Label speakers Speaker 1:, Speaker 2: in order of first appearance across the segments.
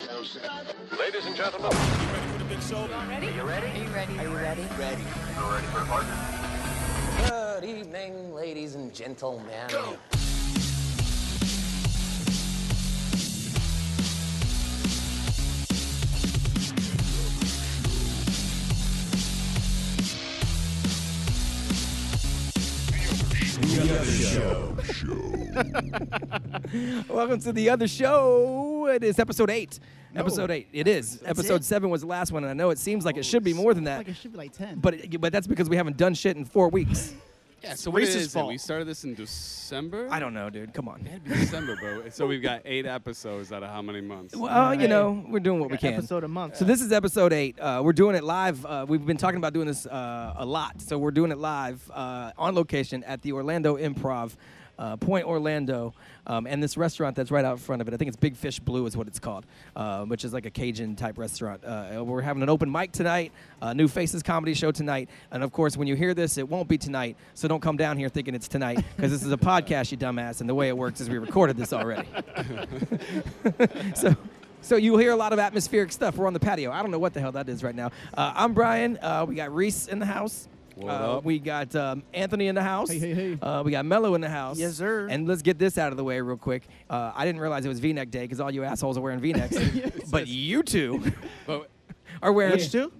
Speaker 1: no sense.
Speaker 2: Ladies and gentlemen,
Speaker 3: Good evening, ladies and gentlemen.
Speaker 4: Welcome to the other show. It is episode eight. Episode eight. It is. episode
Speaker 5: it?
Speaker 4: seven was the last one, and I know it seems like it should be more than that,
Speaker 5: Like it should be like ten.
Speaker 4: but it, but that's because we haven't done shit in four weeks.
Speaker 6: Yeah, so what
Speaker 5: Reese's
Speaker 6: is it?
Speaker 5: fault.
Speaker 6: We started this in December.
Speaker 4: I don't know, dude. Come on.
Speaker 6: It'd be December, bro. So we've got eight episodes out of how many months?
Speaker 4: Well, uh, you know, we're doing what we
Speaker 5: Like an
Speaker 4: can.
Speaker 5: episode a month.
Speaker 4: So this is episode eight. Uh, we're doing it live. Uh, we've been talking about doing this uh, a lot, so we're doing it live uh, on location at the Orlando Improv. Uh, Point Orlando, um, and this restaurant that's right out in front of it. I think it's Big Fish Blue, is what it's called, uh, which is like a Cajun type restaurant. Uh, we're having an open mic tonight, a New Faces comedy show tonight, and of course, when you hear this, it won't be tonight. So don't come down here thinking it's tonight, because this is a podcast, you dumbass. And the way it works is we recorded this already. so so you'll hear a lot of atmospheric stuff. We're on the patio. I don't know what the hell that is right now. Uh, I'm Brian. Uh, we got Reese in the house.
Speaker 6: What
Speaker 4: Uh,
Speaker 6: up?
Speaker 4: We got um, Anthony in the house.
Speaker 5: Hey, hey, hey.
Speaker 4: Uh, we got Mello in the house.
Speaker 5: Yes, sir.
Speaker 4: And let's get this out of the way real quick. Uh, I didn't realize it was V-neck day because all you assholes are wearing V-necks, but you two
Speaker 6: But
Speaker 4: are wearing
Speaker 5: Which two?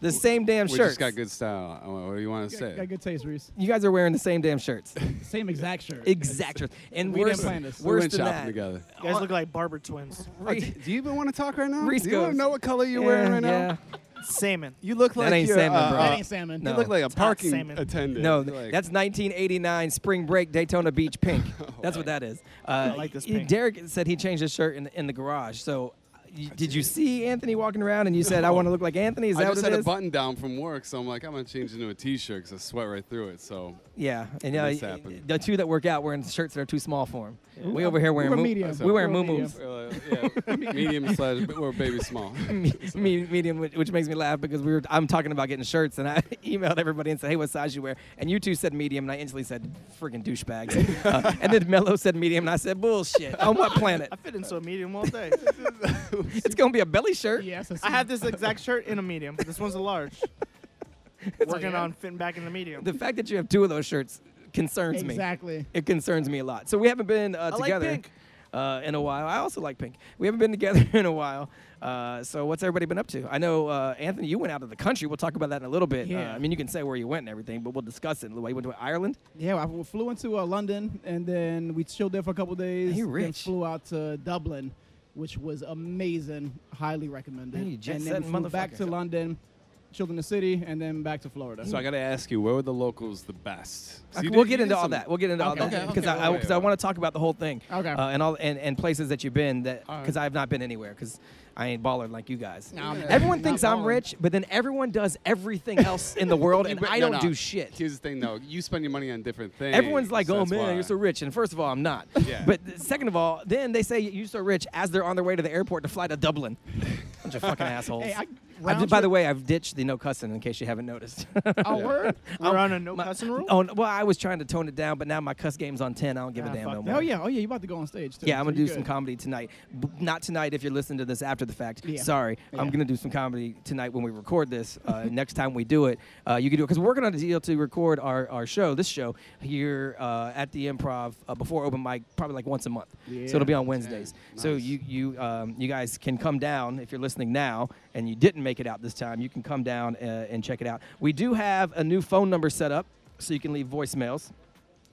Speaker 4: the same damn
Speaker 6: we
Speaker 4: shirts.
Speaker 6: just got good style. Uh, What do you want to say?
Speaker 5: Got good taste, Reese.
Speaker 4: You guys are wearing the same damn shirts.
Speaker 5: Same exact shirt.
Speaker 4: exact shirts. And
Speaker 5: We
Speaker 4: worse,
Speaker 5: didn't plan this.
Speaker 4: worse
Speaker 5: We
Speaker 6: we went
Speaker 4: than
Speaker 6: shopping
Speaker 4: that.
Speaker 6: together.
Speaker 7: You guys look like barber twins.
Speaker 6: Oh, d- do you even want to talk right now?
Speaker 4: Reese
Speaker 6: do you wanna
Speaker 4: goes-
Speaker 6: know what color you're wearing
Speaker 4: Yeah,
Speaker 6: right
Speaker 4: yeah.
Speaker 6: now?
Speaker 7: Salmon.
Speaker 6: You look like
Speaker 4: ain't
Speaker 6: you're,
Speaker 4: salmon,
Speaker 6: uh,
Speaker 4: bro.
Speaker 5: that
Speaker 6: uh,
Speaker 5: ain't salmon.
Speaker 4: no.
Speaker 6: You look like a
Speaker 7: hot
Speaker 6: parking
Speaker 7: salmon.
Speaker 6: attendant.
Speaker 4: No,
Speaker 6: Like- Oh,
Speaker 4: that's 1989 spring break Daytona Beach pink. That's what that is. Uh,
Speaker 7: I like this
Speaker 4: y-
Speaker 7: pink.
Speaker 4: Derek said he changed his shirt in, in the garage. So, y did you see Anthony walking around and you said, "I want to look like Anthony"? Is that
Speaker 6: I just
Speaker 4: what
Speaker 6: had
Speaker 4: it
Speaker 6: a
Speaker 4: is?
Speaker 6: button down from work, so I'm like, I'm gonna change into a t-shirt because I sweat right through it. So
Speaker 4: Yeah, and uh,
Speaker 6: This
Speaker 4: y-
Speaker 6: happened.
Speaker 4: the two that work out wearing shirts that are too small for him. We over here wearing
Speaker 5: We're
Speaker 4: moo-
Speaker 5: medium.
Speaker 4: We wearing
Speaker 5: We're
Speaker 4: moo moos.
Speaker 6: uh, yeah, medium slash or baby small.
Speaker 4: me, me- medium, which, which makes me laugh because we were. I'm talking about getting shirts, and I emailed everybody and said, "Hey, what size you wear?" And you two said medium, and I instantly said, "Freaking douchebags." uh, and then Mello said medium, and I said, "Bullshit." On what planet?
Speaker 7: I fit into a medium all day.
Speaker 4: It's gonna be a belly shirt.
Speaker 5: Yeah, that's a
Speaker 7: I have this exact shirt in a medium. This one's a large. Working on fitting back in the medium.
Speaker 4: The fact that you have two of those shirts concerns me.
Speaker 5: Exactly.
Speaker 4: It concerns me a lot. So we haven't been uh,
Speaker 7: I like
Speaker 4: together
Speaker 7: pink.
Speaker 4: Uh, in a while. I also like pink. We haven't been together in a while. Uh, so what's everybody been up to? I know uh, Anthony, you went out of the country. We'll talk about that in a little bit.
Speaker 5: Yeah.
Speaker 4: Uh, I mean, you can say where you went and everything, but we'll discuss it. You went to Ireland.
Speaker 5: Yeah, well, we flew into uh, London and then we chilled there for a couple days.
Speaker 4: Hey,
Speaker 5: Then
Speaker 4: rich.
Speaker 5: flew out to Dublin, which was amazing. Highly recommended.
Speaker 4: Hey, you
Speaker 5: and then
Speaker 4: jet-setting
Speaker 5: we flew back
Speaker 4: motherfucker.
Speaker 5: to London, chilled in the city, and then back to Florida.
Speaker 6: So I gotta ask you, where were the locals the best? So you
Speaker 4: Okay,
Speaker 6: did-
Speaker 4: we'll
Speaker 6: you
Speaker 4: get
Speaker 6: did
Speaker 4: into all
Speaker 6: some-
Speaker 4: that. We'll get into all
Speaker 5: Okay,
Speaker 4: that
Speaker 5: okay,
Speaker 4: because I
Speaker 6: okay. Oh,
Speaker 4: because I, want to talk about the whole thing.
Speaker 5: Okay.
Speaker 4: Uh, and all and, and places that you've been that
Speaker 6: All right.
Speaker 4: because I've not been anywhere because I ain't ballered like you guys.
Speaker 5: Nah, I'm
Speaker 4: everyone
Speaker 5: not
Speaker 4: thinks I'm
Speaker 5: ballin'.
Speaker 4: rich, but then everyone does everything else in the world, and
Speaker 6: But-
Speaker 4: I
Speaker 6: no,
Speaker 4: don't
Speaker 6: no.
Speaker 4: do shit.
Speaker 6: Here's the thing, though. You spend your money on different things.
Speaker 4: Everyone's like, "Oh
Speaker 6: That's
Speaker 4: man,
Speaker 6: why."
Speaker 4: you're so rich," and first of all, I'm not.
Speaker 6: Yeah.
Speaker 4: But th- second of all, then they say you're so rich as they're on their way to the airport to fly to Dublin. Bunch of fucking assholes.
Speaker 5: Hey, I-
Speaker 4: I
Speaker 5: round
Speaker 4: did- by
Speaker 5: trip-
Speaker 4: the way, I've ditched the no cussing in case you haven't noticed.
Speaker 5: Oh, word?
Speaker 7: We're on a no
Speaker 4: My-
Speaker 7: cussing rule.
Speaker 4: Oh, n- well, I was trying to tone it down, but now my cuss game's on 10. I don't give a
Speaker 7: Ah,
Speaker 4: damn
Speaker 7: fuck
Speaker 4: no
Speaker 7: that.
Speaker 4: more.
Speaker 5: Oh, yeah. Oh, yeah. You're about to go on stage, too.
Speaker 4: Yeah, I'm
Speaker 5: so
Speaker 4: gonna do
Speaker 5: you're
Speaker 4: some
Speaker 5: good.
Speaker 4: comedy tonight. B- not tonight if you're listening to this after the fact.
Speaker 5: Yeah.
Speaker 4: Sorry, I'm
Speaker 5: Yeah.
Speaker 4: gonna do some comedy tonight when we record this. Uh, next time we do it, uh, you can do it because we're working on a deal to record our, our show, this show here uh, at the Improv uh, before open mic, probably like once a month. So it'll be on Wednesdays. So
Speaker 6: nice.
Speaker 4: you you um, you guys can come down if you're listening now and you didn't make it out this time. You can come down uh, and check it out. We do have a new phone number set up, so you can leave voicemails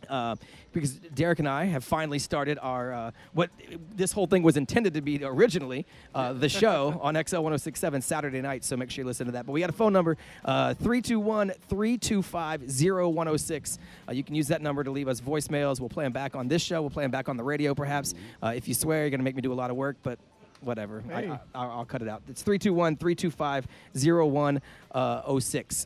Speaker 4: uh, because Derek and I have finally started our uh, what this whole thing was intended to be originally uh, the show on XL 1067 Saturday night. So make sure you listen to that. But we got a phone number uh, 321 325 0106. Uh, You can use that number to leave us voicemails. We'll play them back on this show. We'll play them back on the radio, perhaps. Uh, if you swear, you're going to make me do a lot of work, but whatever. I,
Speaker 5: Hey.
Speaker 4: I, I'll, I'll cut it out. It's 321 325 0106. uh,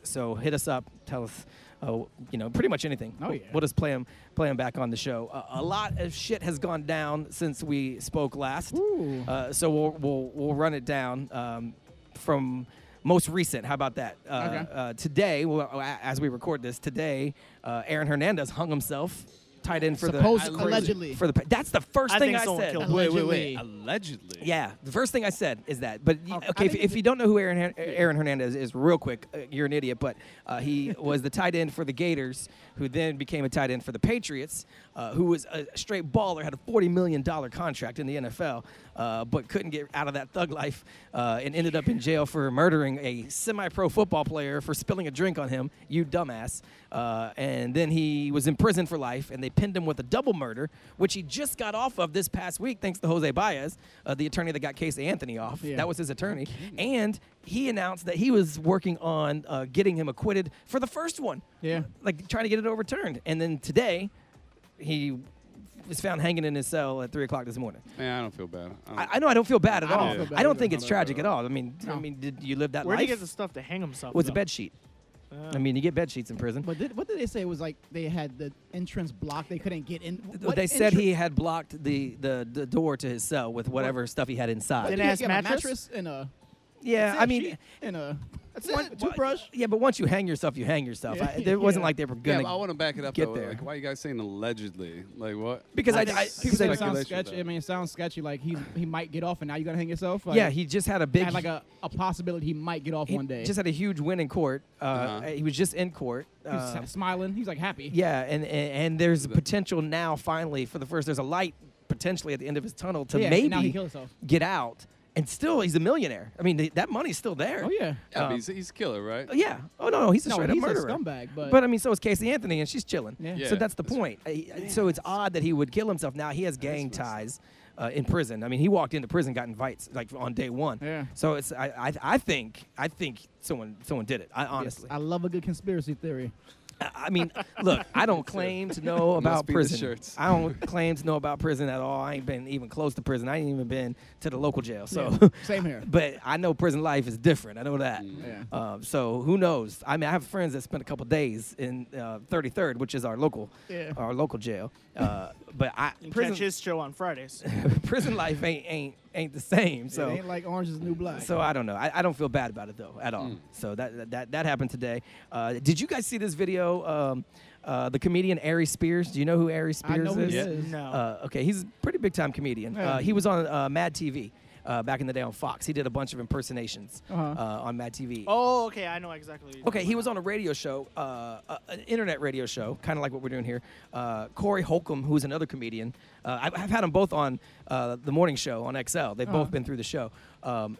Speaker 4: So hit us up. Tell us, uh, you know, pretty much anything.
Speaker 5: Oh,
Speaker 4: We'll-
Speaker 5: yeah.
Speaker 4: We'll just play them, play 'em back on the show. Uh, a lot of shit has gone down since we spoke last.
Speaker 5: Ooh.
Speaker 4: Uh, so we'll, we'll, we'll run it down um, from most recent. How about that? Uh,
Speaker 5: Okay.
Speaker 4: uh, today, well, a- as we record this, today, uh, Aaron Hernandez hung himself. tight end for
Speaker 5: Supposed-
Speaker 4: the
Speaker 5: allegedly.
Speaker 4: for the. That's the first
Speaker 7: I
Speaker 4: thing
Speaker 7: think
Speaker 4: I
Speaker 7: someone
Speaker 4: said.
Speaker 7: killed
Speaker 6: Wait, wait, wait.
Speaker 5: Allegedly.
Speaker 6: Allegedly.
Speaker 4: Yeah, the first thing I said is that. But y-
Speaker 5: Okay.
Speaker 4: okay,
Speaker 5: Oh, I
Speaker 4: if, if
Speaker 5: think it's-
Speaker 4: you don't know who Aaron Han- Aaron Hernandez is, real quick, uh, you're an idiot. But uh, he was the tight end for the Gators, who then became a tight end for the Patriots, uh, who was a straight baller, had a forty million dollar contract in the NFL, uh, but couldn't get out of that thug life uh, and ended up in jail for murdering a semi-pro football player for spilling a drink on him. You dumbass. Uh, and then he was in prison for life, and they pinned him with a double murder, which he just got off of this past week, thanks to Jose Baez, uh, the attorney that got Casey Anthony off.
Speaker 5: Yeah.
Speaker 4: That was his attorney. And he announced that he was working on uh, getting him acquitted for the first one.
Speaker 5: Yeah.
Speaker 4: Like trying to get it overturned. And then today, he was found hanging in his cell at 3 o'clock this morning.
Speaker 6: Man, I don't feel bad. I, don't-
Speaker 4: I, I know I don't feel bad at
Speaker 5: I don't
Speaker 4: all.
Speaker 5: feel bad
Speaker 4: I don't
Speaker 5: either.
Speaker 4: think
Speaker 6: I
Speaker 4: it's
Speaker 6: don't
Speaker 4: tragic at
Speaker 6: feel-
Speaker 4: all. I mean, I
Speaker 5: No.
Speaker 4: mean, did you live that
Speaker 7: Where do you
Speaker 4: life?
Speaker 7: get the stuff to hang himself?
Speaker 4: With
Speaker 7: with?
Speaker 4: a bed sheet.
Speaker 7: Uh,
Speaker 4: I mean, you get bed sheets in prison.
Speaker 5: But did, what did they say? It was like they had the entrance blocked. They couldn't get in. What
Speaker 4: they said
Speaker 5: entran-
Speaker 4: he had blocked the, the, the door to his cell with whatever stuff he had
Speaker 5: What
Speaker 4: inside.
Speaker 5: did
Speaker 7: An
Speaker 5: you
Speaker 7: ass
Speaker 5: get, a
Speaker 7: mattress?
Speaker 5: mattress and a
Speaker 4: yeah,
Speaker 5: that's
Speaker 4: I
Speaker 5: it,
Speaker 4: mean,
Speaker 5: sheet and a that's
Speaker 4: one-
Speaker 5: it, toothbrush.
Speaker 4: Yeah, but once you hang yourself, you hang yourself. I, it wasn't
Speaker 5: Yeah.
Speaker 4: like they were
Speaker 6: yeah,
Speaker 4: gonna.
Speaker 6: but I want to back it up
Speaker 4: get
Speaker 6: though.
Speaker 4: there.
Speaker 6: Like, why are you guys saying allegedly? Like, what?
Speaker 4: because I, I,
Speaker 5: people
Speaker 4: because
Speaker 5: say
Speaker 4: I-
Speaker 5: it sounds
Speaker 6: Speculation,
Speaker 5: sketchy.
Speaker 6: though.
Speaker 5: I mean, it sounds sketchy. Like he he might get off, and now you gotta hang yourself. Like,
Speaker 4: yeah, he just had a big.
Speaker 5: had like a, a possibility he might get off
Speaker 4: he
Speaker 5: one day.
Speaker 4: just had a huge win in court. Uh,
Speaker 6: Uh-huh.
Speaker 4: He was just in court.
Speaker 5: he was
Speaker 4: Uh,
Speaker 5: smiling. He's like happy.
Speaker 4: yeah, and, and and there's
Speaker 6: The-
Speaker 4: potential now. Finally, for the first, there's a light potentially at the end of his tunnel to
Speaker 5: Yeah, and now he
Speaker 4: maybe
Speaker 5: killed himself.
Speaker 4: get out. And still, he's a millionaire. I mean, th- that money's still there.
Speaker 5: Oh yeah.
Speaker 6: Yeah, but
Speaker 4: um,
Speaker 6: he's, he's killer, right?
Speaker 4: Oh, yeah. Oh no, no, he's a
Speaker 5: No,
Speaker 4: straight
Speaker 5: he's
Speaker 4: up
Speaker 5: a
Speaker 4: murderer.
Speaker 5: scumbag. But,
Speaker 4: But I mean, so is Casey Anthony, and she's chilling.
Speaker 5: Yeah.
Speaker 4: So
Speaker 6: Yeah,
Speaker 4: that's the
Speaker 6: that's-
Speaker 4: point. I- So it's odd that he would kill himself. Now he has gang
Speaker 6: messed up.
Speaker 4: ties uh, in prison. I mean, he walked into prison, got invites like on day one.
Speaker 5: Yeah.
Speaker 4: So it's I, I, I think I think someone someone did it. I
Speaker 5: Yes,
Speaker 4: honestly.
Speaker 5: I love a good conspiracy theory.
Speaker 4: I, I mean, look, I don't claim to know about
Speaker 6: be the
Speaker 4: prison.
Speaker 6: shirts.
Speaker 4: I don't claim to know about prison at all. I ain't been even close to prison. I ain't even been to the local jail. So.
Speaker 5: Yeah, same here.
Speaker 4: But I know prison life is different. I know that.
Speaker 6: Mm.
Speaker 5: Yeah.
Speaker 4: Um, so who knows? I mean, I have friends that spent a couple days in uh, 33rd, which is our local,
Speaker 5: Yeah.
Speaker 4: our local jail. Uh, but I
Speaker 7: you can catch
Speaker 4: Oh, prison,
Speaker 7: his show on Fridays.
Speaker 4: prison life ain't ain't ain't the same.
Speaker 5: So
Speaker 4: So
Speaker 5: it ain't like Orange is the New Black.
Speaker 4: so I don't know. I, I don't feel bad about it though at all.
Speaker 5: Mm.
Speaker 4: So that that that happened today. Uh, did you guys see this video? Um, uh, the comedian Ari Spears. Do you know who Ari
Speaker 5: I
Speaker 4: Spears
Speaker 5: know who
Speaker 4: is?
Speaker 5: he
Speaker 6: Yeah.
Speaker 5: is.
Speaker 7: No.
Speaker 4: Uh, okay, he's a pretty big time comedian.
Speaker 5: Yeah.
Speaker 4: Uh, he was on uh, Mad TV uh, back in the day on Fox. He did a bunch of impersonations uh
Speaker 5: Uh-huh.
Speaker 4: on Mad TV.
Speaker 7: oh, okay. I know exactly. what you're
Speaker 4: Okay,
Speaker 7: talking
Speaker 4: he
Speaker 7: about.
Speaker 4: was on a radio show, uh, a- an internet radio show, kind of like what we're doing here. Uh, Corey Holcomb, who's another comedian, uh, I've, I've had them both on uh, the morning show on XL. They've both been through the show. Um,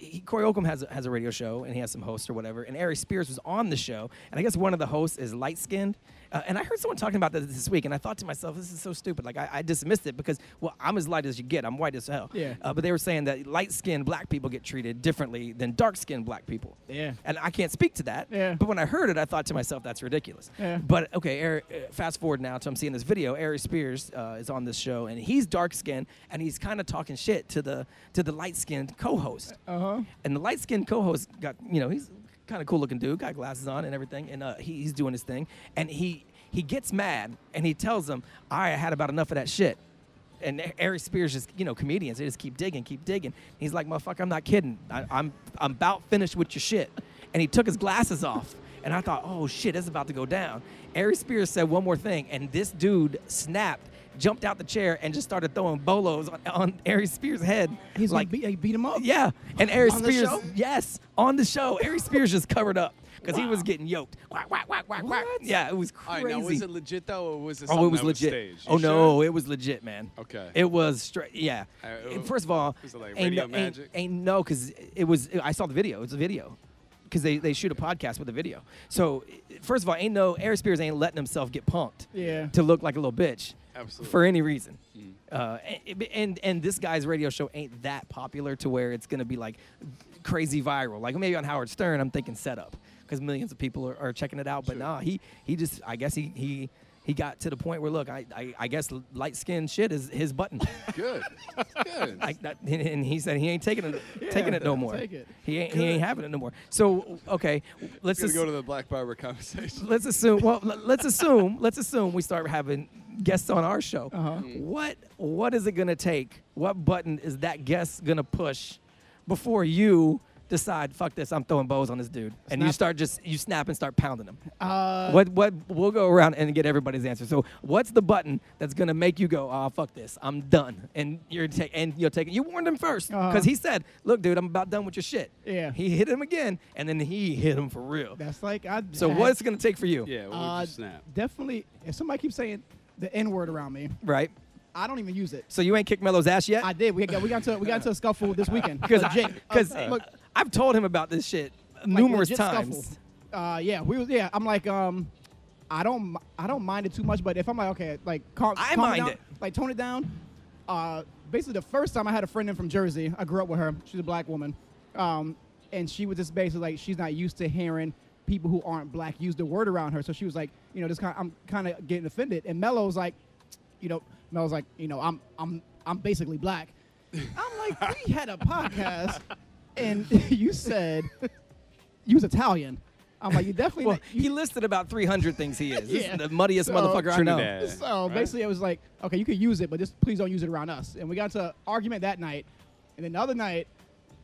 Speaker 4: he, Corey Holcomb has a, has a radio show and he has some hosts or whatever. And Ari Spears was on the show, and I guess one of the hosts is light skinned. Uh, and I heard someone talking about this this week, and I thought to myself, this is so stupid. Like I, I dismissed it because, well, I'm as light as you get. I'm white as hell.
Speaker 5: Yeah.
Speaker 4: Uh, but they were saying that light skinned black people get treated differently than dark skinned black people.
Speaker 5: Yeah.
Speaker 4: And I can't speak to that.
Speaker 5: Yeah.
Speaker 4: But when I heard it, I thought to myself, that's ridiculous.
Speaker 5: Yeah.
Speaker 4: But okay, Ari, uh, fast forward now to I'm seeing this video. Ari Spears uh, is on this show, and he's dark skinned, and he's kind of talking shit to the to the light skinned co-host.
Speaker 5: Uh huh.
Speaker 4: And the light skinned co host got, you know, he's kind of cool looking dude, got glasses on and everything, and uh, he, he's doing his thing. And he he gets mad and he tells him, "All right, I had about enough of that shit. And A- Ari Spears just, you know, comedians, they just keep digging, keep digging. He's like, motherfucker, I'm not kidding. I, I'm, I'm about finished with your shit. And he took his glasses off. And I thought, oh shit, it's about to go down. Ari Spears said one more thing, and this dude snapped, jumped out the chair, and just started throwing bolos on, on Ari Spears' head.
Speaker 5: He's like, beat, he beat him up.
Speaker 4: Yeah, and Ari
Speaker 5: On the
Speaker 4: Spears.
Speaker 5: show?
Speaker 4: Yes, on the show, Ari Spears just covered up because he was getting yoked. Whack, whack, whack, whack, whack.
Speaker 5: What?
Speaker 4: Yeah, it was
Speaker 6: All
Speaker 4: crazy.
Speaker 6: right, now was it legit though, or was it?
Speaker 4: oh,
Speaker 6: something
Speaker 4: it was
Speaker 6: that
Speaker 4: legit.
Speaker 6: staged? You
Speaker 4: oh no,
Speaker 6: sure?
Speaker 4: it was legit, man.
Speaker 6: Okay.
Speaker 4: It was straight. Yeah.
Speaker 6: Uh,
Speaker 4: And
Speaker 6: it-
Speaker 4: First of all,
Speaker 6: was it like
Speaker 4: ain't,
Speaker 6: radio
Speaker 4: no- ain't-
Speaker 6: magic?
Speaker 4: ain't no, because it was. I saw the video. It's a video. Because they, they shoot a podcast with a video. So, first of all, ain't no, Ari Spears ain't letting himself get punked
Speaker 5: Yeah.
Speaker 4: to look like a little bitch
Speaker 6: Absolutely. Hmm.
Speaker 4: for any reason. Uh, and, and and this guy's radio show ain't that popular to where it's gonna be like crazy viral. Like maybe on Howard Stern, I'm thinking setup because millions of people are, are checking it out. But
Speaker 6: Sure.
Speaker 4: nah, he he just I guess he he. He got to the point where, look, I, I, I guess light skinned shit is his button.
Speaker 6: Good. Good.
Speaker 4: like that, and, and he said he ain't taking it, taking it no more.
Speaker 5: take it.
Speaker 4: He ain't, he ain't having it no more. So okay, let's
Speaker 6: Let's
Speaker 4: just
Speaker 6: go to the Black Barber conversation.
Speaker 4: let's assume. Well, let- let's assume. Let's assume we start having guests on our show.
Speaker 5: Uh-huh.
Speaker 4: What What is it gonna take? What button is that guest gonna push before you decide, fuck this, I'm throwing bows on this dude, and you
Speaker 5: Snap.
Speaker 4: start just you snap and start pounding him.
Speaker 5: Uh,
Speaker 4: what what we'll go around and get everybody's answer. So what's the button that's gonna make you go, oh fuck this, I'm done, and you're ta- and you'll take it. You warned him first because
Speaker 5: Uh-huh.
Speaker 4: he said, look, dude, I'm about done with your shit.
Speaker 5: Yeah.
Speaker 4: He hit him again, and then he hit him for real.
Speaker 5: That's like I.
Speaker 4: so
Speaker 5: had-
Speaker 4: what's it gonna take for you?
Speaker 6: Yeah, what would
Speaker 5: Uh,
Speaker 6: you snap?
Speaker 5: Definitely, if somebody keeps saying the N word around me,
Speaker 4: Right.
Speaker 5: I don't even use it.
Speaker 4: So you ain't kicked Melo's ass yet?
Speaker 5: I did. We got we got into we got into a scuffle this weekend.
Speaker 4: because
Speaker 5: Legit.
Speaker 4: because
Speaker 5: Uh, look,
Speaker 4: I've told him about this shit
Speaker 5: like,
Speaker 4: numerous
Speaker 5: legit
Speaker 4: times.
Speaker 5: scuffle. Uh, yeah, we was yeah. I'm like um, I don't m- I don't mind it too much, but if I'm like okay, like calm,
Speaker 4: I
Speaker 5: calm
Speaker 4: mind
Speaker 5: down,
Speaker 4: it.
Speaker 5: like tone it down. Uh, basically the first time I had a friend in from Jersey, I grew up with her. She's a black woman, um, and she was just basically like she's not used to hearing people who aren't black use the word around her, so she was like, you know, this kind I'm kind of getting offended, and Mello's like, you know, Mello's like, you know, I'm I'm I'm basically black. I'm like, we had a podcast, and you said you was Italian. I'm like, you definitely.
Speaker 4: Well,
Speaker 5: you-
Speaker 4: he listed about 300 things he is. This
Speaker 5: Yeah.
Speaker 4: is the muddiest
Speaker 5: So-
Speaker 4: motherfucker I know.
Speaker 6: Trinidad.
Speaker 5: so
Speaker 6: right?
Speaker 5: basically, it was like, okay, you could use it, but just please don't use it around us. And we got into an argument that night, and then the other night,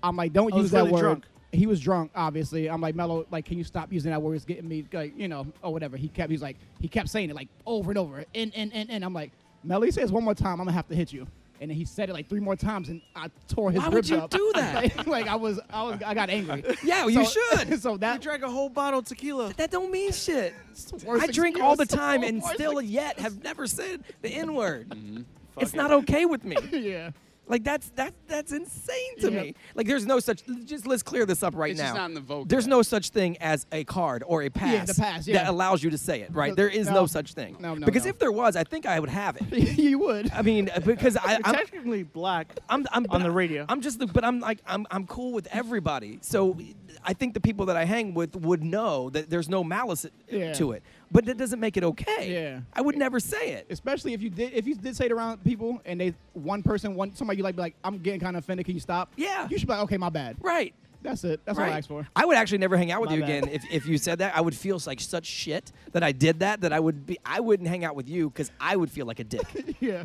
Speaker 5: I'm like, don't
Speaker 7: I
Speaker 5: use
Speaker 7: was
Speaker 5: that
Speaker 7: really
Speaker 5: word.
Speaker 7: drunk.
Speaker 5: He was drunk, obviously. I'm like, Mello, like, can you stop using that word? It's getting me, like, you know, or whatever. He kept, he's like, he kept saying it like over and over, and and and and. I'm like, Mello, he says one more time, I'm gonna have to hit you. And then he said it like three more times, and I tore his
Speaker 4: Why would
Speaker 5: ribs
Speaker 4: you
Speaker 5: up.
Speaker 4: do that?
Speaker 5: like, like, I was, I was, I got angry.
Speaker 4: Yeah, you
Speaker 5: So-
Speaker 4: should.
Speaker 5: so
Speaker 7: I
Speaker 5: that
Speaker 7: drank a whole bottle of tequila.
Speaker 4: That don't mean shit.
Speaker 5: the worst
Speaker 4: I drink all the
Speaker 5: excuse.
Speaker 4: time and
Speaker 5: Worst
Speaker 4: still
Speaker 5: excuse.
Speaker 4: yet have never said the N word.
Speaker 6: Mm-hmm. Fuck
Speaker 4: It's
Speaker 6: it.
Speaker 4: not okay with me.
Speaker 5: yeah.
Speaker 4: Like that's that's that's insane to
Speaker 5: Yeah.
Speaker 4: me. Like there's no such. Just let's clear this up right
Speaker 6: It's
Speaker 4: now.
Speaker 6: just not in the vocab.
Speaker 4: There's no such thing as a card or a pass.
Speaker 5: the pass,
Speaker 4: that
Speaker 5: yeah.
Speaker 4: allows you to say it. Right.
Speaker 5: No,
Speaker 4: there is no,
Speaker 5: no.
Speaker 4: such thing.
Speaker 5: No, no,
Speaker 4: because
Speaker 5: no.
Speaker 4: if there was, I think I would have it.
Speaker 5: you would.
Speaker 4: I mean, uh, because I,
Speaker 7: You're
Speaker 4: I'm,
Speaker 7: technically black.
Speaker 4: I'm, I'm
Speaker 7: on the radio.
Speaker 4: I'm just, the, but I'm like, I'm, I'm cool with everybody. So I think the people that I hang with would know that there's no malice
Speaker 5: Yeah.
Speaker 4: to it. But that doesn't make it okay.
Speaker 5: Yeah.
Speaker 4: I would never say it.
Speaker 5: especially if you did if you did say it around people and they one person one somebody you like be like I'm getting kind of offended can you stop
Speaker 4: Yeah.
Speaker 5: you should be like okay my bad
Speaker 4: Right.
Speaker 5: that's it that's
Speaker 4: right.
Speaker 5: all I asked for
Speaker 4: I would actually never hang out with
Speaker 7: My
Speaker 4: you
Speaker 7: bad.
Speaker 4: again if, if you said that. I would feel like such shit that I did that that I would be I wouldn't hang out with you because I would feel like a dick,
Speaker 5: yeah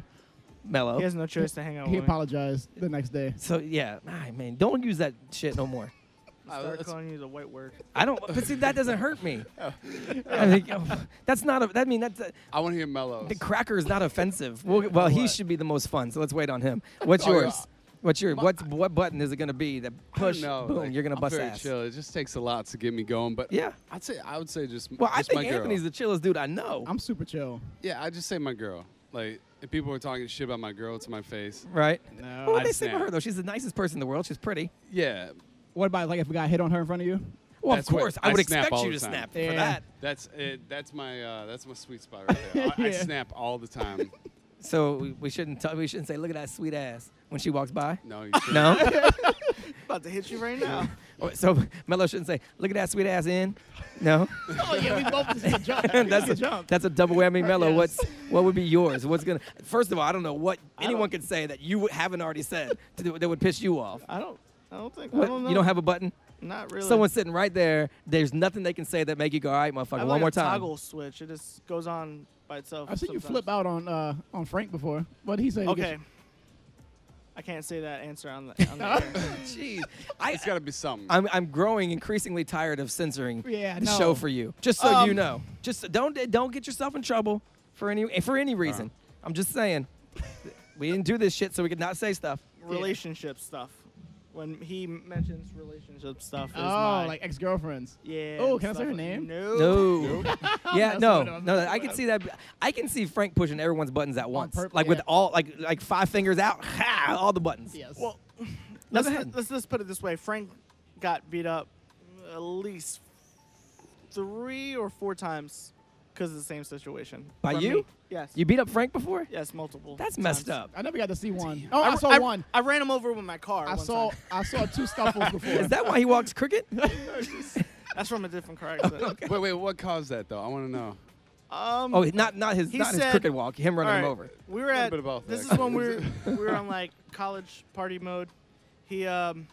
Speaker 4: Mellow.
Speaker 7: He has no choice to hang out
Speaker 5: he
Speaker 7: with. me.
Speaker 5: apologized the next day
Speaker 4: So yeah, I man, don't use that shit no more.
Speaker 6: Uh,
Speaker 7: Start
Speaker 6: let's-
Speaker 7: calling you the white word.
Speaker 4: I don't, but see that doesn't hurt me. I think, oh, that's not a. That mean that's. A,
Speaker 6: I want to hear Mellows.
Speaker 4: The cracker is not offensive. Well, well he
Speaker 7: What?
Speaker 4: should be the most fun. So let's wait on him. What's
Speaker 6: Oh, yeah.
Speaker 4: yours? What's your what? What button is it gonna be that
Speaker 6: I don't
Speaker 4: push?
Speaker 6: know,
Speaker 4: boom!
Speaker 6: like,
Speaker 4: you're gonna
Speaker 6: I'm
Speaker 4: bust
Speaker 6: very
Speaker 4: ass.
Speaker 6: chill. It just takes a lot to get me going, but
Speaker 4: Yeah.
Speaker 6: I'd say I would say just.
Speaker 4: Well, I
Speaker 6: just
Speaker 4: think
Speaker 6: my girl.
Speaker 4: Anthony's the chillest dude I know.
Speaker 5: I'm super chill
Speaker 6: Yeah, I just say my girl. Like if people were talking shit about my girl to my face.
Speaker 4: right?
Speaker 5: no
Speaker 4: Well, what
Speaker 6: I'd
Speaker 4: they say about
Speaker 6: snap.
Speaker 4: her though? She's the nicest person in the world. She's pretty.
Speaker 6: Yeah,
Speaker 5: what about like if a guy hit on her in front of you
Speaker 4: Well,
Speaker 6: That's
Speaker 4: of
Speaker 6: what-
Speaker 4: course, I
Speaker 6: I
Speaker 4: would
Speaker 6: snap
Speaker 4: expect
Speaker 6: all
Speaker 4: you
Speaker 6: the
Speaker 4: to
Speaker 6: time.
Speaker 4: snap for
Speaker 5: Yeah.
Speaker 4: that.
Speaker 6: that's it. That's my uh, that's my sweet spot right there. I, I
Speaker 5: Yeah.
Speaker 6: snap all the time.
Speaker 4: So we, we shouldn't tell, we shouldn't say, "Look at that sweet ass" when she walks by.
Speaker 6: No, you shouldn't.
Speaker 4: No.
Speaker 7: About to hit you right now.
Speaker 4: Or- Oh, so Mello shouldn't say, "Look at that sweet ass in." No.
Speaker 5: oh yeah we both just jumped
Speaker 4: that's a that's a double whammy, Mello.
Speaker 5: yes.
Speaker 4: What's what would be yours? What's gonna? First of all, I don't know what anyone could say that you haven't already said to, do- that would piss you off.
Speaker 7: I don't. I don't think. I
Speaker 4: What,
Speaker 7: don't know.
Speaker 4: you don't have a button.
Speaker 7: Not really.
Speaker 4: Someone's sitting right there. There's nothing they can say that make you go, all right, motherfucker,
Speaker 7: I
Speaker 4: one
Speaker 7: have like
Speaker 4: more
Speaker 7: a
Speaker 4: time.
Speaker 7: Toggle switch. It just goes on by itself.
Speaker 5: I've seen you
Speaker 7: sometimes.
Speaker 5: flip out on uh, on Frank before what did he say
Speaker 7: Okay. I can't say that answer on the. On the air.
Speaker 4: Jeez, I,
Speaker 6: It's got to be something.
Speaker 4: I'm, I'm growing increasingly tired of censoring
Speaker 5: Yeah,
Speaker 4: the
Speaker 5: no.
Speaker 4: show for you. Just so you
Speaker 5: Um,
Speaker 4: know, just don't don't get yourself in trouble for any eh, for any reason. I'm just saying, we didn't do this shit so we could not say stuff.
Speaker 7: relationship stuff. When he mentions relationship stuff, is
Speaker 5: oh
Speaker 7: my,
Speaker 5: like ex girlfriends
Speaker 7: yeah.
Speaker 5: oh
Speaker 7: and
Speaker 5: can I say
Speaker 7: stuff
Speaker 5: her
Speaker 7: like-
Speaker 5: name
Speaker 7: No.
Speaker 4: No. yeah,
Speaker 5: messing
Speaker 4: no,
Speaker 5: with him.
Speaker 4: no. I can see that. I can see Frank pushing everyone's buttons at once,
Speaker 5: purp-
Speaker 4: like with
Speaker 5: yeah.
Speaker 4: all like like five fingers out, ha, all the buttons.
Speaker 5: yes
Speaker 7: Well,
Speaker 4: No,
Speaker 7: let's,
Speaker 4: go ahead.
Speaker 7: let's just put it this way: Frank got beat up at least three or four times because of the same situation.
Speaker 4: By
Speaker 7: From
Speaker 4: you?
Speaker 7: me. Yes.
Speaker 4: You beat up Frank before?
Speaker 7: Yes, multiple.
Speaker 4: That's messed
Speaker 7: times.
Speaker 4: up.
Speaker 5: I never got to see one. Oh I,
Speaker 7: I,
Speaker 5: saw
Speaker 7: I-
Speaker 5: one
Speaker 7: I ran him over with my car.
Speaker 5: I
Speaker 7: one
Speaker 5: saw
Speaker 7: time.
Speaker 5: I saw two scuffles before
Speaker 4: Is that why he walks crooked?
Speaker 7: That's from a different car accident.
Speaker 6: wait, wait. What caused that though? I want to know.
Speaker 7: Um,
Speaker 4: Oh, not not his
Speaker 7: He
Speaker 4: not his
Speaker 7: said-
Speaker 4: crooked walk. Him running him
Speaker 7: Alright,
Speaker 4: over.
Speaker 7: We were
Speaker 6: Little
Speaker 7: at
Speaker 6: bit of both,
Speaker 7: this is
Speaker 6: actually.
Speaker 7: when we were we were on like college party mode. He um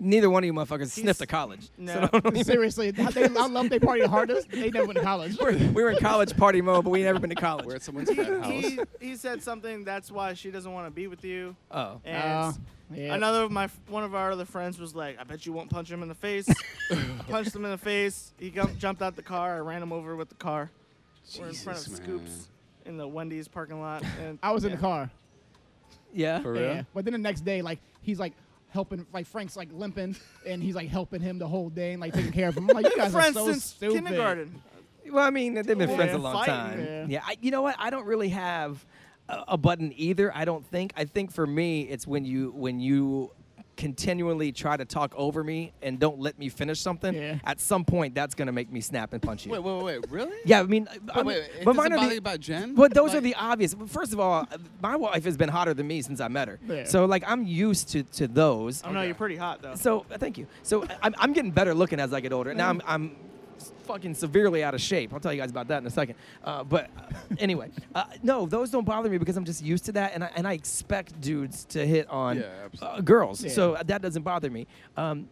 Speaker 4: Neither one of you motherfuckers sniffed
Speaker 7: He's-
Speaker 4: a college.
Speaker 7: no
Speaker 5: Seriously, how they, I love they party the hardest. They never went to college.
Speaker 4: we were in college party mode, but we ain't never been to college.
Speaker 6: We're at someone's frat house.
Speaker 7: he, he said something that's why she doesn't want to be with you
Speaker 4: oh,
Speaker 7: and
Speaker 5: Uh. Yeah.
Speaker 7: Another of my f- one of our other friends was like, "I bet you won't punch him in the face." I punched him in the face. He gum- jumped out the car. I ran him over with the car. We're in front of
Speaker 6: Jesus,
Speaker 7: Scoops in the Wendy's parking lot. And
Speaker 5: I was in
Speaker 7: yeah.
Speaker 5: the car.
Speaker 4: Yeah.
Speaker 6: For real?
Speaker 5: Yeah. But then the next day, like he's like helping, like Frank's like limping, and he's like helping him the whole day and like taking care of him. I'm like you guys are
Speaker 7: Friends
Speaker 5: so
Speaker 7: since
Speaker 5: stupid.
Speaker 7: kindergarten.
Speaker 4: Well, I mean, they've been
Speaker 7: Yeah,
Speaker 4: friends a long
Speaker 7: fighting,
Speaker 4: time.
Speaker 5: yeah.
Speaker 4: Yeah, I, you know what? I don't really have a, a button either. I don't think. I think for me, it's when you when you continually try to talk over me and don't let me finish something.
Speaker 5: Yeah.
Speaker 4: At some point, that's gonna make me snap and punch you.
Speaker 6: Wait, wait, wait, really?
Speaker 4: yeah, I mean, I
Speaker 6: But
Speaker 4: mean-
Speaker 6: wait, it doesn't
Speaker 4: but mine are
Speaker 6: bother
Speaker 4: the,
Speaker 6: you about Jen?
Speaker 4: But those are
Speaker 6: Like-
Speaker 4: the obvious. First of all, my wife has been hotter than me since I met her.
Speaker 5: Yeah.
Speaker 4: So like, I'm used to to those.
Speaker 7: Oh no, you're pretty hot though.
Speaker 4: So uh, thank you. So I- I'm, I'm getting better looking as I get older.
Speaker 7: Mm-hmm.
Speaker 4: Now I'm, I'm s- fucking severely out of shape. I'll tell you guys about that in a second. Uh, but uh, anyway, uh, no, those don't bother me because I'm just used to that, and I, and I expect dudes to hit on
Speaker 6: Yeah,
Speaker 4: uh,
Speaker 6: absolutely.
Speaker 4: girls.
Speaker 5: Yeah.
Speaker 4: So uh, that doesn't bother me. Um,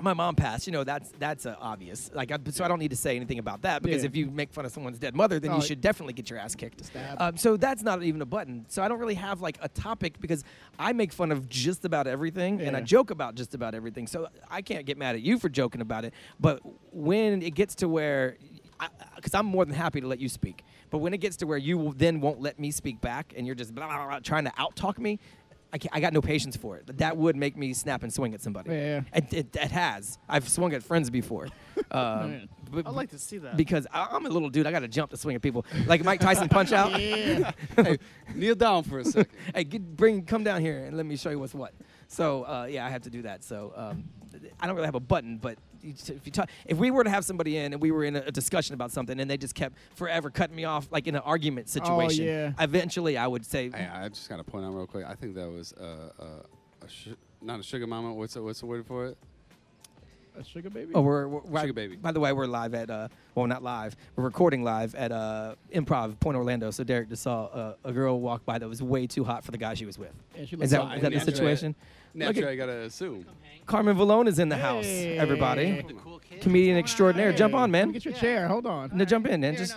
Speaker 4: my mom passed. You know that's that's uh, obvious. Like I, so, I don't need to say anything about that because
Speaker 5: Yeah.
Speaker 4: if you make fun of someone's dead mother, then
Speaker 5: Oh,
Speaker 4: you should definitely get your ass kicked.
Speaker 5: Stab.
Speaker 4: Um, so that's not even a button. So I don't really have like a topic because I make fun of just about everything and I
Speaker 5: Yeah.
Speaker 4: joke about just about everything. So I can't get mad at you for joking about it. But when it gets to where, because I'm more than happy to let you speak, but when it gets to where you will then won't let me speak back and you're just blah, blah, blah, trying to out talk me, I, can't, I got no patience for it. That would make me snap and swing at somebody.
Speaker 5: Yeah.
Speaker 4: It, it, it has. I've swung at friends before. Um, but-
Speaker 7: I'd like to see that.
Speaker 4: because I, I'm a little dude, I got to jump to swing at people. Like Mike Tyson punch out.
Speaker 5: Yeah.
Speaker 6: Kneel down for a second.
Speaker 4: hey, get, bring, come down here and let me show you what's what. So uh, yeah, I have to do that. So um, I don't really have a button, but you just- if you talk, if we were to have somebody in and we were in a, a discussion about something and they just kept forever cutting me off, like in an
Speaker 6: Oh,
Speaker 4: argument
Speaker 7: Oh,
Speaker 4: situation,
Speaker 5: yeah.
Speaker 4: eventually I would say,
Speaker 6: hey, I just gotta point out real quick. I think that was uh, uh, a sh- not a sugar mama. What's the, what's the word for it?
Speaker 5: A sugar baby.
Speaker 4: "Oh, we're, we're
Speaker 6: Sugar
Speaker 4: by-
Speaker 6: baby.
Speaker 4: By the way, we're live at uh, well, not live. We're recording live at uh, Improv Point Orlando. So Derek just saw uh, a girl walk by that was way too hot for the guy she was with.
Speaker 5: Yeah, she
Speaker 4: is
Speaker 5: looks
Speaker 4: that,
Speaker 5: hot.
Speaker 4: is that the
Speaker 6: Naturally-
Speaker 4: situation? Look
Speaker 6: Naturally,
Speaker 4: at-
Speaker 6: I gotta assume.
Speaker 4: Carmen Valone is in the house, everybody. Comedian extraordinaire. Jump
Speaker 5: Hey,
Speaker 4: on, man.
Speaker 5: Let me get your chair. Hold on.
Speaker 4: No, jump in, man. just,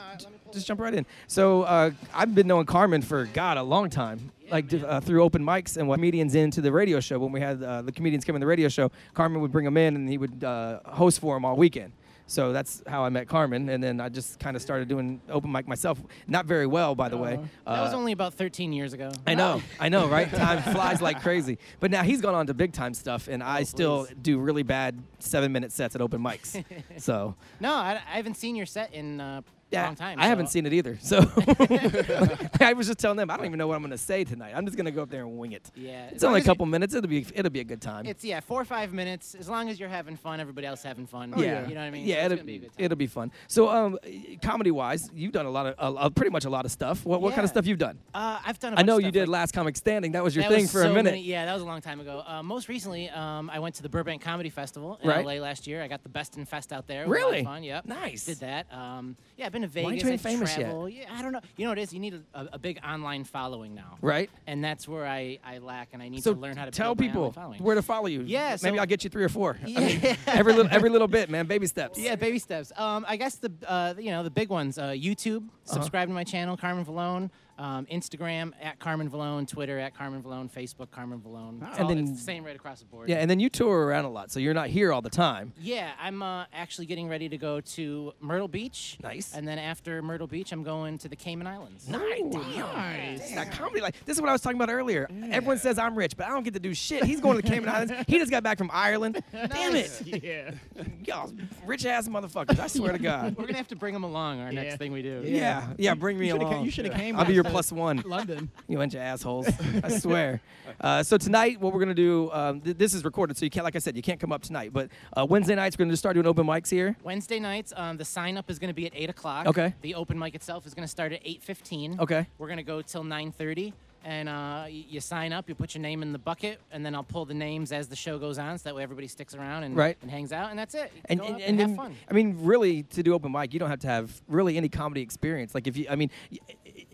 Speaker 4: just jump right in. So uh, I've been knowing Carmen for God a long time, like d- uh, through open mics and what comedians into the radio show. When we had uh, the comedians come in the radio show, Carmen would bring them in, and he would uh, host for them all weekend. So that's how I met Carmen, and then I just kind of started doing open mic myself. Not very well, by the
Speaker 5: Uh-huh.
Speaker 4: way. Uh,
Speaker 1: That was only about 13 years ago.
Speaker 4: I know, I know, right? Time flies like crazy. But now he's gone on to big time stuff, and
Speaker 1: Oh,
Speaker 4: I still do really bad seven minute sets at open mics. so
Speaker 1: No, I, I haven't seen your set in uh, a long time.
Speaker 4: I haven't
Speaker 1: so-
Speaker 4: seen it either. So I was just telling them I don't even know what I'm going to say tonight. I'm just going to go up there and wing it.
Speaker 1: Yeah,
Speaker 4: it's
Speaker 1: as long
Speaker 4: only a
Speaker 1: as you-
Speaker 4: couple minutes. It'll be it'll be a good time.
Speaker 1: It's yeah, four or five minutes. As long as you're having fun, everybody else having fun.
Speaker 4: yeah.
Speaker 1: oh, you know what I mean.
Speaker 4: Yeah,
Speaker 1: So it's
Speaker 4: it'll,
Speaker 1: gonna be a good time.
Speaker 4: it'll be fun. So, um, comedy wise, you've done a lot of, uh, pretty much a lot of stuff. What, what kind of
Speaker 1: Yeah.
Speaker 4: stuff you've done?
Speaker 1: Uh, I've done. A
Speaker 4: I
Speaker 1: bunch
Speaker 4: know
Speaker 1: of
Speaker 4: you
Speaker 1: stuff,
Speaker 4: did
Speaker 1: like-
Speaker 4: Last Comic Standing. That was your
Speaker 1: that
Speaker 4: thing
Speaker 1: was
Speaker 4: for
Speaker 1: so
Speaker 4: a minute.
Speaker 1: many- yeah, that was a long time ago. Uh, most recently, um, I went to the Burbank Comedy Festival in
Speaker 4: Right.
Speaker 1: LA last year. I got the Best in Fest out there. It was a lot of
Speaker 4: Really?
Speaker 1: fun. Yep.
Speaker 4: Nice.
Speaker 1: Did that. Um, yeah, I've been to Vegas.
Speaker 4: aren't you
Speaker 1: I
Speaker 4: famous yet?
Speaker 1: travel. Yeah, I don't know. You know what it is? You need a, a, a big online following now.
Speaker 4: Right.
Speaker 1: And that's where I, I lack, and I need
Speaker 4: So
Speaker 1: to learn how to
Speaker 4: tell
Speaker 1: build my online
Speaker 4: people
Speaker 1: following.
Speaker 4: where to follow you.
Speaker 1: Yeah,
Speaker 4: maybe
Speaker 1: so-
Speaker 4: I'll get you three or four. I
Speaker 1: Yeah.
Speaker 4: mean, every little every little bit, man. Baby steps.
Speaker 1: Yeah, baby steps. Um, I guess the uh, you know the big ones: uh, YouTube,
Speaker 4: Uh-huh.
Speaker 1: subscribe to my channel, Carmen Valone, um, Instagram at Carmen Valone, Twitter at Carmen Valone, Facebook Carmen Valone. It's
Speaker 4: And
Speaker 1: all- it's
Speaker 4: then-
Speaker 1: the same right across the board.
Speaker 4: Yeah, and then you tour around a lot, so you're not here all the time.
Speaker 1: Yeah, I'm uh, actually getting ready to go to Myrtle Beach.
Speaker 4: Nice.
Speaker 1: And then after Myrtle Beach, I'm going to the Cayman Islands.
Speaker 4: Nice. Nice. That comedy, like this is what I was talking about earlier. Everyone says I'm rich, but I don't get to do shit. He's going to the Cayman Islands. He just got back from Ireland. Damn it,
Speaker 5: Yeah.
Speaker 4: y'all, rich ass motherfuckers. I swear to God.
Speaker 1: We're gonna have to bring them along. Our
Speaker 5: Yeah.
Speaker 1: next thing we do.
Speaker 4: Yeah, yeah. bring me
Speaker 5: You shoulda
Speaker 4: along.
Speaker 5: ca- you shoulda came
Speaker 4: I'll be
Speaker 5: back
Speaker 4: your
Speaker 5: to
Speaker 4: plus one.
Speaker 5: London.
Speaker 4: You bunch of assholes. I swear. Uh, so tonight, what we're gonna do? Um, th- this is recorded, so you can't. Like I said, you can't come up tonight. But uh, Wednesday nights, we're gonna start doing open mics here.
Speaker 1: Wednesday nights, um, the sign up is going to be at eight o'clock.
Speaker 4: Okay.
Speaker 1: The open mic itself is going to start at eight fifteen.
Speaker 4: Okay.
Speaker 1: We're going to go till nine thirty, and uh, y- you sign up, you put your name in the bucket, and then I'll pull the names as the show goes on, so that way everybody sticks around and,
Speaker 4: Right.
Speaker 1: and hangs out, and that's it. You
Speaker 4: and,
Speaker 1: go
Speaker 4: and,
Speaker 1: up
Speaker 4: and
Speaker 1: have
Speaker 4: then,
Speaker 1: fun.
Speaker 4: I mean, really, to do open mic, you don't have to have really any comedy experience. Like, if you, I mean, y-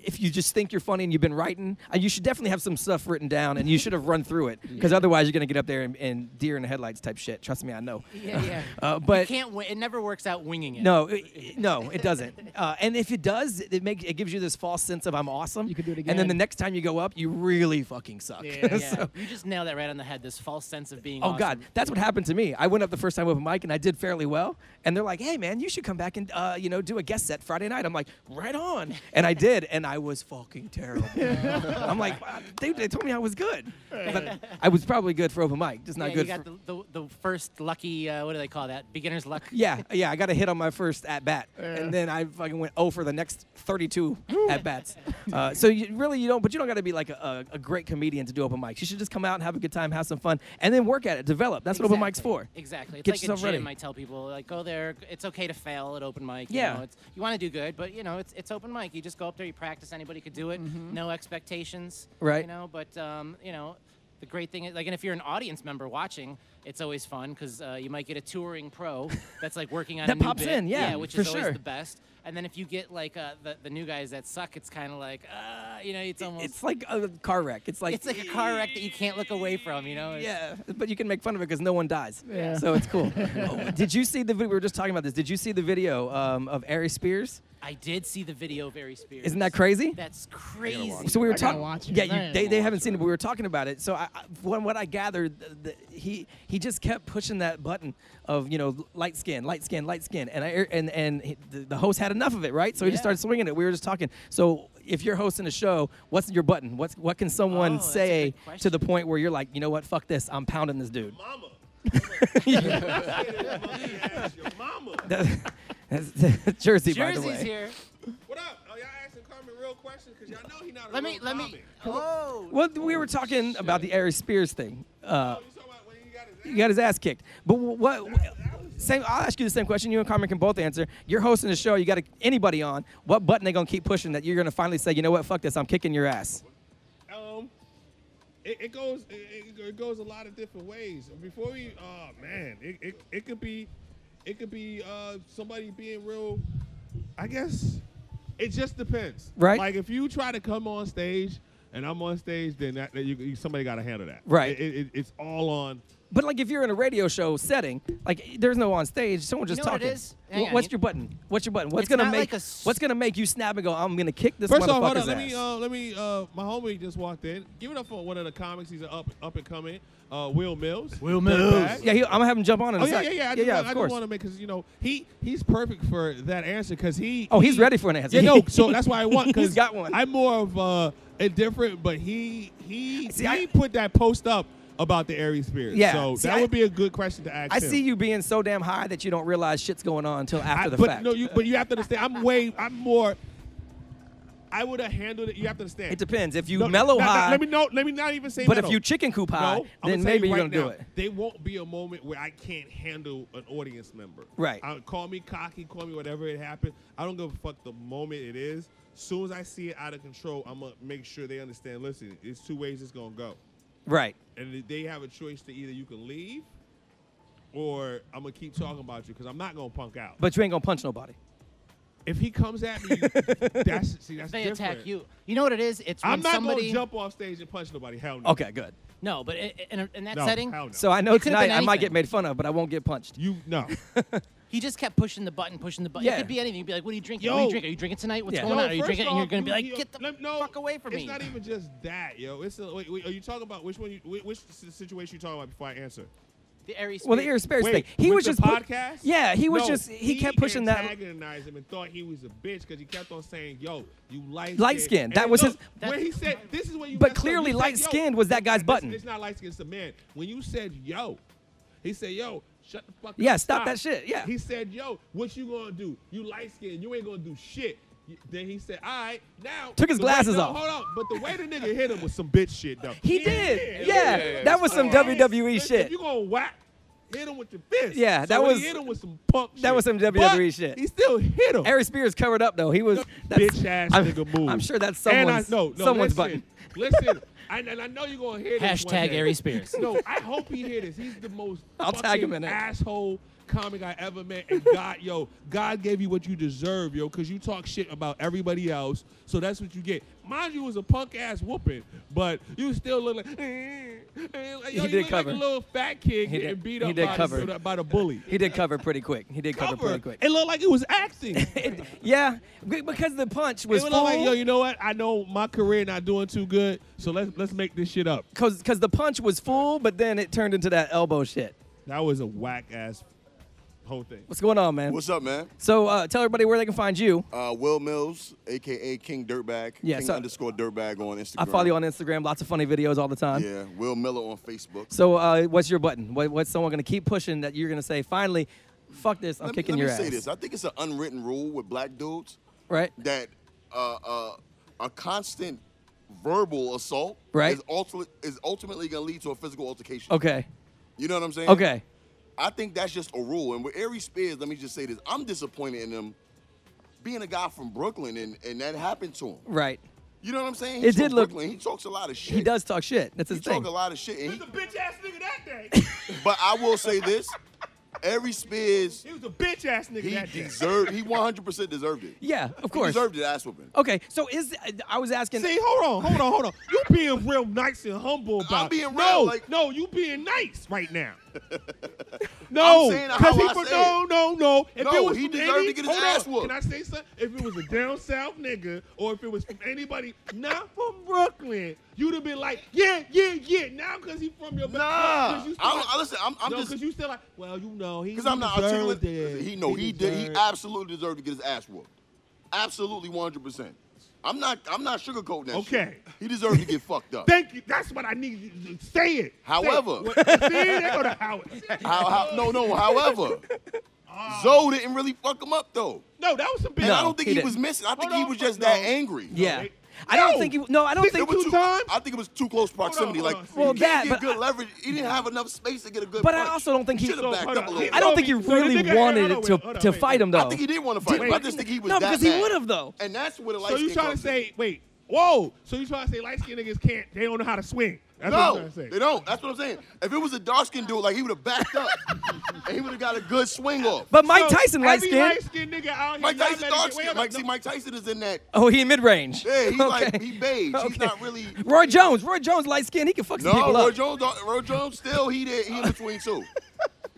Speaker 4: if you just think you're funny and you've been writing, uh, you should definitely have some stuff written down and you should have run through it because otherwise you're gonna get up there and, and deer in the headlights type shit. Trust me, I know.
Speaker 1: Yeah, yeah.
Speaker 4: Uh, but
Speaker 1: you can't win. It never works out winging it.
Speaker 4: no, it- it- no, it doesn't. Uh, and if it does, it makes it gives you this false sense of I'm awesome.
Speaker 5: You could do it
Speaker 4: And then the
Speaker 5: again.
Speaker 4: next time you go up, you really fucking suck.
Speaker 1: Yeah, yeah.
Speaker 4: So-
Speaker 1: you just nailed that right on the head. This false sense of being.
Speaker 4: Oh
Speaker 1: awesome.
Speaker 4: God, that's what happened to me. I went up the first time with a mic and I did fairly well. And they're like, "Hey man, you should come back and uh, you know do a guest set Friday night." I'm like, "Right on!" And I did, and I was fucking terrible. I'm like, "Wow, they, they told me I was good, but I was probably good for open mic, just not
Speaker 1: yeah,
Speaker 4: good.
Speaker 1: you got
Speaker 4: for,
Speaker 1: the, the, the first lucky. Uh, what do they call that? Beginner's luck.
Speaker 4: yeah, yeah, I got a hit on my first at bat, and then I fucking went oh for the next 32 at bats. Uh, so you really you don't, but you don't got to be like a, a, a great comedian to do open mics. You should just come out and have a good time, have some fun, and then work at it, develop. That's what open mics
Speaker 1: Exactly.
Speaker 4: for.
Speaker 1: Exactly. It's
Speaker 4: Get
Speaker 1: like
Speaker 4: yourself
Speaker 1: a gym.
Speaker 4: ready.
Speaker 1: I tell people like go there. It's okay to fail at open mic. You
Speaker 4: Yeah.
Speaker 1: know, it's, you want to do good, but you know it's it's open mic. You just go up there, you practice. Anybody could do it. No expectations.
Speaker 4: Mm-hmm. Right.
Speaker 1: You know, but um, you know. The great thing is, like, and if you're an audience member watching, it's always fun because uh, you might get a touring pro that's like working on
Speaker 4: That
Speaker 1: a new
Speaker 4: pops
Speaker 1: bit.
Speaker 4: in, yeah,
Speaker 1: which
Speaker 4: for
Speaker 1: is always
Speaker 4: sure.
Speaker 1: the best. And then if you get like uh, the the new guys that suck, it's kind of like, uh, you know, it's almost
Speaker 4: It's like a car wreck. It's like
Speaker 1: it's like a car wreck that you can't look away from. You know. It's-
Speaker 4: yeah, but you can make fun of it because no one dies.
Speaker 5: Yeah.
Speaker 4: So it's cool. Oh, did you see the? vid- We were just talking about this. Did you see the video um, of Ari Spears?
Speaker 1: I did see the video of Ari Spears.
Speaker 4: Isn't that crazy?
Speaker 1: That's crazy.
Speaker 4: So we were
Speaker 5: I gotta
Speaker 4: talking.
Speaker 5: watch it.
Speaker 4: Yeah,
Speaker 5: Man,
Speaker 4: you,
Speaker 5: I
Speaker 4: they,
Speaker 5: gotta
Speaker 4: they haven't seen it, but we were talking about it. So I, I, from what I gathered, th the, he he just kept pushing that button of you know light skin, light skin, light skin, and I, er, and and he, the, the host had enough of it, right? So he just
Speaker 1: Yeah.
Speaker 4: started swinging it. We were just talking. So if you're hosting a show, what's your button? What's what can
Speaker 1: Oh,
Speaker 4: someone
Speaker 1: that's a
Speaker 4: say
Speaker 1: good
Speaker 4: to the
Speaker 1: question.
Speaker 4: point where you're like, you know what, fuck this, I'm pounding this dude.
Speaker 2: Mama. Your mama.
Speaker 4: That- That's Jersey, by the way.
Speaker 1: Jersey's here.
Speaker 2: What up? Oh, y'all asking Carmen real questions because y'all know he not a
Speaker 1: Let
Speaker 2: real
Speaker 1: me, let me.
Speaker 2: comic.
Speaker 1: Oh,
Speaker 4: Well, we were talking about the Ari Spears thing. Uh,
Speaker 2: Oh, you talking about when he got his
Speaker 4: he
Speaker 2: ass-
Speaker 4: got his ass kicked. But wh- what? Same. I'll ask you the same question. You and Carmen can both answer. You're hosting a show. You got a, anybody on? What button they gonna keep pushing that you're gonna finally say, you know what? Fuck this. I'm kicking your ass.
Speaker 2: Um, it, it goes it, it- it goes a lot of different ways. Before we, oh man, it, it, it could be, it could be uh somebody being real. I guess it just depends.
Speaker 4: Right.
Speaker 2: Like if you try to come on stage and I'm on stage, then that, that you, you somebody got to handle that.
Speaker 4: Right.
Speaker 2: It, it, it's all on.
Speaker 4: But like, if you're in a radio show setting, like there's no on stage. Someone just
Speaker 1: know what it
Speaker 4: talking.
Speaker 1: is? Hang
Speaker 4: Wh-
Speaker 1: on,
Speaker 4: what's
Speaker 1: you-
Speaker 4: your button? What's your button? What's
Speaker 1: It's
Speaker 4: gonna
Speaker 1: not
Speaker 4: make?
Speaker 1: like a s-
Speaker 4: what's gonna make you snap and go? I'm gonna kick this
Speaker 2: First off,
Speaker 4: motherfucker's ass.
Speaker 2: hold on. Let me uh, let me uh, my homie just walked in. Give it up for one of the comics. He's an up up and coming. Uh, Will Mills. Will Mills.
Speaker 4: yeah, he, I'm gonna have him jump on in
Speaker 2: Oh
Speaker 4: a
Speaker 2: yeah,
Speaker 4: sec.
Speaker 2: yeah, yeah. I
Speaker 4: yeah,
Speaker 2: just, want-
Speaker 4: of
Speaker 2: I
Speaker 4: course.
Speaker 2: just want to make because you know he he's perfect for that answer because he.
Speaker 4: Oh, he's
Speaker 2: he-
Speaker 4: ready for an answer.
Speaker 2: Yeah, no. So that's why I want
Speaker 4: He's
Speaker 2: because
Speaker 4: got one.
Speaker 2: I'm more of uh, indifferent, but he he
Speaker 4: See,
Speaker 2: he
Speaker 4: I-
Speaker 2: put that post up about the Aries spirit.
Speaker 4: Yeah,
Speaker 2: So
Speaker 4: see,
Speaker 2: that
Speaker 4: I-
Speaker 2: would be a good question to ask.
Speaker 4: I
Speaker 2: him.
Speaker 4: see you being so damn high that you don't realize shit's going on until after
Speaker 2: I-
Speaker 4: the
Speaker 2: but
Speaker 4: fact.
Speaker 2: no, you but you have to understand. I'm way. I'm more. I would have handled it. You have to understand.
Speaker 4: it depends. If you
Speaker 2: No,
Speaker 4: mellow
Speaker 2: no, no,
Speaker 4: high,
Speaker 2: let me no. Let me not even say.
Speaker 4: but if
Speaker 2: mellow.
Speaker 4: you chicken coop
Speaker 2: No,
Speaker 4: high,
Speaker 2: I'ma tell
Speaker 4: then maybe
Speaker 2: you
Speaker 4: are
Speaker 2: right
Speaker 4: gonna
Speaker 2: now,
Speaker 4: do it.
Speaker 2: They won't be a moment where I can't handle an audience member.
Speaker 4: Right.
Speaker 2: I, call me cocky, call me whatever it happens. I don't give a fuck the moment it is. Soon as I see it out of control, I'm gonna make sure they understand. Listen, it's two ways it's gonna go,
Speaker 4: Right.
Speaker 2: and they have a choice to either you can leave, or I'm gonna keep talking about you because I'm not gonna punk out.
Speaker 4: But you ain't gonna punch nobody.
Speaker 2: if he comes at me, that's see that's
Speaker 1: they
Speaker 2: different.
Speaker 1: attack you. You know what it is? It's when
Speaker 2: I'm not
Speaker 1: somebody.
Speaker 2: gonna jump off stage and punch nobody. Hell no.
Speaker 4: Okay, good.
Speaker 1: No, but i- i- in, a- in that
Speaker 2: No,
Speaker 1: setting,
Speaker 2: hell no.
Speaker 4: So I know
Speaker 1: It could've
Speaker 4: tonight
Speaker 1: been
Speaker 4: I might
Speaker 1: anything.
Speaker 4: get made fun of, but I won't get punched.
Speaker 2: You no.
Speaker 1: he just kept pushing the button, pushing the button.
Speaker 4: Yeah.
Speaker 1: It could be anything. You'd be like, "What are you drinking? what are
Speaker 2: Yo.
Speaker 1: you drinking? Are you drinking tonight? What's
Speaker 4: Yeah.
Speaker 1: going
Speaker 2: Yo,
Speaker 1: on? Are you
Speaker 2: first
Speaker 1: drinking?" and
Speaker 2: off,
Speaker 1: you're gonna be
Speaker 2: you-
Speaker 1: like,
Speaker 2: you-
Speaker 1: "Get the
Speaker 2: let- no,
Speaker 1: fuck away from me!"
Speaker 2: it's It's not even just that, yo. It's a, wait, wait, are you talking about which one? You, which, which s- situation you talking about before I answer?
Speaker 1: the Ari
Speaker 4: Well, the
Speaker 1: Spears-
Speaker 4: Air Spares
Speaker 2: Wait,
Speaker 4: thing. He
Speaker 2: with
Speaker 4: was just
Speaker 2: the
Speaker 4: pu-
Speaker 2: podcast.
Speaker 4: yeah, he was
Speaker 2: No,
Speaker 4: just he, kept pushing that.
Speaker 2: Antagonized him and thought he was a bitch because he kept on saying, "Yo, you light
Speaker 4: Light skin. That was his-
Speaker 2: Where he said, "This is what you."
Speaker 4: But
Speaker 2: messed up."
Speaker 4: clearly
Speaker 2: He said,
Speaker 4: light
Speaker 2: "Yo,
Speaker 4: skinned was that guy's
Speaker 2: it's-
Speaker 4: button.
Speaker 2: It's not light skin. It's a man. When you said, "Yo," he said, "Yo." Shut the fuck up.
Speaker 4: Yeah, stop that shit, yeah.
Speaker 2: He said, yo, what you gonna do? You light skinned. You ain't gonna do shit. Y- Then he said, all right, now.
Speaker 4: Took his
Speaker 2: the way-
Speaker 4: glasses
Speaker 2: no,
Speaker 4: off.
Speaker 2: Hold on. But the way the nigga hit him was some bitch shit, though.
Speaker 4: He did. Yeah, that was some
Speaker 2: Yeah.
Speaker 4: WWE
Speaker 2: Listen,
Speaker 4: shit.
Speaker 2: You gonna whack? Hit him with your fist.
Speaker 4: Yeah,
Speaker 2: So
Speaker 4: that
Speaker 2: when
Speaker 4: was-
Speaker 2: He hit him with some punk.
Speaker 4: that
Speaker 2: shit.
Speaker 4: was some WWE
Speaker 2: But
Speaker 4: shit.
Speaker 2: He still hit him.
Speaker 4: Ari Spears covered up though. He was that's-
Speaker 2: bitch ass
Speaker 4: I'm,
Speaker 2: nigga move.
Speaker 4: I'm sure that's
Speaker 2: And I-
Speaker 4: someone's
Speaker 2: no, no,
Speaker 4: someone's
Speaker 2: listen,
Speaker 4: button.
Speaker 2: Listen, I, and I know you're gonna hear this. one
Speaker 1: Hashtag
Speaker 2: day.
Speaker 1: Ari Spears.
Speaker 2: No, I hope he hears this. He's the most
Speaker 4: I'll tag him
Speaker 2: fucking
Speaker 4: in it.
Speaker 2: asshole comic I ever met. And God, yo, God gave you what you deserve, yo, because you talk shit about everybody else. So that's what you get. Mind you, it was a punk ass whooping, but you still look like. eh, eh, like,
Speaker 4: He
Speaker 2: yo, you
Speaker 4: did
Speaker 2: look
Speaker 4: cover.
Speaker 2: Like a little fat kid
Speaker 4: He
Speaker 2: getting
Speaker 4: did-
Speaker 2: beat
Speaker 4: he
Speaker 2: up
Speaker 4: did
Speaker 2: by,
Speaker 4: cover.
Speaker 2: The, by the bully.
Speaker 4: He did cover pretty quick. He did cover, pretty quick.
Speaker 2: It looked like it was acting.
Speaker 4: It- yeah, be- because the punch was
Speaker 2: It was like,
Speaker 4: full-
Speaker 2: yo, you know what? I know my career not doing too good, so let's let's make this shit up.
Speaker 4: Cause, cause the punch was full, but then it turned into that elbow shit.
Speaker 2: That was a whack ass whole thing.
Speaker 4: What's going on, man?
Speaker 8: What's up, man?
Speaker 4: so uh, tell everybody where they can find you.
Speaker 8: Uh, Will Mills, aka King Dirtbag.
Speaker 4: Yeah,
Speaker 8: King
Speaker 4: so-
Speaker 8: underscore Dirtbag on Instagram.
Speaker 4: I follow you on Instagram. Lots of funny videos all the time.
Speaker 8: Yeah, Will Miller on Facebook.
Speaker 4: So uh, what's your button? What, what's someone gonna keep pushing that you're gonna say? Finally, fuck this. I'm
Speaker 8: let me,
Speaker 4: kicking
Speaker 8: let
Speaker 4: your
Speaker 8: me
Speaker 4: ass.
Speaker 8: say this. I think it's an unwritten rule with black dudes
Speaker 4: Right.
Speaker 8: that uh, uh, a constant verbal assault
Speaker 4: Right.
Speaker 8: is, ultimately, is ultimately going to lead to a physical altercation.
Speaker 4: Okay.
Speaker 8: You know what I'm saying?
Speaker 4: Okay.
Speaker 8: I think that's just a rule. And with Aries Spears, let me just say this: I'm disappointed in him being a guy from Brooklyn, and, and that happened to him.
Speaker 4: Right.
Speaker 8: You know what I'm saying?
Speaker 4: It
Speaker 8: He's
Speaker 4: did
Speaker 8: from
Speaker 4: look-
Speaker 8: Brooklyn. He talks a lot of shit.
Speaker 4: He does talk shit. That's his
Speaker 8: He
Speaker 4: thing.
Speaker 8: talk a lot of shit. and
Speaker 2: He
Speaker 8: he-
Speaker 2: was a bitch ass nigga that day.
Speaker 8: but I will say this: Aries Spears,
Speaker 2: He was a bitch ass nigga
Speaker 8: he
Speaker 2: that day.
Speaker 8: deserved. He 100% deserved it.
Speaker 4: Yeah, of course.
Speaker 8: He deserved it. Ass whooping.
Speaker 4: Okay. So is I was asking.
Speaker 2: See, hold on, hold on, hold on. You being real nice and humble about it.
Speaker 8: being
Speaker 2: No,
Speaker 8: real, like-
Speaker 2: no, you being nice right now. no,
Speaker 8: I'm saying how
Speaker 2: he
Speaker 8: I
Speaker 2: was-
Speaker 8: say
Speaker 2: no,
Speaker 8: it.
Speaker 2: no, no. If
Speaker 8: No,
Speaker 2: it was
Speaker 8: he
Speaker 2: from
Speaker 8: deserved
Speaker 2: any-
Speaker 8: to get his
Speaker 2: hold
Speaker 8: ass
Speaker 2: on.
Speaker 8: whooped.
Speaker 2: Can I say something? If it was a down south nigga, or if it was from anybody not from Brooklyn, you'd have been like, yeah, yeah, yeah. Now because he from your
Speaker 8: Nah,
Speaker 2: Cause you still
Speaker 8: I, don't-
Speaker 2: like-
Speaker 8: I listen. I'm, I'm
Speaker 2: no,
Speaker 8: just
Speaker 2: because you still like, well, you know, he
Speaker 8: because I'm not
Speaker 2: deserved
Speaker 8: articulate.
Speaker 2: it.
Speaker 8: He no, he, did. He
Speaker 2: deserved-
Speaker 8: absolutely deserved to get his ass whooped. Absolutely, 100%. I'm not. I'm not sugarcoating that. shit.
Speaker 2: Okay.
Speaker 8: He deserved to get fucked up.
Speaker 2: Thank you. That's what I need. you to Say it.
Speaker 8: However-
Speaker 2: say it. What- see, they go to Howard.
Speaker 8: How, how, no, no. However, Zoe didn't really fuck him up though.
Speaker 2: Ah. No, that was some bitch.
Speaker 8: And I
Speaker 4: No,
Speaker 8: don't think
Speaker 4: he
Speaker 8: he,
Speaker 4: didn't.
Speaker 8: was missing. I think
Speaker 2: Hold
Speaker 8: he
Speaker 2: on,
Speaker 8: was just
Speaker 2: no.
Speaker 8: that angry.
Speaker 4: yeah.
Speaker 2: it-
Speaker 4: I don't
Speaker 2: No.
Speaker 4: think. He, no, I don't
Speaker 2: Think
Speaker 4: think.
Speaker 8: It was
Speaker 2: two
Speaker 8: too,
Speaker 2: times?
Speaker 8: I think it was too close proximity.
Speaker 2: hold
Speaker 8: Like,
Speaker 2: on.
Speaker 4: Well,
Speaker 8: he
Speaker 4: that-
Speaker 8: didn't
Speaker 4: but
Speaker 8: get good
Speaker 4: I-
Speaker 8: leverage. He didn't have enough space to get a good.
Speaker 4: But I
Speaker 8: punch.
Speaker 4: also don't think he-
Speaker 8: should have
Speaker 2: So,
Speaker 8: backed
Speaker 2: hold
Speaker 8: up a
Speaker 2: on.
Speaker 8: little.
Speaker 2: He
Speaker 4: I don't think
Speaker 2: So
Speaker 4: you
Speaker 2: the
Speaker 4: really
Speaker 2: nigga- hold on,
Speaker 4: wanted
Speaker 2: hold
Speaker 4: it
Speaker 2: on,
Speaker 4: to,
Speaker 2: wait, hold on,
Speaker 4: to
Speaker 2: wait.
Speaker 4: fight him
Speaker 8: I
Speaker 4: though.
Speaker 8: think he did want to fight. him. I just think he was
Speaker 4: No,
Speaker 8: that
Speaker 4: because he
Speaker 8: mad.
Speaker 4: would've, though.
Speaker 8: And that's where the light
Speaker 2: So you
Speaker 8: skin
Speaker 2: trying to
Speaker 8: comes in.
Speaker 2: say, wait, whoa. So you trying to say light skinned niggas can't, they don't know how to swing. That's what
Speaker 8: No,
Speaker 2: I'm trying to
Speaker 8: they
Speaker 2: say.
Speaker 8: don't. That's what I'm saying. If it was a dark skinned dude, like he would have backed up and he would have got a good swing off.
Speaker 4: But Mike Tyson light
Speaker 2: every
Speaker 4: skin.
Speaker 2: light-skinned nigga out here
Speaker 8: Mike
Speaker 2: y'all
Speaker 8: Tyson
Speaker 2: better
Speaker 8: dark
Speaker 2: get- wait,
Speaker 8: skinned.
Speaker 2: hold
Speaker 8: Mike,
Speaker 2: on,
Speaker 8: see,
Speaker 2: no-
Speaker 8: Mike Tyson is in that.
Speaker 4: Oh, he in mid range.
Speaker 8: Yeah, he's like
Speaker 4: Okay.
Speaker 8: he beige.
Speaker 4: Okay.
Speaker 8: He's not really.
Speaker 4: Roy Jones. Roy Jones light skin. He can fuck some
Speaker 8: No,
Speaker 4: people
Speaker 8: Roy
Speaker 4: up.
Speaker 8: Jones, dark- Roy Jones still he did. He in between two.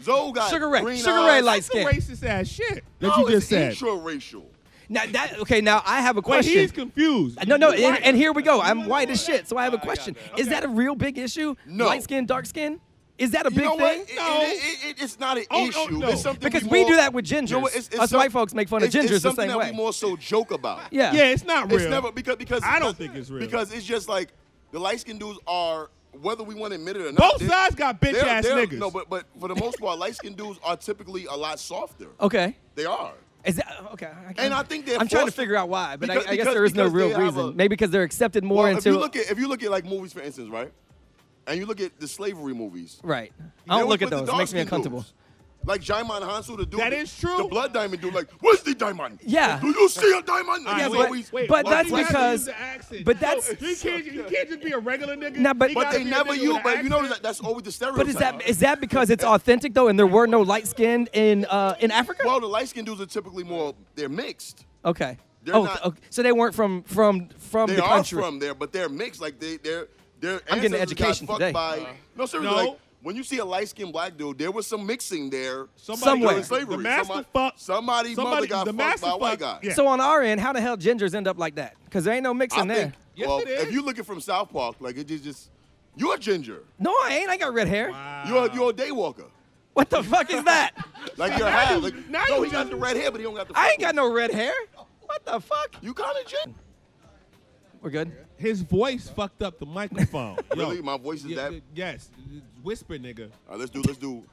Speaker 8: Zoe got
Speaker 4: Sugar Ray.
Speaker 8: green
Speaker 4: Sugar Ray
Speaker 8: eyes.
Speaker 4: light
Speaker 2: That's some
Speaker 4: skin.
Speaker 2: racist ass shit that
Speaker 8: No,
Speaker 2: you just
Speaker 8: it's
Speaker 2: said.
Speaker 8: Intra-racial.
Speaker 4: Now that okay. Now I have a
Speaker 2: Wait,
Speaker 4: question.
Speaker 2: he's confused.
Speaker 4: No, no,
Speaker 2: He's
Speaker 4: and,
Speaker 2: white.
Speaker 4: and here we go. I'm white as shit, so I have a question. Is that a real big issue?
Speaker 8: No.
Speaker 4: Light skin, dark skin? Is that a
Speaker 8: You
Speaker 4: big
Speaker 8: know what?
Speaker 4: thing?
Speaker 8: It-
Speaker 2: No.
Speaker 8: it- it- it- it's not an
Speaker 2: Oh, no,
Speaker 8: issue.
Speaker 2: no.
Speaker 8: It's something
Speaker 4: Because
Speaker 8: we,
Speaker 4: we
Speaker 8: more-
Speaker 4: do that with
Speaker 8: You know
Speaker 4: gingers.
Speaker 8: what? It's- it's
Speaker 4: Us
Speaker 8: some-
Speaker 4: white folks make fun of
Speaker 8: it's-
Speaker 4: gingers
Speaker 8: it's
Speaker 4: the
Speaker 8: something
Speaker 4: same
Speaker 8: that
Speaker 4: way.
Speaker 8: we more so joke about.
Speaker 4: yeah.
Speaker 2: Yeah, it's not real.
Speaker 8: It's never because because
Speaker 2: I don't think it's real.
Speaker 8: Because it's just like the light skinned dudes are whether we want to admit it or not.
Speaker 2: Both
Speaker 8: they-
Speaker 2: sides got bitch
Speaker 8: they're-
Speaker 2: ass
Speaker 8: they're-
Speaker 2: niggas.
Speaker 8: No, but but for the most part, light skinned dudes are typically a lot softer.
Speaker 4: Okay.
Speaker 8: They are.
Speaker 4: Is that uh, okay? I can-
Speaker 8: And I think they're
Speaker 4: I'm trying to
Speaker 8: forced to-
Speaker 4: figure out why, but
Speaker 8: because-
Speaker 4: I, I guess
Speaker 8: because-
Speaker 4: there is no
Speaker 8: because
Speaker 4: real
Speaker 8: they have
Speaker 4: reason.
Speaker 8: a-
Speaker 4: Maybe because they're accepted more
Speaker 8: well, if
Speaker 4: into
Speaker 8: you look at if you look at like movies for instance, right? And you look at the slavery movies.
Speaker 4: right.
Speaker 8: They
Speaker 4: I don't look
Speaker 8: always
Speaker 4: at
Speaker 8: put the
Speaker 4: those. It makes me
Speaker 8: dark-skinned
Speaker 4: uncomfortable.
Speaker 8: dudes. Like Jaimon Hansu, the dude.
Speaker 2: That is true.
Speaker 8: The blood diamond dude, like, where's the diamond?
Speaker 4: Yeah.
Speaker 8: Do you see a diamond?
Speaker 2: All right,
Speaker 4: Yeah,
Speaker 8: He's
Speaker 4: but-
Speaker 8: always-
Speaker 4: wait, but
Speaker 8: Like,
Speaker 4: that's
Speaker 8: black
Speaker 4: because-
Speaker 2: use the accent.
Speaker 4: but that's-
Speaker 2: you can't, you can't just be a regular nigga.
Speaker 4: Nah, but-
Speaker 2: You
Speaker 8: But
Speaker 2: gotta
Speaker 8: they
Speaker 2: be a
Speaker 8: never
Speaker 2: nigga
Speaker 8: use.
Speaker 2: with an
Speaker 8: But you notice
Speaker 2: accent.
Speaker 8: that that's always the stereotype.
Speaker 4: But is that is that because it's authentic though, and there were no light skinned in uh, in Africa?
Speaker 8: well, the light skinned dudes are typically more. They're mixed.
Speaker 4: okay.
Speaker 8: they're
Speaker 4: Oh,
Speaker 8: not-
Speaker 4: okay. So they weren't from from from
Speaker 8: They
Speaker 4: the
Speaker 8: are
Speaker 4: country.
Speaker 8: from there, but they're mixed. Like they, they're, they're.
Speaker 4: I'm getting an
Speaker 8: ancestors
Speaker 4: education
Speaker 8: got fucked
Speaker 4: today.
Speaker 8: By, no, seriously.
Speaker 2: Uh-huh. No.
Speaker 8: Like, when you see a light skinned black dude, there was some mixing there.
Speaker 2: Somebody
Speaker 4: Somewhere.
Speaker 8: during slavery.
Speaker 2: The master
Speaker 8: somebody,
Speaker 2: fuck-
Speaker 8: Somebody,
Speaker 2: somebody-
Speaker 8: mother got
Speaker 2: the
Speaker 8: fucked
Speaker 2: master
Speaker 8: by a white
Speaker 2: fuck-
Speaker 8: guy.
Speaker 2: yeah.
Speaker 4: So on our end, how the hell gingers end up like that? Because there ain't no mixing
Speaker 8: I
Speaker 4: there.
Speaker 8: think.
Speaker 2: Yes,
Speaker 8: well,
Speaker 2: it is.
Speaker 8: if you look at from South Park, like it just, just you're ginger.
Speaker 4: No, Oh, I ain't. I got red hair.
Speaker 8: You're a, you're a day walker.
Speaker 4: What the fuck is that?
Speaker 8: Like you're half.
Speaker 2: you-
Speaker 8: Like,
Speaker 2: now
Speaker 8: no,
Speaker 2: you
Speaker 8: he got
Speaker 2: just-
Speaker 8: the red hair, but he don't got the.
Speaker 4: I
Speaker 8: fuck
Speaker 4: ain't got
Speaker 8: one.
Speaker 4: no red hair. What the fuck?
Speaker 8: You kind of ginger.
Speaker 4: We're good.
Speaker 2: His voice fucked up the microphone. Yo.
Speaker 8: Really, my voice is
Speaker 2: Ye-
Speaker 8: that.
Speaker 2: ye- yes, whisper, nigga.
Speaker 8: All right, let's do. Let's do.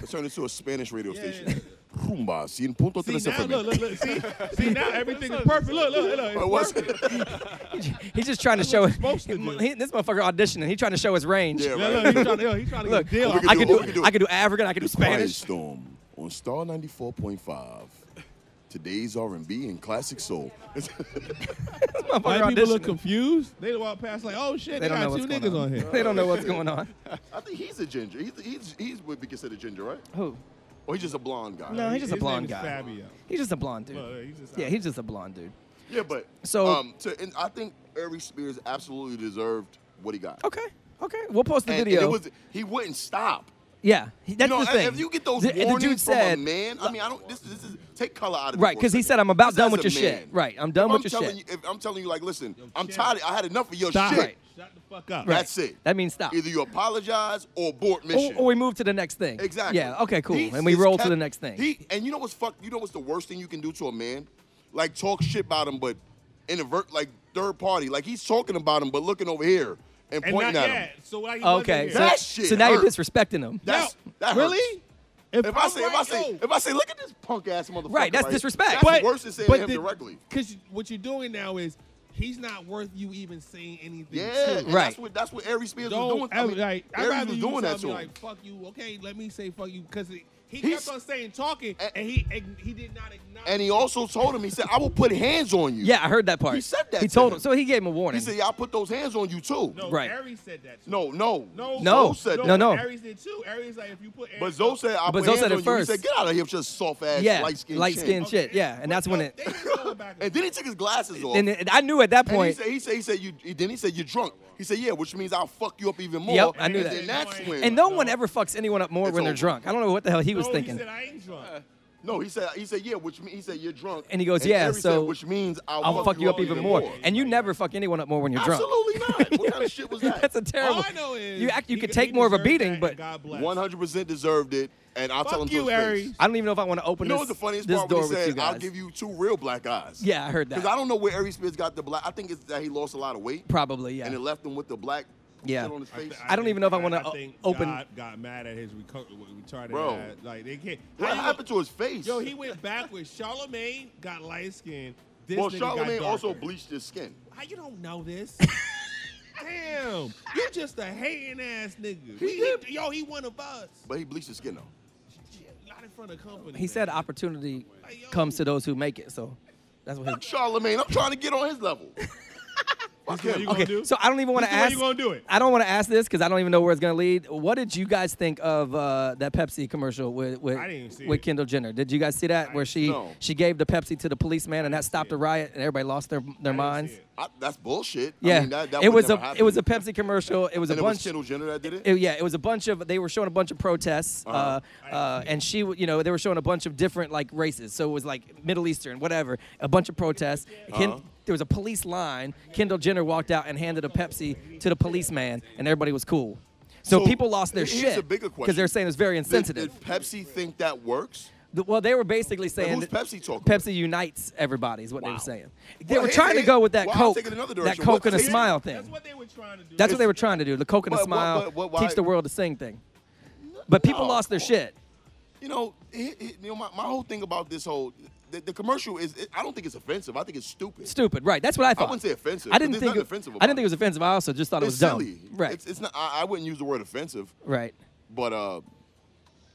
Speaker 8: Let's turn this to a Spanish radio
Speaker 2: Yeah,
Speaker 8: station.
Speaker 2: yeah,
Speaker 8: Rumba, sin punto
Speaker 2: See
Speaker 8: tres
Speaker 2: now,
Speaker 8: FM.
Speaker 2: look, look, look. See, see now, everything is perfect. Look, look, look.
Speaker 8: But
Speaker 2: It's
Speaker 8: what's-
Speaker 2: perfect.
Speaker 4: He's just trying to
Speaker 2: That's
Speaker 4: show
Speaker 2: what
Speaker 4: his.
Speaker 2: you're supposed to do.
Speaker 4: he- this motherfucker auditioning. He's trying to show his range.
Speaker 8: Yeah,
Speaker 2: Yeah,
Speaker 8: right.
Speaker 2: look, he's trying to, he's trying to
Speaker 4: Look,
Speaker 2: get a deal.
Speaker 8: we could
Speaker 4: I could
Speaker 8: do-
Speaker 4: do.
Speaker 8: we could do-
Speaker 4: I could do African. I could do
Speaker 8: The Quiet
Speaker 4: Spanish.
Speaker 8: Storm on Star 94.5. Today's R&B and classic soul.
Speaker 2: White people look
Speaker 4: auditioning.
Speaker 2: confused. They walk past like, oh shit,
Speaker 4: They
Speaker 2: they,
Speaker 4: don't know
Speaker 2: got
Speaker 4: what's
Speaker 2: two
Speaker 4: going
Speaker 2: niggas on,
Speaker 4: on
Speaker 2: here.
Speaker 4: They don't know what's going on.
Speaker 8: I think he's a ginger. He's he's he's would be considered ginger, right?
Speaker 4: Who?
Speaker 8: Or he's just a blonde guy.
Speaker 4: No, he's just a
Speaker 2: His
Speaker 4: blonde
Speaker 2: name
Speaker 4: guy.
Speaker 2: is Fabio.
Speaker 4: He's just a blonde dude.
Speaker 2: Look, he's just-
Speaker 4: yeah, he's just a blonde dude.
Speaker 8: Yeah, but
Speaker 4: So-
Speaker 8: um, to, and I think Eric Spears absolutely deserved what he got.
Speaker 4: Okay, okay. We'll post the
Speaker 8: And- and
Speaker 4: video.
Speaker 8: it was he wouldn't stop.
Speaker 4: yeah, he- that's
Speaker 8: you know,
Speaker 4: the
Speaker 8: if-
Speaker 4: thing.
Speaker 8: If you get those
Speaker 4: The- the
Speaker 8: warnings
Speaker 4: dude
Speaker 8: from
Speaker 4: said,
Speaker 8: a man, I mean, I don't. This, this is take color out of it
Speaker 4: Right,
Speaker 8: for a
Speaker 4: 'cause he
Speaker 8: second.
Speaker 4: said, "I'm about
Speaker 8: Just
Speaker 4: done
Speaker 8: as
Speaker 4: with
Speaker 8: a
Speaker 4: your shit."
Speaker 8: man.
Speaker 4: Right, "I'm done
Speaker 8: If
Speaker 4: with your
Speaker 8: telling
Speaker 4: shit."
Speaker 8: You, if I'm telling you, like, listen, I'm
Speaker 2: shit.
Speaker 8: tired. I had enough of your
Speaker 2: Stop.
Speaker 8: shit.
Speaker 4: Right.
Speaker 2: Shut the fuck up.
Speaker 8: That's it.
Speaker 4: That means stop.
Speaker 8: Either you apologize or abort
Speaker 4: or,
Speaker 8: mission.
Speaker 4: or we move to the next thing.
Speaker 8: Exactly.
Speaker 4: Yeah. Okay. Cool.
Speaker 8: He
Speaker 4: and we
Speaker 8: just
Speaker 4: roll to
Speaker 8: kept-
Speaker 4: the next thing.
Speaker 8: He and you know what's fuck? You know what's the worst thing you can do to a man? Like talk shit about him, but inadvert like third party. Like he's talking about him, but looking over here and,
Speaker 2: And
Speaker 8: pointing
Speaker 2: not
Speaker 8: at
Speaker 2: yet.
Speaker 8: him.
Speaker 2: So why you
Speaker 4: okay. So,
Speaker 2: here?
Speaker 8: That shit
Speaker 4: so now you're
Speaker 8: hurt.
Speaker 4: disrespecting him.
Speaker 8: That's that hurts.
Speaker 2: really?
Speaker 8: If, I
Speaker 2: I'm
Speaker 8: say, if I
Speaker 2: right,
Speaker 8: say,
Speaker 2: yo.
Speaker 8: if I say, look at this punk ass motherfucker.
Speaker 4: Right, that's
Speaker 8: here,"
Speaker 4: disrespect.
Speaker 8: That's
Speaker 4: But-
Speaker 8: worse than saying to him directly.
Speaker 2: Because what you're doing now is he's not worth you even saying anything.
Speaker 8: Yeah,
Speaker 2: to.
Speaker 8: and
Speaker 4: Right.
Speaker 8: That's what that's what Ari Spears
Speaker 2: Don't
Speaker 8: was doing.
Speaker 2: ever,
Speaker 8: I mean,
Speaker 2: like, I'd
Speaker 8: Aries
Speaker 2: rather
Speaker 8: was
Speaker 2: you
Speaker 8: doing
Speaker 2: tell
Speaker 8: that
Speaker 2: me
Speaker 8: to him.
Speaker 2: like, fuck you, okay, let me say fuck you, because he
Speaker 8: He's-
Speaker 2: kept on saying talking,
Speaker 8: And-
Speaker 2: and he ag- he did not acknowledge.
Speaker 8: and he also told him, he said, "I will put hands on you."
Speaker 4: Yeah, I heard that part.
Speaker 8: He said that
Speaker 4: He
Speaker 8: to
Speaker 4: told
Speaker 8: him.
Speaker 4: him. So he gave him a warning.
Speaker 8: He said, "Yeah, I'll put those hands on you too."
Speaker 2: no,
Speaker 4: Right.
Speaker 2: Aries said that. To him.
Speaker 8: no, no,
Speaker 2: no,
Speaker 4: No,
Speaker 8: Zoe said
Speaker 4: no,
Speaker 8: that.
Speaker 4: no.
Speaker 2: Aries did too. Aries like if you put.
Speaker 8: But
Speaker 2: Aries-
Speaker 8: Zoe said, "I
Speaker 4: But
Speaker 8: put
Speaker 4: Zoe
Speaker 8: hands
Speaker 4: said it
Speaker 8: on
Speaker 4: first.
Speaker 8: you." He said, "Get out of here, with your soft ass,
Speaker 4: yeah,
Speaker 8: light skinned
Speaker 4: light-skinned shit. Yeah, and that's when
Speaker 2: no,
Speaker 4: it.
Speaker 2: they was going back
Speaker 8: And then he took his glasses off.
Speaker 4: And it- I knew at that
Speaker 8: And
Speaker 4: point.
Speaker 8: he said, he said, he said, you. he- Then he said, you're drunk. He said, yeah, which means I'll fuck you up even more.
Speaker 4: Yep, I knew
Speaker 8: and
Speaker 4: that.
Speaker 8: Then that's when.
Speaker 4: And no one ever fucks anyone up more
Speaker 8: It's
Speaker 4: when they're
Speaker 8: over. Uh,
Speaker 4: drunk. I don't know what the hell he
Speaker 2: no,
Speaker 4: was thinking.
Speaker 2: He said I ain't drunk.
Speaker 8: no, he said, he said, yeah, which means he said you're drunk.
Speaker 4: And he goes, "Yeah,
Speaker 8: Harry
Speaker 4: so
Speaker 8: said, which means I'll,
Speaker 4: I'll fuck you up even more. And you never fuck anyone up more when you're drunk.
Speaker 8: absolutely not. What kind of shit was
Speaker 4: That's a
Speaker 8: that?
Speaker 4: terrible.
Speaker 2: All I know is
Speaker 4: you act. You
Speaker 2: he-
Speaker 4: could
Speaker 2: he
Speaker 4: take more of a
Speaker 2: deserved that,
Speaker 4: beating,
Speaker 2: and
Speaker 4: but
Speaker 2: God bless.
Speaker 8: 100 percent deserved it. And I'll tell him
Speaker 2: Fuck
Speaker 8: to
Speaker 2: you,
Speaker 8: his face.
Speaker 2: Aries.
Speaker 4: I don't even know if I want to open
Speaker 8: You know
Speaker 4: this,
Speaker 8: what's the funniest
Speaker 4: this
Speaker 8: part?
Speaker 4: door
Speaker 8: When he
Speaker 4: with you
Speaker 8: said,
Speaker 4: guys.
Speaker 8: "I'll give you two real black eyes."
Speaker 4: yeah, I heard that.
Speaker 8: Because I don't know where Aries Spears got the black. I think it's that he lost a lot of weight.
Speaker 4: Probably, yeah.
Speaker 8: And it left him with the black
Speaker 4: Yeah.
Speaker 8: shit on his face.
Speaker 4: I don't even know if I wanna o-
Speaker 2: think
Speaker 4: open-
Speaker 2: God got mad at his reco- retarded
Speaker 8: Bro.
Speaker 2: ass. Like they can't.
Speaker 8: what
Speaker 2: How you
Speaker 8: happened to his face?
Speaker 2: Yo, he went backwards. Charlemagne got light skin. This
Speaker 8: well,
Speaker 2: nigga
Speaker 8: Charlemagne
Speaker 2: got
Speaker 8: also
Speaker 2: darker.
Speaker 8: bleached his skin.
Speaker 2: How you don't know this? Damn, you just a hating ass nigga. We-
Speaker 8: did.
Speaker 2: yo, he one of us.
Speaker 8: But he bleached his skin though.
Speaker 2: Not in front of company.
Speaker 4: he said
Speaker 2: man.
Speaker 4: opportunity
Speaker 2: Like, yo.
Speaker 4: comes to those who make it. So that's what.
Speaker 8: Fuck
Speaker 4: His,
Speaker 8: Charlemagne. I'm trying to get on his level. Fuck
Speaker 2: what
Speaker 8: him.
Speaker 2: you gonna
Speaker 4: okay,
Speaker 2: do?
Speaker 4: so I don't even want to
Speaker 2: This is where
Speaker 4: ask.
Speaker 2: you gonna do it.
Speaker 4: I don't want to ask this because I don't even know where it's gonna lead. What did you guys think of uh, that Pepsi commercial with with,
Speaker 2: I didn't even see
Speaker 4: with
Speaker 2: it.
Speaker 4: Kendall Jenner? Did you guys see that where she
Speaker 8: no.
Speaker 4: she gave the Pepsi to the policeman and that stopped a riot and everybody lost their their minds?
Speaker 2: it.
Speaker 8: I, that's bullshit.
Speaker 4: Yeah,
Speaker 8: I mean, that, that
Speaker 4: it
Speaker 8: would
Speaker 4: was a
Speaker 8: never happen.
Speaker 4: it was a Pepsi commercial. It was
Speaker 8: And
Speaker 4: a
Speaker 8: it was
Speaker 4: bunch.
Speaker 8: Kendall Jenner that did it. Uh-huh.
Speaker 4: it- yeah, it was a bunch of they were showing a bunch of protests, uh, uh, and she, w- you know, they were showing a bunch of different like races. So it was like Middle Eastern, whatever. A bunch of protests.
Speaker 8: Uh-huh.
Speaker 4: Ken, There was a police line. Kendall Jenner walked out and handed a Pepsi to the policeman, and everybody was cool. So,
Speaker 8: So,
Speaker 4: people lost their
Speaker 8: here's a
Speaker 4: shit
Speaker 8: bigger
Speaker 4: because they're
Speaker 8: question.
Speaker 4: saying it's very
Speaker 8: Did-
Speaker 4: insensitive.
Speaker 8: Did, Pepsi think that works?
Speaker 4: The- well, they were basically saying
Speaker 8: who's
Speaker 4: that
Speaker 8: Pepsi talking
Speaker 4: Pepsi unites everybody is what they were
Speaker 8: Wow.
Speaker 4: saying. They
Speaker 8: Well,
Speaker 4: were
Speaker 8: here's-
Speaker 4: trying to
Speaker 8: here's-
Speaker 4: go with that
Speaker 8: well, I'll
Speaker 4: Coke,
Speaker 8: take it another
Speaker 4: that
Speaker 8: direction.
Speaker 4: Coke
Speaker 8: What-
Speaker 4: and a
Speaker 8: here's-
Speaker 4: smile thing.
Speaker 2: That's what they were trying to do.
Speaker 4: That's what they were trying to do. The coke and the
Speaker 8: But- but-
Speaker 4: smile,
Speaker 8: but- but why-
Speaker 4: teach the world to sing thing. But people
Speaker 8: No,
Speaker 4: lost their
Speaker 8: come on.
Speaker 4: shit.
Speaker 8: You know, it, it- you know, my, my whole thing about this whole the, the commercial is it, I don't think it's offensive. I think it's stupid.
Speaker 4: Stupid, right? That's what I thought.
Speaker 8: wouldn't say offensive,
Speaker 4: I
Speaker 8: 'cause
Speaker 4: didn't
Speaker 8: there's
Speaker 4: think
Speaker 8: nothing
Speaker 4: it,
Speaker 8: offensive
Speaker 4: I didn't
Speaker 8: about
Speaker 4: think it was offensive. I also just thought it
Speaker 8: it's
Speaker 4: was dumb.
Speaker 8: silly.
Speaker 4: Right,
Speaker 8: It's, it's not. I, I wouldn't use the word offensive,
Speaker 4: right.
Speaker 8: but uh,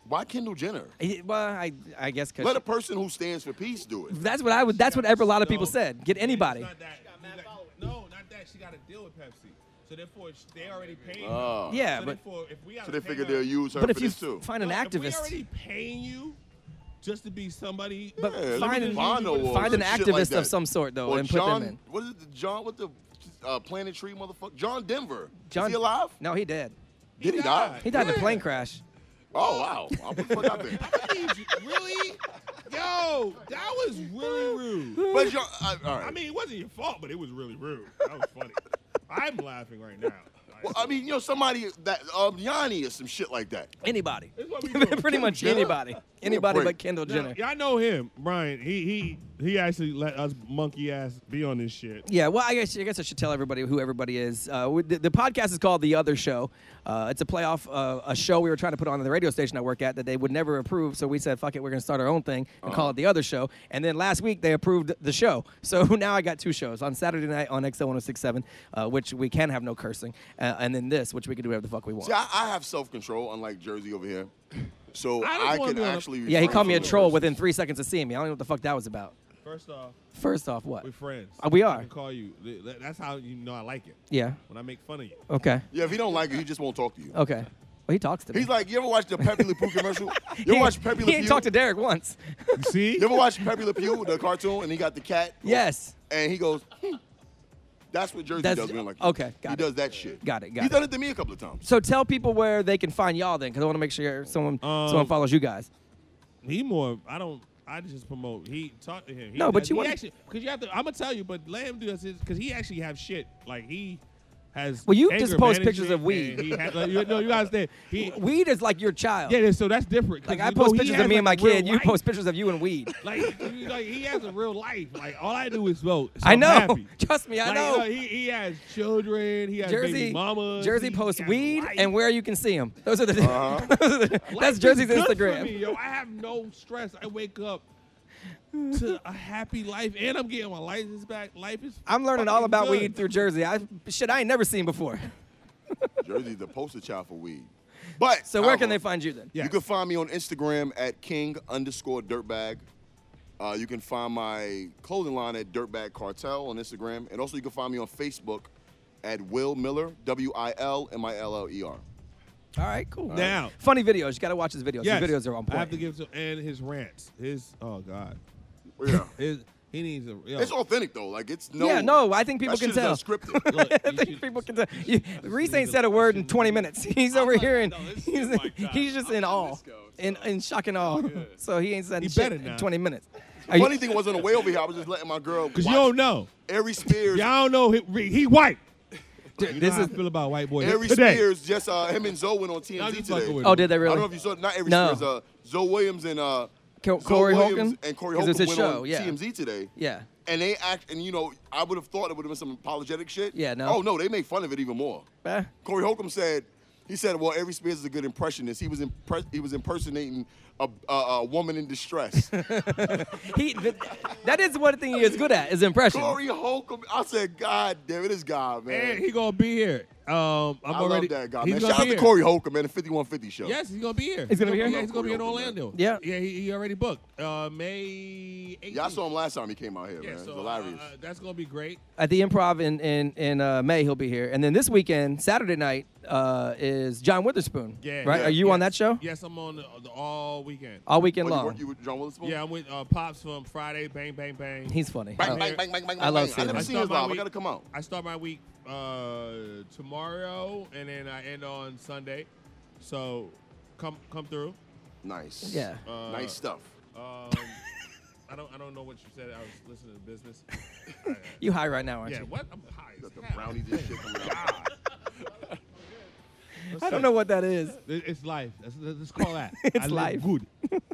Speaker 8: why Kendall Jenner?
Speaker 4: I- Well, I, I guess because
Speaker 8: Let a person who stands for peace do it.
Speaker 4: that's what I would. That's what ever a lot of people
Speaker 2: No.
Speaker 4: said. Get
Speaker 2: Yeah, it's
Speaker 4: anybody.
Speaker 2: not that. Like, no, not that. She got to deal with Pepsi. So therefore, sh- they already paid. her.
Speaker 8: Oh.
Speaker 4: Yeah,
Speaker 2: so
Speaker 4: but
Speaker 2: therefore, if we gotta
Speaker 8: So they
Speaker 2: pay
Speaker 8: figured
Speaker 2: her-
Speaker 8: they'll use her
Speaker 4: but
Speaker 8: for
Speaker 4: if you
Speaker 8: this too.
Speaker 4: find an
Speaker 2: No, If we
Speaker 4: activist,
Speaker 2: already paying you just to be somebody,
Speaker 4: But
Speaker 8: Yeah,
Speaker 4: find
Speaker 8: Lady
Speaker 4: an-
Speaker 8: Bono or
Speaker 4: find an
Speaker 8: some shit
Speaker 4: activist
Speaker 8: like
Speaker 4: of
Speaker 8: that.
Speaker 4: some sort, though,
Speaker 8: Or
Speaker 4: and put them
Speaker 8: John,
Speaker 4: in.
Speaker 8: What is it? the John with the uh, Planet Tree motherfucker? John Denver.
Speaker 4: John,
Speaker 8: is he alive?
Speaker 4: No, he dead.
Speaker 8: Did he die?
Speaker 4: He died in a plane crash.
Speaker 8: Oh wow! I'm the fuck out there.
Speaker 2: really, yo, that was really rude.
Speaker 8: But John, I, all right.
Speaker 2: I mean, it wasn't your fault, but it was really rude. That was funny. I'm laughing right now. Like,
Speaker 8: Well, I mean, you know, somebody that um, Yanni or some shit like that.
Speaker 4: Anybody.
Speaker 2: That's what we doing.
Speaker 4: Pretty much
Speaker 8: Jenner?
Speaker 4: anybody. Anybody
Speaker 8: break.
Speaker 4: but Kendall
Speaker 2: Now,
Speaker 4: Jenner.
Speaker 2: yeah, I know him, Brian. He he he actually let us monkey ass be on this shit.
Speaker 4: Yeah, well, I guess I guess I should tell everybody who everybody is. Uh, we- the, the podcast is called The Other Show. Uh, it's a playoff, uh, a show we were trying to put on at the radio station I work at that they would never approve. So we said, "Fuck it, we're going to start our own thing and
Speaker 8: Uh-huh.
Speaker 4: call it The Other Show." And then last week they approved the show, so now I got two shows on Saturday night on XL 106.7, uh, which we can have no cursing, uh, and then this, which we can do whatever the fuck we want.
Speaker 8: See, I, I have self control, unlike Jersey over here. So
Speaker 2: I don't wanna
Speaker 8: I, can
Speaker 2: be on a-
Speaker 8: actually.
Speaker 4: Yeah, he
Speaker 8: refer
Speaker 4: called me
Speaker 8: to
Speaker 4: a
Speaker 8: the
Speaker 4: troll
Speaker 8: person.
Speaker 4: within three seconds of seeing me. I don't know what the fuck that was about.
Speaker 2: First off,
Speaker 4: First off, what?
Speaker 2: we're friends.
Speaker 4: Uh, we
Speaker 2: I
Speaker 4: are.
Speaker 2: can call you. Th- th- That's how you know I like it.
Speaker 4: Yeah.
Speaker 2: When I make fun of you.
Speaker 4: Okay.
Speaker 8: Yeah, if he don't like you, he just won't talk to you.
Speaker 4: Okay. Well, he talks to me.
Speaker 8: He's like, you ever watch the Pepe Le Pew commercial? You
Speaker 4: He
Speaker 8: ever
Speaker 4: ain't-
Speaker 8: watch Pepe
Speaker 4: He
Speaker 8: Le
Speaker 4: ain't
Speaker 8: Pew?
Speaker 4: talked to Derek once.
Speaker 2: See?
Speaker 8: You ever watch Pepe Le Pew, the cartoon, and he got the cat?
Speaker 4: yes.
Speaker 8: And he goes, hmm. that's what Jersey
Speaker 4: That's-
Speaker 8: does. We don't like you.
Speaker 4: okay, got
Speaker 8: he
Speaker 4: it.
Speaker 8: does that shit.
Speaker 4: Got it, got
Speaker 8: He's
Speaker 4: it.
Speaker 8: done it to me a couple of times.
Speaker 4: So tell people where they can find y'all then, because I want to make sure someone
Speaker 2: Um,
Speaker 4: someone follows you guys.
Speaker 2: He more. I don't. I just promote. He talk to him. He
Speaker 4: No, but
Speaker 2: does-
Speaker 4: you
Speaker 2: he
Speaker 4: wanna-
Speaker 2: actually because you have to. I'm gonna tell you, but let him do this because he actually have shit. Like he has.
Speaker 4: Well, you
Speaker 2: anger
Speaker 4: just post pictures
Speaker 2: management,
Speaker 4: of weed.
Speaker 2: and He has, like, you, no, you understand. He,
Speaker 4: Weed is like your child.
Speaker 2: yeah, so that's different. 'cause
Speaker 4: Like I
Speaker 2: you know
Speaker 4: post
Speaker 2: he
Speaker 4: pictures
Speaker 2: has,
Speaker 4: of me and my
Speaker 2: like, a real
Speaker 4: kid. You
Speaker 2: life.
Speaker 4: post pictures of you and weed.
Speaker 2: Like, you- like he has a real life. Like all I do is vote. So
Speaker 4: I
Speaker 2: I'm
Speaker 4: know.
Speaker 2: happy.
Speaker 4: Trust me, I
Speaker 2: Like,
Speaker 4: know.
Speaker 2: no, he, he has children. He has
Speaker 4: Jersey,
Speaker 2: baby mamas.
Speaker 4: Jersey
Speaker 2: he
Speaker 4: posts
Speaker 2: has
Speaker 4: weed
Speaker 2: life.
Speaker 4: and where you can see him. Those are the.
Speaker 8: Uh-huh.
Speaker 4: those are the-
Speaker 2: Life
Speaker 4: that's
Speaker 2: is
Speaker 4: Jersey's
Speaker 2: good for
Speaker 4: Instagram.
Speaker 2: me, yo, I have no stress. I wake up to a happy life, and I'm getting my license back. Life is.
Speaker 4: I'm learning all
Speaker 2: fucking
Speaker 4: about
Speaker 2: good.
Speaker 4: weed through Jersey. I shit I ain't never seen before.
Speaker 8: Jersey's the poster child for weed. But
Speaker 4: So where
Speaker 8: however,
Speaker 4: can they find you then?
Speaker 2: Yeah.
Speaker 8: You can find me on Instagram at king underscore dirtbag. Uh, you can find my clothing line at Dirtbag Cartel on Instagram, and also you can find me on Facebook at Will Miller W I L M I L L E R.
Speaker 4: All right, cool.
Speaker 2: Now-
Speaker 4: funny videos. You got to watch his videos.
Speaker 2: Yes,
Speaker 4: His videos are on point.
Speaker 2: I have to give to and his rants. His oh god,
Speaker 8: Yeah,
Speaker 2: his he needs a. Yo,
Speaker 8: it's authentic though. Like it's no.
Speaker 4: Yeah, no, I think people
Speaker 8: that
Speaker 4: can
Speaker 8: shit is
Speaker 4: tell.
Speaker 8: Unscripted.
Speaker 2: look,
Speaker 4: I
Speaker 2: you
Speaker 4: think
Speaker 2: should-
Speaker 4: people can tell. You, Reese ain't said a word in 20 minutes. He's over here and he's, he's just in awe, in, in shock and awe. So he ain't said
Speaker 2: He
Speaker 4: shit
Speaker 2: better
Speaker 4: in
Speaker 2: not.
Speaker 4: 20 minutes. Are you-
Speaker 8: Funny thing was on the way over here, I was just letting my girl.
Speaker 2: Cause
Speaker 8: Because
Speaker 2: you don't know.
Speaker 8: Ari Spears.
Speaker 2: Y'all don't know he, he white. You know
Speaker 4: this
Speaker 2: how I
Speaker 4: is-
Speaker 2: feel about white boys.
Speaker 8: Ari
Speaker 2: Today.
Speaker 8: Spears just uh, him and Zoe went on TMZ
Speaker 2: I'm just
Speaker 8: today.
Speaker 2: fucking with
Speaker 4: oh, did they
Speaker 8: I
Speaker 4: really?
Speaker 8: don't know if you saw it. Not Avery
Speaker 4: No.
Speaker 8: Spears. Uh, Zoe Williams and uh,
Speaker 4: Co-
Speaker 8: Zoe
Speaker 4: Corey
Speaker 8: Williams
Speaker 4: Holcomb?
Speaker 8: and Corey
Speaker 4: 'Cause it's
Speaker 8: Holcomb
Speaker 4: his
Speaker 8: went
Speaker 4: show,
Speaker 8: on
Speaker 4: yeah.
Speaker 8: TMZ today.
Speaker 4: Yeah.
Speaker 8: And they act, and you know, I would have thought it would have been some apologetic shit.
Speaker 4: Yeah, no.
Speaker 8: Oh no, they made fun of it even more.
Speaker 4: Eh.
Speaker 8: Corey Holcomb said, he said, well, Avery Spears is a good impressionist. He was impre- he was impersonating a, a, a woman in distress.
Speaker 4: He, th- that is one thing he is good at, is impression.
Speaker 8: Corey Holcomb, I said, God damn it, this guy, man.
Speaker 2: And he gonna be here. Um, I'm
Speaker 8: I
Speaker 2: already.
Speaker 8: love that guy,
Speaker 2: he's
Speaker 8: man.
Speaker 2: gonna
Speaker 8: Shout out
Speaker 2: be
Speaker 8: to
Speaker 2: here.
Speaker 8: Corey Holcomb, man, the 5150 show.
Speaker 2: Yes, he's gonna be here.
Speaker 4: He's gonna be here?
Speaker 2: Yeah, he's gonna be in
Speaker 8: Corey Holcomb,
Speaker 2: Orlando.
Speaker 4: Yeah.
Speaker 2: yeah, he, he already booked. Uh, May 18th.
Speaker 8: Yeah, I saw him last time he came out here,
Speaker 2: Yeah,
Speaker 8: man.
Speaker 2: so
Speaker 8: it's hilarious.
Speaker 2: uh, uh, that's gonna be great.
Speaker 4: at the Improv in in, in uh, May. He'll be here, and then this weekend, Saturday night, uh, is John Witherspoon.
Speaker 2: Yeah,
Speaker 4: right.
Speaker 8: yeah,
Speaker 4: Are you on
Speaker 2: yes.
Speaker 4: that show?
Speaker 2: Yes, I'm on the, the all weekend.
Speaker 4: All weekend
Speaker 8: What, you,
Speaker 4: long.
Speaker 8: work- you with John Willis?
Speaker 2: Yeah, I'm with uh, pops from Friday. Bang, bang, bang.
Speaker 4: He's funny.
Speaker 8: Bang,
Speaker 4: Oh.
Speaker 8: bang, bang, bang, bang,
Speaker 4: I love
Speaker 8: bang.
Speaker 4: seeing
Speaker 8: I never
Speaker 4: him.
Speaker 8: seen his
Speaker 2: Start my
Speaker 8: live. I
Speaker 2: week.
Speaker 8: gotta come out.
Speaker 2: I start my week uh, tomorrow, and then I end on Sunday. So come come through.
Speaker 8: Nice.
Speaker 4: Yeah.
Speaker 2: Uh,
Speaker 8: nice stuff.
Speaker 2: Um, I don't I don't know what you said. I was listening to business.
Speaker 4: You high right now, aren't
Speaker 2: Yeah,
Speaker 4: you?
Speaker 2: what? I'm high. as
Speaker 8: Got the
Speaker 2: hell.
Speaker 8: brownies and shit coming out.
Speaker 4: I don't know what that is.
Speaker 2: It- It's life. Let's, let's call that.
Speaker 4: It's
Speaker 2: I live
Speaker 4: life.
Speaker 2: Good.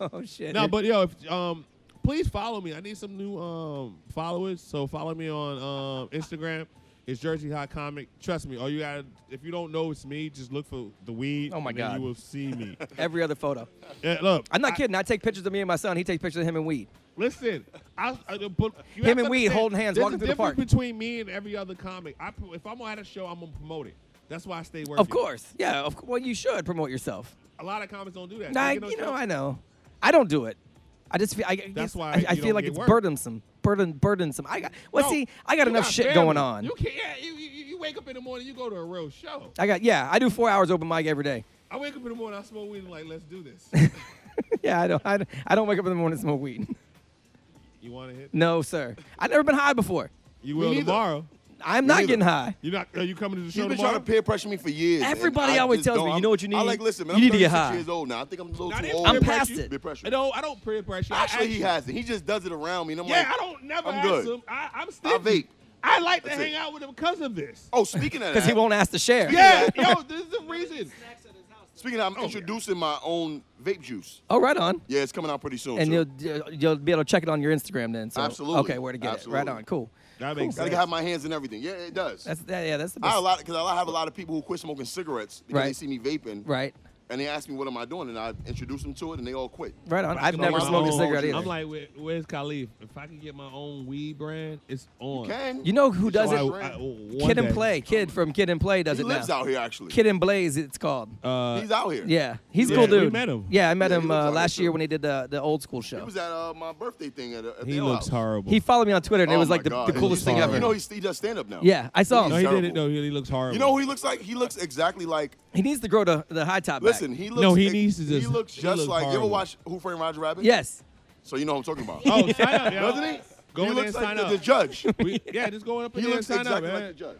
Speaker 4: Oh shit.
Speaker 2: No, but yo, if, um, please follow me. I need some new um followers, so follow me on um Instagram. It's Jersey Hot Comic. Trust me. All you gotta, if you don't know it's me, just look for the weed.
Speaker 4: Oh, my
Speaker 2: and then
Speaker 4: God.
Speaker 2: you will see me.
Speaker 4: every other photo.
Speaker 2: Yeah, look,
Speaker 4: I'm not
Speaker 2: I-
Speaker 4: kidding. I take pictures of me and my son. He takes pictures of him and weed.
Speaker 2: Listen, I, I but you
Speaker 4: Him
Speaker 2: have to
Speaker 4: and Weed
Speaker 2: understand,
Speaker 4: holding hands,
Speaker 2: there's
Speaker 4: walking
Speaker 2: a
Speaker 4: through the
Speaker 2: difference
Speaker 4: park.
Speaker 2: Between me and every other comic, I, pro- if I'm at a show, I'm gonna promote it. That's why I stay working.
Speaker 4: Of course. Yeah. Of, cou- well, you should promote yourself.
Speaker 2: a lot of comics don't do that. They
Speaker 4: I,
Speaker 2: get on
Speaker 4: you know,
Speaker 2: shows-
Speaker 4: I know. I don't do it. I just feel. I, I
Speaker 2: That's
Speaker 4: guess- I,
Speaker 2: why
Speaker 4: I
Speaker 2: you
Speaker 4: feel
Speaker 2: don't
Speaker 4: like
Speaker 2: get
Speaker 4: it's
Speaker 2: work.
Speaker 4: burdensome. Burden, burdensome. I got. Well,
Speaker 2: No,
Speaker 4: see, I got
Speaker 2: you
Speaker 4: enough shit
Speaker 2: family.
Speaker 4: going on.
Speaker 2: You can't. Yeah, you, you, you wake up in the morning, you go to a real show.
Speaker 4: I got. Yeah, I do four hours open mic every day.
Speaker 2: I wake up in the morning, I smoke weed, and like, let's do this.
Speaker 4: yeah, I don't. I, don't- I don't wake up in the morning and smoke weed.
Speaker 2: you want to hit?
Speaker 4: No, sir. I've never been high before.
Speaker 2: You will
Speaker 8: neither.
Speaker 2: tomorrow.
Speaker 4: I'm not
Speaker 8: neither.
Speaker 4: getting high.
Speaker 2: You not? Are you coming to the show
Speaker 8: You've been
Speaker 2: tomorrow?
Speaker 8: trying to peer pressure me for years. and
Speaker 4: Everybody
Speaker 8: I
Speaker 4: always
Speaker 8: just
Speaker 4: tells
Speaker 8: don't-
Speaker 4: me, you
Speaker 8: I'm-
Speaker 4: know what you
Speaker 8: I
Speaker 4: need?
Speaker 8: like listen, man.
Speaker 4: You
Speaker 8: I'm
Speaker 4: need to get
Speaker 8: 36
Speaker 4: high.
Speaker 8: years old now. I think I'm a little
Speaker 2: Not
Speaker 8: too
Speaker 2: even
Speaker 8: old.
Speaker 2: peer
Speaker 4: I'm
Speaker 8: to
Speaker 4: past
Speaker 2: pressure.
Speaker 4: it.
Speaker 8: Peer pressure.
Speaker 2: I don't. I don't peer pressure. I
Speaker 8: Actually, he
Speaker 2: ask-
Speaker 8: hasn't. He just does it around me, and I'm
Speaker 2: Yeah,
Speaker 8: like,
Speaker 2: I don't never
Speaker 8: I'm
Speaker 2: ask
Speaker 8: good.
Speaker 2: him. I, I'm still.
Speaker 8: I vape.
Speaker 2: I like to
Speaker 8: That's
Speaker 2: hang
Speaker 8: it.
Speaker 2: out with him because of this.
Speaker 8: Oh, speaking of that,
Speaker 4: Because he won't ask to share.
Speaker 2: Yeah, yo, this is the reason. Oh,
Speaker 8: Speaking of, I'm introducing my own vape juice.
Speaker 4: Oh, right on.
Speaker 8: Yeah, it's coming out pretty soon.
Speaker 4: And
Speaker 8: too.
Speaker 4: you'll you'll- you'll be able to check it on your Instagram then. So,
Speaker 8: Absolutely.
Speaker 4: Okay, where to get it? Right
Speaker 8: Absolutely.
Speaker 4: on. Cool.
Speaker 2: That makes
Speaker 8: gotta have my hands in everything. Yeah, it does.
Speaker 4: That's that, yeah. That's the
Speaker 8: I
Speaker 4: best.
Speaker 8: a lot because I have a lot of people who quit smoking cigarettes because
Speaker 4: Right.
Speaker 8: they see me vaping.
Speaker 4: right.
Speaker 8: and they asked me what am I doing, and I introduced them to it, and they all quit.
Speaker 4: Right on. I've
Speaker 8: So
Speaker 4: never
Speaker 8: I'm
Speaker 4: smoked a
Speaker 8: all-
Speaker 4: cigarette
Speaker 2: I'm
Speaker 4: either.
Speaker 2: like, where, where's Khalif? If I can get my own weed brand, it's on.
Speaker 8: Can
Speaker 4: You know who
Speaker 8: So
Speaker 4: does
Speaker 2: I-
Speaker 4: it?
Speaker 8: I-
Speaker 2: I- one
Speaker 4: Kid and
Speaker 2: day.
Speaker 4: Play. Kid from Kid and Play does
Speaker 8: he
Speaker 4: it
Speaker 8: lives
Speaker 4: now.
Speaker 8: out here actually.
Speaker 4: Kid and Blaze, it's called.
Speaker 2: Uh,
Speaker 8: He's out here.
Speaker 4: Yeah, he's a
Speaker 2: Yeah,
Speaker 4: cool
Speaker 2: we
Speaker 4: dude.
Speaker 2: met him.
Speaker 4: Yeah, I met
Speaker 8: Yeah, he
Speaker 4: him
Speaker 8: looks
Speaker 4: uh,
Speaker 8: like
Speaker 4: last
Speaker 8: it,
Speaker 4: year
Speaker 8: too.
Speaker 4: when he did the, the old school
Speaker 8: He
Speaker 4: show.
Speaker 8: was at uh, my birthday thing at, at
Speaker 2: he
Speaker 8: the
Speaker 2: looks
Speaker 8: house.
Speaker 2: horrible.
Speaker 4: He followed me on Twitter and it
Speaker 8: Oh
Speaker 4: was
Speaker 8: my
Speaker 4: like the,
Speaker 8: God.
Speaker 4: the coolest thing
Speaker 2: horrible.
Speaker 4: ever.
Speaker 8: You know, he's, he does stand up now.
Speaker 4: yeah, I saw
Speaker 2: no,
Speaker 4: him.
Speaker 2: he did it.
Speaker 8: terrible.
Speaker 2: No, he, he looks horrible.
Speaker 8: You know who he looks like? He looks exactly like.
Speaker 4: He needs to grow the, the high top. back.
Speaker 8: Listen, he looks.
Speaker 2: No, he
Speaker 8: ex-
Speaker 2: needs to
Speaker 8: He
Speaker 2: just-
Speaker 8: looks
Speaker 2: he
Speaker 8: just
Speaker 2: looks
Speaker 8: like. You ever
Speaker 2: horrible.
Speaker 8: watch Who Framed Roger Rabbit?
Speaker 4: Yes.
Speaker 8: So you know what I'm talking about.
Speaker 2: Oh, sign up, yo.
Speaker 8: Doesn't he?
Speaker 2: Go
Speaker 8: he
Speaker 2: in there and
Speaker 8: looks
Speaker 2: sign
Speaker 8: like the,
Speaker 2: up.
Speaker 8: the judge.
Speaker 2: We, yeah, just go up in
Speaker 8: He
Speaker 2: there and
Speaker 8: looks
Speaker 2: sign
Speaker 8: exactly
Speaker 2: up,
Speaker 8: like
Speaker 2: man.
Speaker 8: the judge.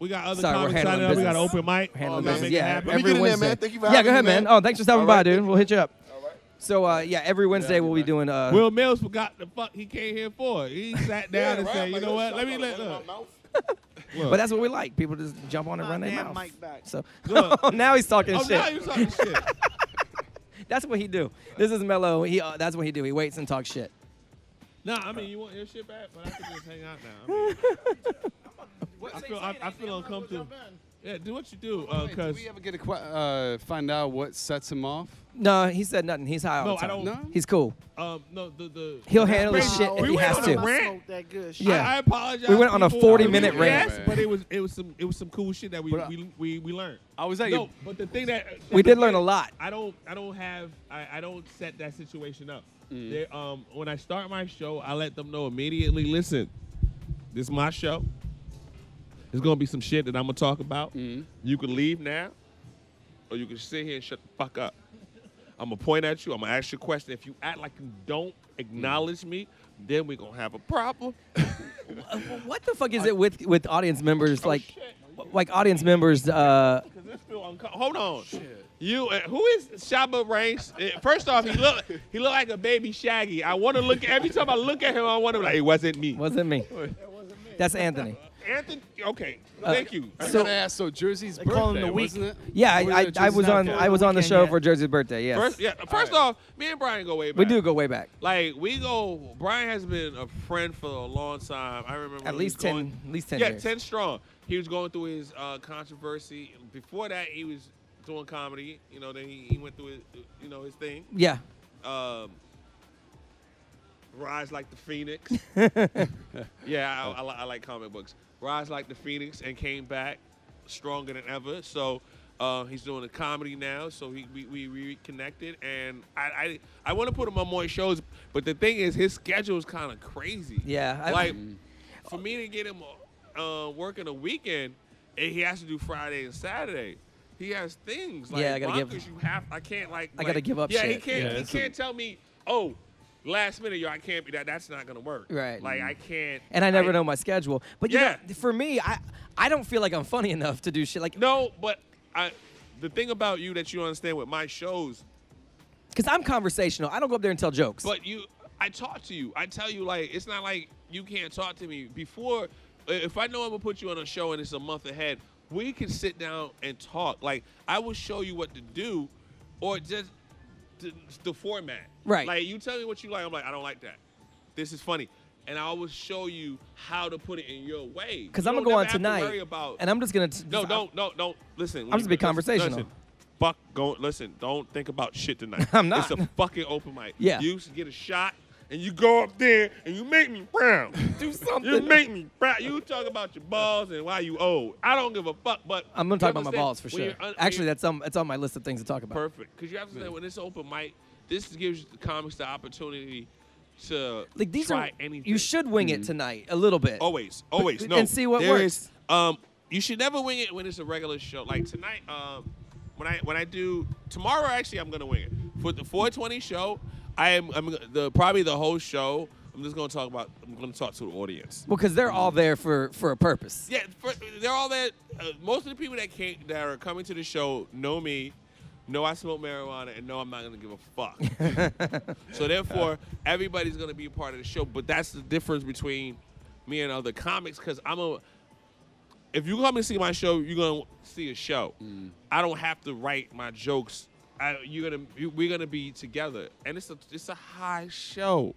Speaker 2: We got other
Speaker 4: Sorry, we're
Speaker 2: comics signing
Speaker 4: handling
Speaker 2: up. We got an
Speaker 4: business.
Speaker 2: open mic.
Speaker 4: Handling
Speaker 2: Make it
Speaker 4: business. Yeah,
Speaker 2: happen.
Speaker 8: Oh, Let me
Speaker 4: every
Speaker 8: get in there,
Speaker 4: Wednesday.
Speaker 8: man. Thank you for
Speaker 4: yeah,
Speaker 8: having
Speaker 4: go ahead,
Speaker 8: me,
Speaker 4: man.
Speaker 8: man.
Speaker 4: Oh, thanks for stopping
Speaker 8: All
Speaker 4: by,
Speaker 8: right,
Speaker 4: dude.
Speaker 8: thank
Speaker 4: We'll hit you up. So uh, yeah, every Wednesday we'll be doing. Uh,
Speaker 2: Will Mills forgot the fuck he came here for. He sat down
Speaker 8: Yeah,
Speaker 2: and
Speaker 8: right?
Speaker 2: said, "You
Speaker 8: Like,
Speaker 2: know
Speaker 8: yo,
Speaker 2: what?
Speaker 8: shut
Speaker 2: Let me
Speaker 8: up,
Speaker 2: let
Speaker 8: open my
Speaker 2: look."
Speaker 8: mouth.
Speaker 4: but that's what we like. People just jump on and run their
Speaker 7: Goddamn
Speaker 4: mouth.
Speaker 7: mic back.
Speaker 4: So
Speaker 2: Look.
Speaker 4: now he's talking
Speaker 2: Oh,
Speaker 4: shit.
Speaker 2: now you talking shit.
Speaker 4: That's what he do. This is Mello. He uh, that's what he do. He waits and talks shit.
Speaker 2: No, I mean you want your shit back, but I can just hang out now. I, mean, I feel I, I feel uncomfortable. Yeah, do what you do, uh,
Speaker 6: Wait,
Speaker 2: because
Speaker 6: did we ever get to qu- uh, find out what sets him off?
Speaker 4: No, he said nothing. He's high all
Speaker 2: No,
Speaker 4: the
Speaker 2: I
Speaker 4: time.
Speaker 2: don't-
Speaker 6: No?
Speaker 4: He's cool.
Speaker 2: um no the the
Speaker 4: He'll handle his
Speaker 2: Crazy.
Speaker 4: shit if
Speaker 2: We
Speaker 4: he
Speaker 2: went
Speaker 4: has
Speaker 2: on
Speaker 4: to.
Speaker 2: a rant.
Speaker 7: Smoke that good shit.
Speaker 2: I-
Speaker 4: Yeah.
Speaker 2: I, apologize.
Speaker 4: We went on a
Speaker 2: people.
Speaker 4: 40-minute
Speaker 2: We-
Speaker 4: rant.
Speaker 2: Yes, but it was it was some it was some cool shit that we
Speaker 6: But I-
Speaker 2: we, we, we learned.
Speaker 6: I was at
Speaker 2: no,
Speaker 6: your-
Speaker 2: but the thing that
Speaker 4: We
Speaker 2: the
Speaker 4: did learn
Speaker 2: thing-
Speaker 4: a lot.
Speaker 2: I don't I don't have I, I don't set that situation up.
Speaker 6: Mm.
Speaker 2: They, um, when I start my show, I let them know immediately. Listen, this is my show. There's gonna be some shit that I'm gonna talk about.
Speaker 6: Mm.
Speaker 2: You can leave now, or you can sit here and shut the fuck up. I'm gonna point at you. I'm gonna ask you a question. If you act like you don't acknowledge me, then we're gonna have a problem.
Speaker 4: What the fuck is it with with audience members? Like,
Speaker 2: Oh, shit.
Speaker 4: w- like audience members. Uh,
Speaker 2: Cause this feel unco- Hold on. You uh, who is Shaba Ranks? Uh, First off, he look he look like a baby Shaggy. I want to look every time I look at him. I want to be like it wasn't me.
Speaker 4: wasn't me. That's Anthony.
Speaker 2: Anthony. Okay. Thank you.
Speaker 6: I
Speaker 4: Uh, So-
Speaker 6: gotta ask. So Jersey's birthday,
Speaker 7: call him the week.
Speaker 6: wasn't it?
Speaker 4: Yeah,
Speaker 6: Wasn't
Speaker 4: I, I,
Speaker 6: it
Speaker 4: I
Speaker 6: Jersey's
Speaker 4: was on
Speaker 6: birthday?
Speaker 4: I was on the
Speaker 7: weekend
Speaker 4: show
Speaker 7: yet.
Speaker 4: for Jersey's birthday. Yes,
Speaker 2: First, yeah. First
Speaker 6: right.
Speaker 2: off, me and Brian go way back.
Speaker 4: we do go way back.
Speaker 2: Like we go. Brian has been a friend for a long time. I remember
Speaker 4: At
Speaker 2: when he
Speaker 4: least
Speaker 2: was going-
Speaker 4: ten, at least ten
Speaker 2: yeah,
Speaker 4: years.
Speaker 2: 10 strong. He was going through his uh, controversy. Before that, he was doing comedy. You know, then he, he went through his, you know, his thing.
Speaker 4: Yeah,
Speaker 2: um, Rise Like the Phoenix. yeah, I, I, li- I like comic books. Rise Like the Phoenix and came back stronger than ever. So uh, he's doing a comedy now. So he, we, we reconnected. And I I, I want to put him on more shows. But the thing is, his schedule is kind of crazy.
Speaker 4: Yeah, I-
Speaker 2: like, for me to get him uh, working a weekend, and he has to do Friday and Saturday. He has things like
Speaker 4: Yeah, I gotta give-
Speaker 2: bonkers you have. I can't like.
Speaker 4: I
Speaker 2: like-
Speaker 4: gotta give up
Speaker 2: Yeah, he
Speaker 4: shit.
Speaker 2: can't.
Speaker 6: Yeah,
Speaker 2: he
Speaker 6: it's a-
Speaker 2: can't tell me, oh, last minute, yo, I can't be that. That's not gonna work.
Speaker 4: Right.
Speaker 2: Like I can't.
Speaker 4: and I never know my schedule. But you
Speaker 2: Yeah.
Speaker 4: know, for me, I I don't feel like I'm funny enough to do shit like
Speaker 2: No, but I. The thing about you that you don't understand with my shows,
Speaker 4: because I'm conversational. I don't go up there and tell jokes.
Speaker 2: but you, I talk to you. I tell you like it's not like you can't talk to me before. i- If I know I'm gonna put you on a show and it's a month ahead, we can sit down and talk. Like I will show you what to do, or just the, the format.
Speaker 4: Right.
Speaker 2: Like you tell me what you like. I'm like I don't like that. This is funny. And I will show you how to put it in your way.
Speaker 4: because
Speaker 2: You
Speaker 4: I'm gonna
Speaker 2: don't
Speaker 4: go
Speaker 2: never
Speaker 4: on
Speaker 2: have to
Speaker 4: tonight,
Speaker 2: worry about-
Speaker 4: and I'm just gonna t-
Speaker 2: No,
Speaker 4: just-
Speaker 2: don't, no, don't. Listen.
Speaker 4: I'm just being conversational.
Speaker 2: Listen, fuck, go. Listen, don't think about shit tonight.
Speaker 4: I'm not.
Speaker 2: It's a fucking open mic.
Speaker 4: Yeah.
Speaker 2: You should get a shot, and you go up there, and you make me proud.
Speaker 4: do something.
Speaker 2: You make me proud. You talk about your balls and why you old. I don't give a fuck. But
Speaker 4: I'm gonna
Speaker 2: you
Speaker 4: talk about my
Speaker 2: understand,
Speaker 4: balls for
Speaker 2: when
Speaker 4: sure.
Speaker 2: you're un-
Speaker 4: Actually,
Speaker 2: when you're-
Speaker 4: that's on that's on my list of things to talk about.
Speaker 2: perfect. Because you have to say when it's open mic, this gives the comics the opportunity to
Speaker 4: Like these
Speaker 2: try
Speaker 4: are
Speaker 2: anything. Mm-hmm.
Speaker 4: you should wing it tonight a little bit.
Speaker 2: Always, always.
Speaker 4: and
Speaker 2: No,
Speaker 4: see what
Speaker 2: there
Speaker 4: works.
Speaker 2: is- um, you should never wing it when it's a regular show. Like tonight, um, when I when I do tomorrow, actually, I'm gonna wing it for the 420 show. I am I'm gonna- the probably the whole show. I'm just gonna talk about. I'm gonna talk to the audience.
Speaker 4: Well, because they're all there for for a purpose.
Speaker 2: Yeah, for, they're all that. Uh, most of the people that came that are coming to the show know me, know I smoke marijuana, and know I'm not gonna give a fuck. so therefore, everybody's gonna be a part of the show. But that's the difference between me and other comics, because I'm a. If you come and see my show, you're gonna see a show.
Speaker 4: Mm.
Speaker 2: I don't have to write my jokes. I, you're gonna you, we're gonna be together, and it's a it's a high show.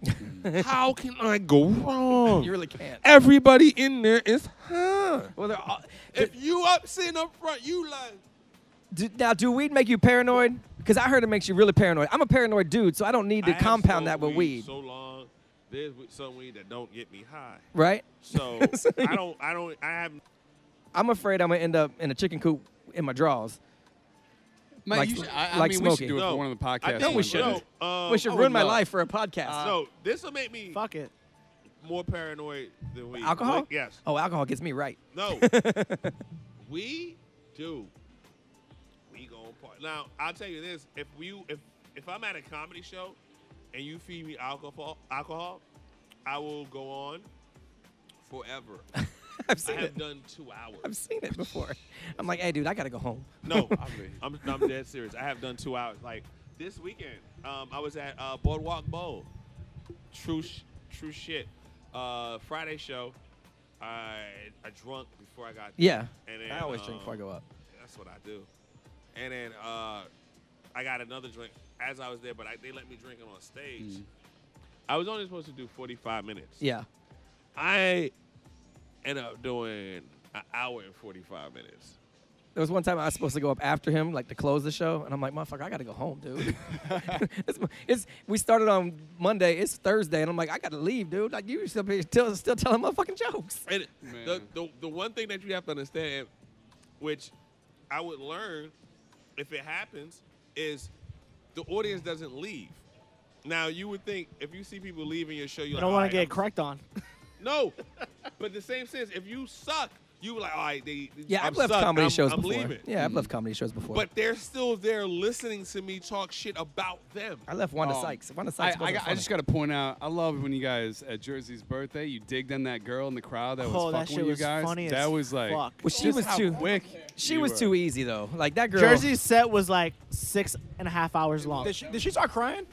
Speaker 2: How can I go wrong?
Speaker 4: You really can't.
Speaker 2: Everybody in there is high.
Speaker 4: Well, they're all,
Speaker 2: If you up sitting up front, you like
Speaker 4: Do, now, do weed make you paranoid? Because I heard it makes you really paranoid. I'm a paranoid dude, so I don't need to
Speaker 2: I have
Speaker 4: compound that
Speaker 2: smoked
Speaker 4: with weed,
Speaker 2: So long, there's w- some weed that don't get me high.
Speaker 4: right?
Speaker 2: So I don't, I don't, I have
Speaker 4: I'm afraid I'm gonna end up in a chicken coop in my drawers.
Speaker 6: Mate,
Speaker 4: Like-
Speaker 6: you should, I, I
Speaker 4: like
Speaker 6: mean, we
Speaker 4: smoking.
Speaker 6: should do it
Speaker 2: no.
Speaker 6: for one of the podcasts.
Speaker 2: I
Speaker 4: No,
Speaker 2: think
Speaker 4: we
Speaker 6: one
Speaker 4: shouldn't.
Speaker 6: day.
Speaker 2: No, um,
Speaker 4: we should
Speaker 6: I would
Speaker 4: ruin my
Speaker 6: love-
Speaker 4: life for a podcast.
Speaker 2: no, this will make me
Speaker 7: Fuck it.
Speaker 2: more paranoid than weed.
Speaker 4: alcohol?
Speaker 2: Like, yes.
Speaker 4: Oh, alcohol gets me right.
Speaker 2: No. we do. We go on party. Now, I'll tell you this: if you if if I'm at a comedy show and you feed me alcohol, alcohol, I will go on forever.
Speaker 4: I've
Speaker 2: I
Speaker 4: seen it.
Speaker 2: have done two hours.
Speaker 4: I've seen it before. I'm like, hey, dude, I gotta go home.
Speaker 2: No, I'm, I'm dead serious. I have done two hours. Like this weekend, um, I was at uh, Boardwalk Bowl. True, sh- true shit. Uh, Friday show. I I drunk before I got.
Speaker 4: Yeah.
Speaker 2: there. And then,
Speaker 4: I always drink before I
Speaker 2: um,
Speaker 4: go up.
Speaker 2: That's what I do. And then uh, I got another drink as I was there, but I, they let me drink it on stage. I was only supposed to do 45 minutes.
Speaker 4: Mm. Yeah.
Speaker 2: I end up doing an hour and 45 minutes.
Speaker 4: There was one time I was supposed to go up after him, like to close the show, and I'm like, motherfucker, I gotta go home, dude. it's, it's- we started on Monday, it's Thursday, and I'm like, I gotta leave, dude. Like you still be still, still telling motherfucking jokes.
Speaker 2: And the,
Speaker 6: Man.
Speaker 2: the the one thing that you have to understand, which I would learn if it happens, is the audience doesn't leave. Now you would think if you see people leaving your show, you
Speaker 7: I don't
Speaker 2: want
Speaker 7: want to get cracked on.
Speaker 2: No, but the same sense, if you suck, you were like, all right, they.
Speaker 4: Yeah,
Speaker 2: I'm
Speaker 4: I've left
Speaker 2: sucked.
Speaker 4: comedy
Speaker 2: I'm-
Speaker 4: shows
Speaker 2: I'm
Speaker 4: before.
Speaker 2: leaving.
Speaker 4: Yeah, I've left comedy shows before.
Speaker 2: But they're still there listening to me talk shit about them.
Speaker 4: I left Wanda
Speaker 6: Um,
Speaker 4: Sykes. Wanda
Speaker 6: I,
Speaker 4: Sykes.
Speaker 6: I,
Speaker 4: wasn't
Speaker 6: got- I just got to point out, I love when you guys at Jersey's birthday, you digged on that girl in the crowd that was
Speaker 7: Oh, that
Speaker 6: fucking with
Speaker 7: shit
Speaker 6: you
Speaker 7: was
Speaker 6: guys.
Speaker 7: funny.
Speaker 6: that
Speaker 7: as
Speaker 6: was like,
Speaker 7: fuck.
Speaker 4: Well, she was
Speaker 6: how
Speaker 4: too.
Speaker 6: quick.
Speaker 4: She
Speaker 6: you
Speaker 4: was
Speaker 6: were.
Speaker 4: too easy though. Like that girl.
Speaker 7: Jersey's set was like six and a half hours long.
Speaker 9: Did she, did she start crying?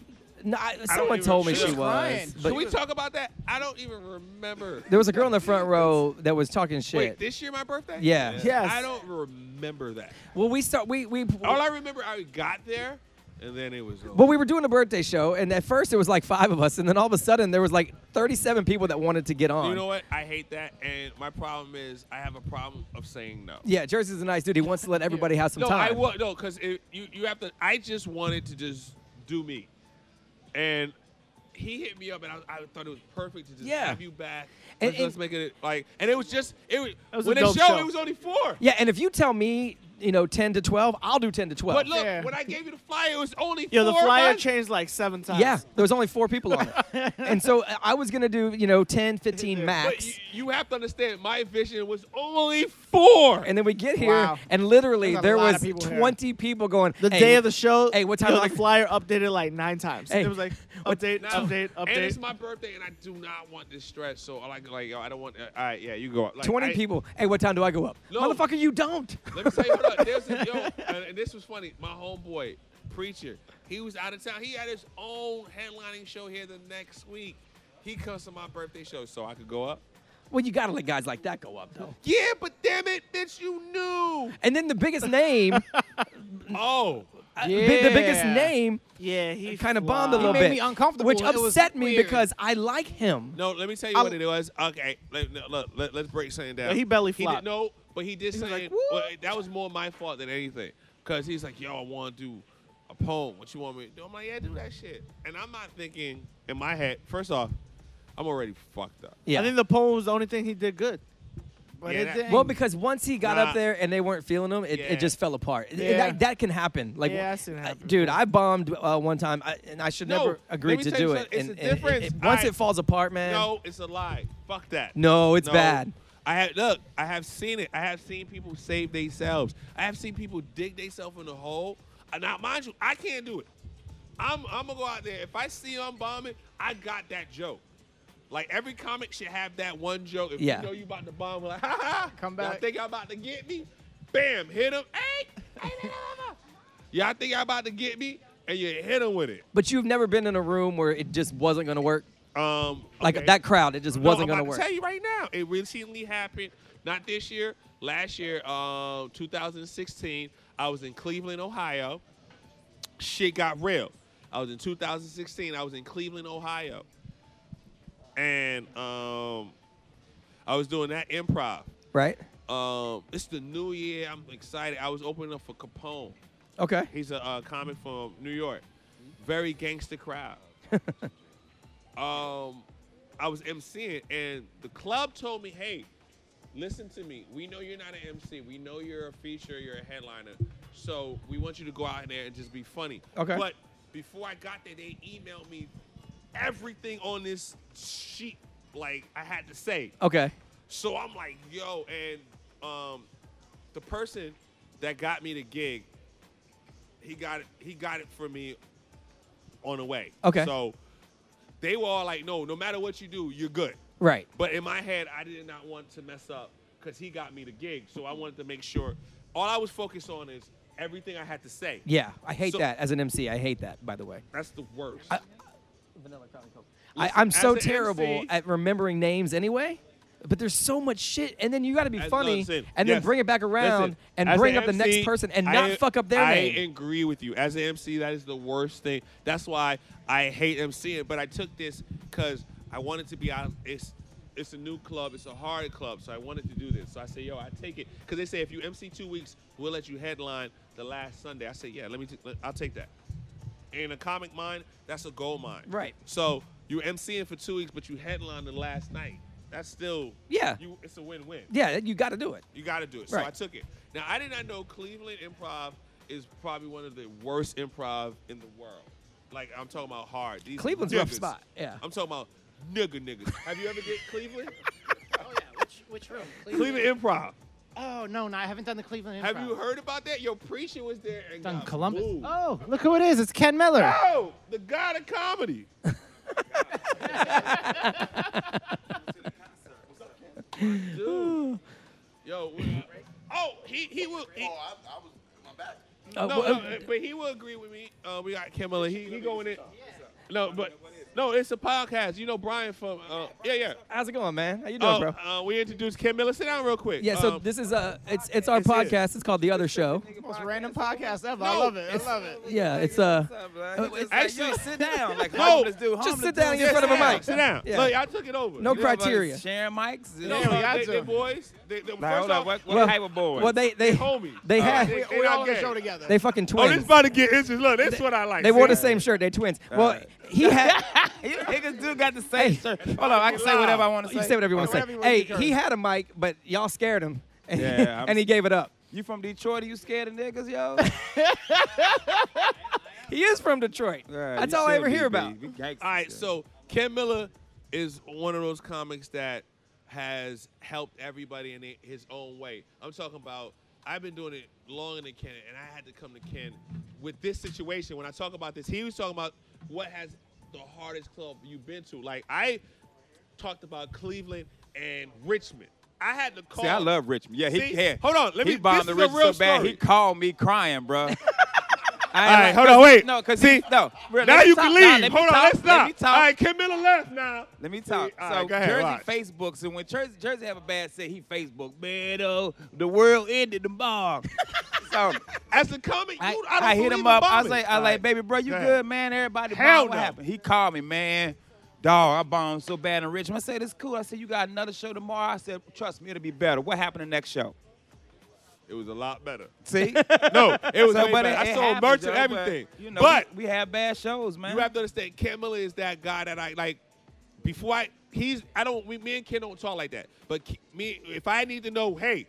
Speaker 4: No, I, someone
Speaker 2: even-
Speaker 4: told me
Speaker 2: she
Speaker 4: she
Speaker 2: was
Speaker 9: crying.
Speaker 4: was. But
Speaker 2: Can we talk about that? I don't even remember.
Speaker 4: there was a girl in the front row that was talking shit.
Speaker 2: Wait, this year my birthday?
Speaker 4: Yeah. Yes.
Speaker 2: I don't remember that.
Speaker 4: well, we start. We we.
Speaker 2: All I remember, I got there, and then it was. over.
Speaker 4: But we were doing a birthday show, and at first it was like five of us, and then all of a sudden there was like 37 people that wanted to get on.
Speaker 2: You know what? I hate that, and my problem is I have a problem of saying no.
Speaker 4: Yeah, Jersey's a nice dude. He wants to let everybody have some
Speaker 2: no,
Speaker 4: time.
Speaker 2: I will no, because you you have to. I just wanted to just do me, and he hit me up, and I, I thought it was perfect to just
Speaker 4: Yeah.
Speaker 2: have you back.
Speaker 4: And-
Speaker 2: Let's, let's
Speaker 4: and-
Speaker 2: make it like, and it was just it was,
Speaker 7: was a
Speaker 2: when
Speaker 7: dope
Speaker 2: show,
Speaker 7: show.
Speaker 2: it was only four.
Speaker 4: Yeah, and if you tell me, you know, 10 to 12, I'll do 10 to 12.
Speaker 2: But look,
Speaker 7: Yeah.
Speaker 2: when I gave you the flyer, it was only
Speaker 7: Yo,
Speaker 2: four.
Speaker 7: the flyer
Speaker 2: months.
Speaker 7: changed like seven times.
Speaker 4: yeah, there was only four people on it, and so I- I was gonna do, you know, 10, 15
Speaker 2: But
Speaker 4: max.
Speaker 2: you, you have to understand, my vision was only four.
Speaker 4: And then we get here,
Speaker 5: Wow.
Speaker 4: and literally
Speaker 5: There's a
Speaker 4: there
Speaker 5: lot
Speaker 4: was
Speaker 5: of people here.
Speaker 4: 20 people going.
Speaker 7: The
Speaker 4: "Hey,
Speaker 7: day of the show,
Speaker 4: hey, what time
Speaker 7: yo,
Speaker 4: am I-
Speaker 7: the flyer updated like nine times.
Speaker 4: Hey,
Speaker 7: it was like
Speaker 4: what-
Speaker 7: update,
Speaker 2: Now-
Speaker 7: update,
Speaker 2: And it's
Speaker 7: update.
Speaker 2: my birthday, and I do not want this stress. So I like, like, yo, I don't want. uh, all right, yeah, you go. Like,
Speaker 4: 20
Speaker 2: I-
Speaker 4: people. Hey, what time do I go up?
Speaker 2: No.
Speaker 4: Motherfucker, you don't.
Speaker 2: Let me tell you, hold up. There's a, yo, and, and this was funny. My homeboy, preacher, he was out of town. He had his own headlining show here the next week. He comes to my birthday show, so I could go up.
Speaker 4: Well, you gotta let guys like that go up though.
Speaker 2: Yeah, but damn it, bitch, you knew.
Speaker 4: And then the biggest name,
Speaker 2: Oh,
Speaker 5: Uh,
Speaker 4: the, the biggest
Speaker 9: Yeah.
Speaker 4: name,
Speaker 7: Yeah, he
Speaker 4: kind of
Speaker 7: fly-
Speaker 4: bombed a little
Speaker 5: made
Speaker 4: bit,
Speaker 5: me uncomfortable.
Speaker 4: which
Speaker 5: It was
Speaker 4: upset me
Speaker 5: weird.
Speaker 4: because I like him.
Speaker 2: no. Let me tell you
Speaker 4: I'm-
Speaker 2: what it was. Okay, let, no, look, let, us break something down.
Speaker 7: Yeah, he belly
Speaker 2: He
Speaker 7: flopped.
Speaker 2: did, no, but he did
Speaker 7: was
Speaker 2: something.
Speaker 7: like, "Woo."
Speaker 2: well, that was more my fault than anything, because he's like, "Yo, I want to do a poem. What you want me to do?" I'm like, "Yeah, do that shit." And I'm not thinking in my head. First off, I'm already fucked up.
Speaker 4: Yeah.
Speaker 7: I think the poem was the only thing he did good.
Speaker 5: But
Speaker 2: Yeah,
Speaker 5: it
Speaker 2: that-
Speaker 5: didn't.
Speaker 4: well, because once he got up
Speaker 2: Nah.
Speaker 4: there and they weren't feeling him, it,
Speaker 2: Yeah.
Speaker 4: it just fell apart. It-
Speaker 7: Yeah.
Speaker 4: That, that can happen. Like,
Speaker 7: Yeah, I've seen it
Speaker 4: uh,
Speaker 7: happen
Speaker 4: dude, I bombed uh, one time, I, and I should
Speaker 2: No,
Speaker 4: never
Speaker 2: let
Speaker 4: agree
Speaker 2: me
Speaker 4: to
Speaker 2: tell you
Speaker 4: do it.
Speaker 2: something.
Speaker 4: and,
Speaker 2: It's a
Speaker 4: and- and-
Speaker 2: difference.
Speaker 4: and once
Speaker 2: I-
Speaker 4: it falls apart, man.
Speaker 2: No, it's a lie. Fuck that.
Speaker 4: No, it's bad.
Speaker 2: I have look. I have seen it. I have seen people save themselves. I have seen people dig themselves in the hole. Uh, Now, mind you, I can't do it. I'm I'm gonna go out there. If I see I'm bombing, I got that joke. Like every comic should have that one joke. If
Speaker 4: Yeah.
Speaker 2: you know you about to bomb, like ha ha.
Speaker 5: Come
Speaker 2: Y'all
Speaker 5: back.
Speaker 2: think y'all about to get me? Bam! Hit him. Hey! hey, la, la, la. y'all think y'all about to get me? And you hit him with it.
Speaker 4: But you've never been in a room where it just wasn't going to work.
Speaker 2: Um,
Speaker 4: Like
Speaker 2: okay.
Speaker 4: that crowd, it just
Speaker 2: No,
Speaker 4: wasn't
Speaker 2: I'm
Speaker 4: going
Speaker 2: about
Speaker 4: work.
Speaker 2: tell you right now, it recently happened. Not this year. Last year, um, 2016, I was in Cleveland, Ohio. Shit got real. I was in 2016. I was in Cleveland, Ohio, and um, I was doing that improv.
Speaker 4: right?
Speaker 2: Um, it's the new year. I'm excited. I was opening up for Capone.
Speaker 4: Okay.
Speaker 2: He's a uh, comic from New York. Very gangster crowd. um, I was MCing, and the club told me, "Hey, listen to me. We know you're not an MC. We know you're a feature. You're a headliner. So we want you to go out there and just be funny."
Speaker 4: Okay.
Speaker 2: But before I got there, they emailed me everything on this sheet. Like I had to say.
Speaker 4: Okay.
Speaker 2: So I'm like, yo, and um, the person that got me the gig, he got it. He got it for me on the way.
Speaker 4: Okay.
Speaker 2: So they were all like, no, no matter what you do, you're good.
Speaker 4: Right.
Speaker 2: But in my head, I did not want to mess up because he got me the gig. So I wanted to make sure. All I was focused on is everything I had to say.
Speaker 4: Yeah, I hate
Speaker 2: So-
Speaker 4: that as an MC. I hate that. By the way,
Speaker 2: That's the worst.
Speaker 4: I, I'm
Speaker 2: as
Speaker 4: so
Speaker 2: an
Speaker 4: terrible
Speaker 2: MC
Speaker 4: at remembering names anyway. But there's so much shit, and then you got to be
Speaker 2: As- no,
Speaker 4: funny,
Speaker 2: listen,
Speaker 4: and
Speaker 2: yes.
Speaker 4: then bring it back around,
Speaker 2: Listen, as
Speaker 4: and
Speaker 2: an
Speaker 4: bring up the next
Speaker 2: MC,
Speaker 4: person, and
Speaker 2: I-
Speaker 4: not fuck up their
Speaker 2: I
Speaker 4: name.
Speaker 2: agree with you. As an MC, that is the worst thing. That's why I hate MCing. But I took this because I wanted to be out. It's it's a new club. It's a hard club. So I wanted to do this. So I said, yo, I take it because they say if you MC two weeks, we'll let you headline the last Sunday. I said, yeah, let me. T- let- I'll take that. In a comic mind, that's a gold mine.
Speaker 4: Right.
Speaker 2: So you MCing for two weeks, but you headline the last night. That's still
Speaker 4: Yeah.
Speaker 2: You, it's a win-win.
Speaker 4: yeah, you got to do it.
Speaker 2: You got to do it. So
Speaker 4: Right.
Speaker 2: I took it. Now I did not know Cleveland improv is probably one of the worst improv in the world. Like I'm talking about hard. These
Speaker 4: Cleveland's a rough
Speaker 2: niggas.
Speaker 4: spot, yeah.
Speaker 2: I'm talking about nigga niggas. Have you ever did Cleveland?
Speaker 1: Oh yeah, which which room?
Speaker 2: Cleveland improv.
Speaker 1: Oh no, no, I haven't done the Cleveland.
Speaker 2: Have
Speaker 1: Improv.
Speaker 2: you heard about that? Your preacher was there and
Speaker 1: Done
Speaker 2: got
Speaker 1: Columbus.
Speaker 2: booed.
Speaker 1: Oh, look who it is! It's Ken Miller.
Speaker 2: Yo, the god of comedy. Dude. Yo, we- oh, he he will. he-
Speaker 8: I was my back.
Speaker 4: Uh,
Speaker 2: no,
Speaker 4: wh- uh,
Speaker 2: no, but he will agree with me. Uh, we got Kimberly. He, he going in. No, but no, it's a podcast. You know Brian from uh, yeah yeah.
Speaker 4: how's it going, man? How you doing,
Speaker 2: Oh,
Speaker 4: bro?
Speaker 2: uh, we introduced Kim Miller. Sit down real quick.
Speaker 4: yeah. So
Speaker 2: Um,
Speaker 4: this is uh, it's it's our
Speaker 2: It's his.
Speaker 4: podcast. It's called The Other Show.
Speaker 7: Most random podcast ever. I
Speaker 2: No,
Speaker 7: love it. I love it.
Speaker 4: Yeah, it's uh,
Speaker 2: actually-
Speaker 9: actually sit down. Like
Speaker 2: No,
Speaker 9: homeless dude, homeless
Speaker 4: just sit
Speaker 9: dude.
Speaker 4: down in
Speaker 2: sit
Speaker 4: front of a
Speaker 2: down,
Speaker 4: mic.
Speaker 2: Sit down.
Speaker 4: Yeah.
Speaker 2: Look, y'all took it over.
Speaker 4: No
Speaker 9: You know about
Speaker 4: criteria.
Speaker 9: Sharing mics.
Speaker 2: No,
Speaker 9: Yeah.
Speaker 2: uh,
Speaker 7: y'all
Speaker 2: they, they
Speaker 7: took-
Speaker 2: boys. They, they,
Speaker 9: Like,
Speaker 2: first
Speaker 9: hold
Speaker 2: off,
Speaker 9: on, what, what type of boy?
Speaker 4: well, they they
Speaker 2: homies.
Speaker 4: they
Speaker 2: Uh,
Speaker 4: had
Speaker 2: they-
Speaker 4: they,
Speaker 2: they
Speaker 7: We all
Speaker 2: not
Speaker 7: get
Speaker 2: gay.
Speaker 7: show together.
Speaker 4: fucking twins.
Speaker 2: Oh, this about to get interesting. Look, that's what I like.
Speaker 4: they wore the
Speaker 2: See?
Speaker 4: same shirt. They twins. Well, he had.
Speaker 9: you niggas do got the same
Speaker 4: Hey.
Speaker 9: shirt. Hold on, I can say whatever I want to say.
Speaker 4: You say whatever you want to
Speaker 7: Whatever
Speaker 4: say.
Speaker 7: you want
Speaker 4: Hey,
Speaker 7: to do,
Speaker 4: he
Speaker 7: Curtis.
Speaker 4: had a mic, but y'all scared him, and,
Speaker 9: Yeah, I'm-
Speaker 4: and he gave it up.
Speaker 9: You from Detroit? Are you scared of niggas, yo?
Speaker 4: He is from Detroit.
Speaker 9: Yeah,
Speaker 4: That's
Speaker 9: you
Speaker 4: all I
Speaker 9: should
Speaker 4: ever
Speaker 9: be,
Speaker 4: hear
Speaker 9: B.
Speaker 4: about.
Speaker 9: We gangsters,
Speaker 2: All right,
Speaker 9: yo.
Speaker 2: so Ken Miller is one of those comics that has helped everybody in i- his own way. I'm talking about I've been doing it longer than Ken, and I had to come to Ken with this situation. When I talk about this, he was talking about what has the hardest club you've been to. Like I talked about Cleveland and Richmond. I had to call.
Speaker 9: See, I love Richmond. Yeah, he
Speaker 2: See?
Speaker 9: yeah.
Speaker 2: Hold on, let
Speaker 9: he
Speaker 2: me-
Speaker 9: bombed
Speaker 2: this
Speaker 9: the
Speaker 2: is a
Speaker 9: rich
Speaker 2: real
Speaker 9: so bad. He
Speaker 2: story.
Speaker 9: called me crying, bro.
Speaker 2: All right, hold on, wait.
Speaker 9: No, cause
Speaker 2: see,
Speaker 9: he, no. Re-
Speaker 2: now
Speaker 9: let me
Speaker 2: you
Speaker 9: talk-
Speaker 2: can
Speaker 9: nah, let
Speaker 2: leave.
Speaker 9: me
Speaker 2: Hold on,
Speaker 9: talk,
Speaker 2: let's stop.
Speaker 9: Let me talk.
Speaker 2: All right, Ken Miller left now.
Speaker 9: Let me talk.
Speaker 2: See, all
Speaker 9: so
Speaker 2: right, go ahead,
Speaker 9: Jersey
Speaker 2: watch.
Speaker 9: Facebooks, and when Jersey Jersey have a bad set, he Facebook, man, oh, the world ended the bomb. so
Speaker 2: As a comic,
Speaker 9: I,
Speaker 2: you, I
Speaker 9: I
Speaker 2: don't
Speaker 9: hit
Speaker 2: believe
Speaker 9: him
Speaker 2: in
Speaker 9: up. I
Speaker 2: bombing.
Speaker 9: was like, I
Speaker 2: All
Speaker 9: was
Speaker 2: right.
Speaker 9: like, baby, bro, you
Speaker 2: Go ahead.
Speaker 9: good, man? Everybody
Speaker 2: Hell
Speaker 9: bombed. What
Speaker 2: no.
Speaker 9: happened? He called me, man. Dog, I bombed so bad in Richmond. I said, it's cool. I said, you got another show tomorrow. I said, trust me, it'll be better. What happened the next show?
Speaker 2: It was a lot better.
Speaker 9: See?
Speaker 2: No, it was
Speaker 9: So,
Speaker 2: way
Speaker 9: but
Speaker 2: better.
Speaker 9: it-
Speaker 2: I
Speaker 9: it
Speaker 2: sold
Speaker 9: happens,
Speaker 2: merch
Speaker 9: yo,
Speaker 2: and everything.
Speaker 9: But, you know,
Speaker 2: but
Speaker 9: we, we have bad shows, man.
Speaker 2: you have to understand, Camilla is that guy that I like. Before I, he's I don't. We, me and Ken don't talk like that. But Ke- me, if I need to know, hey,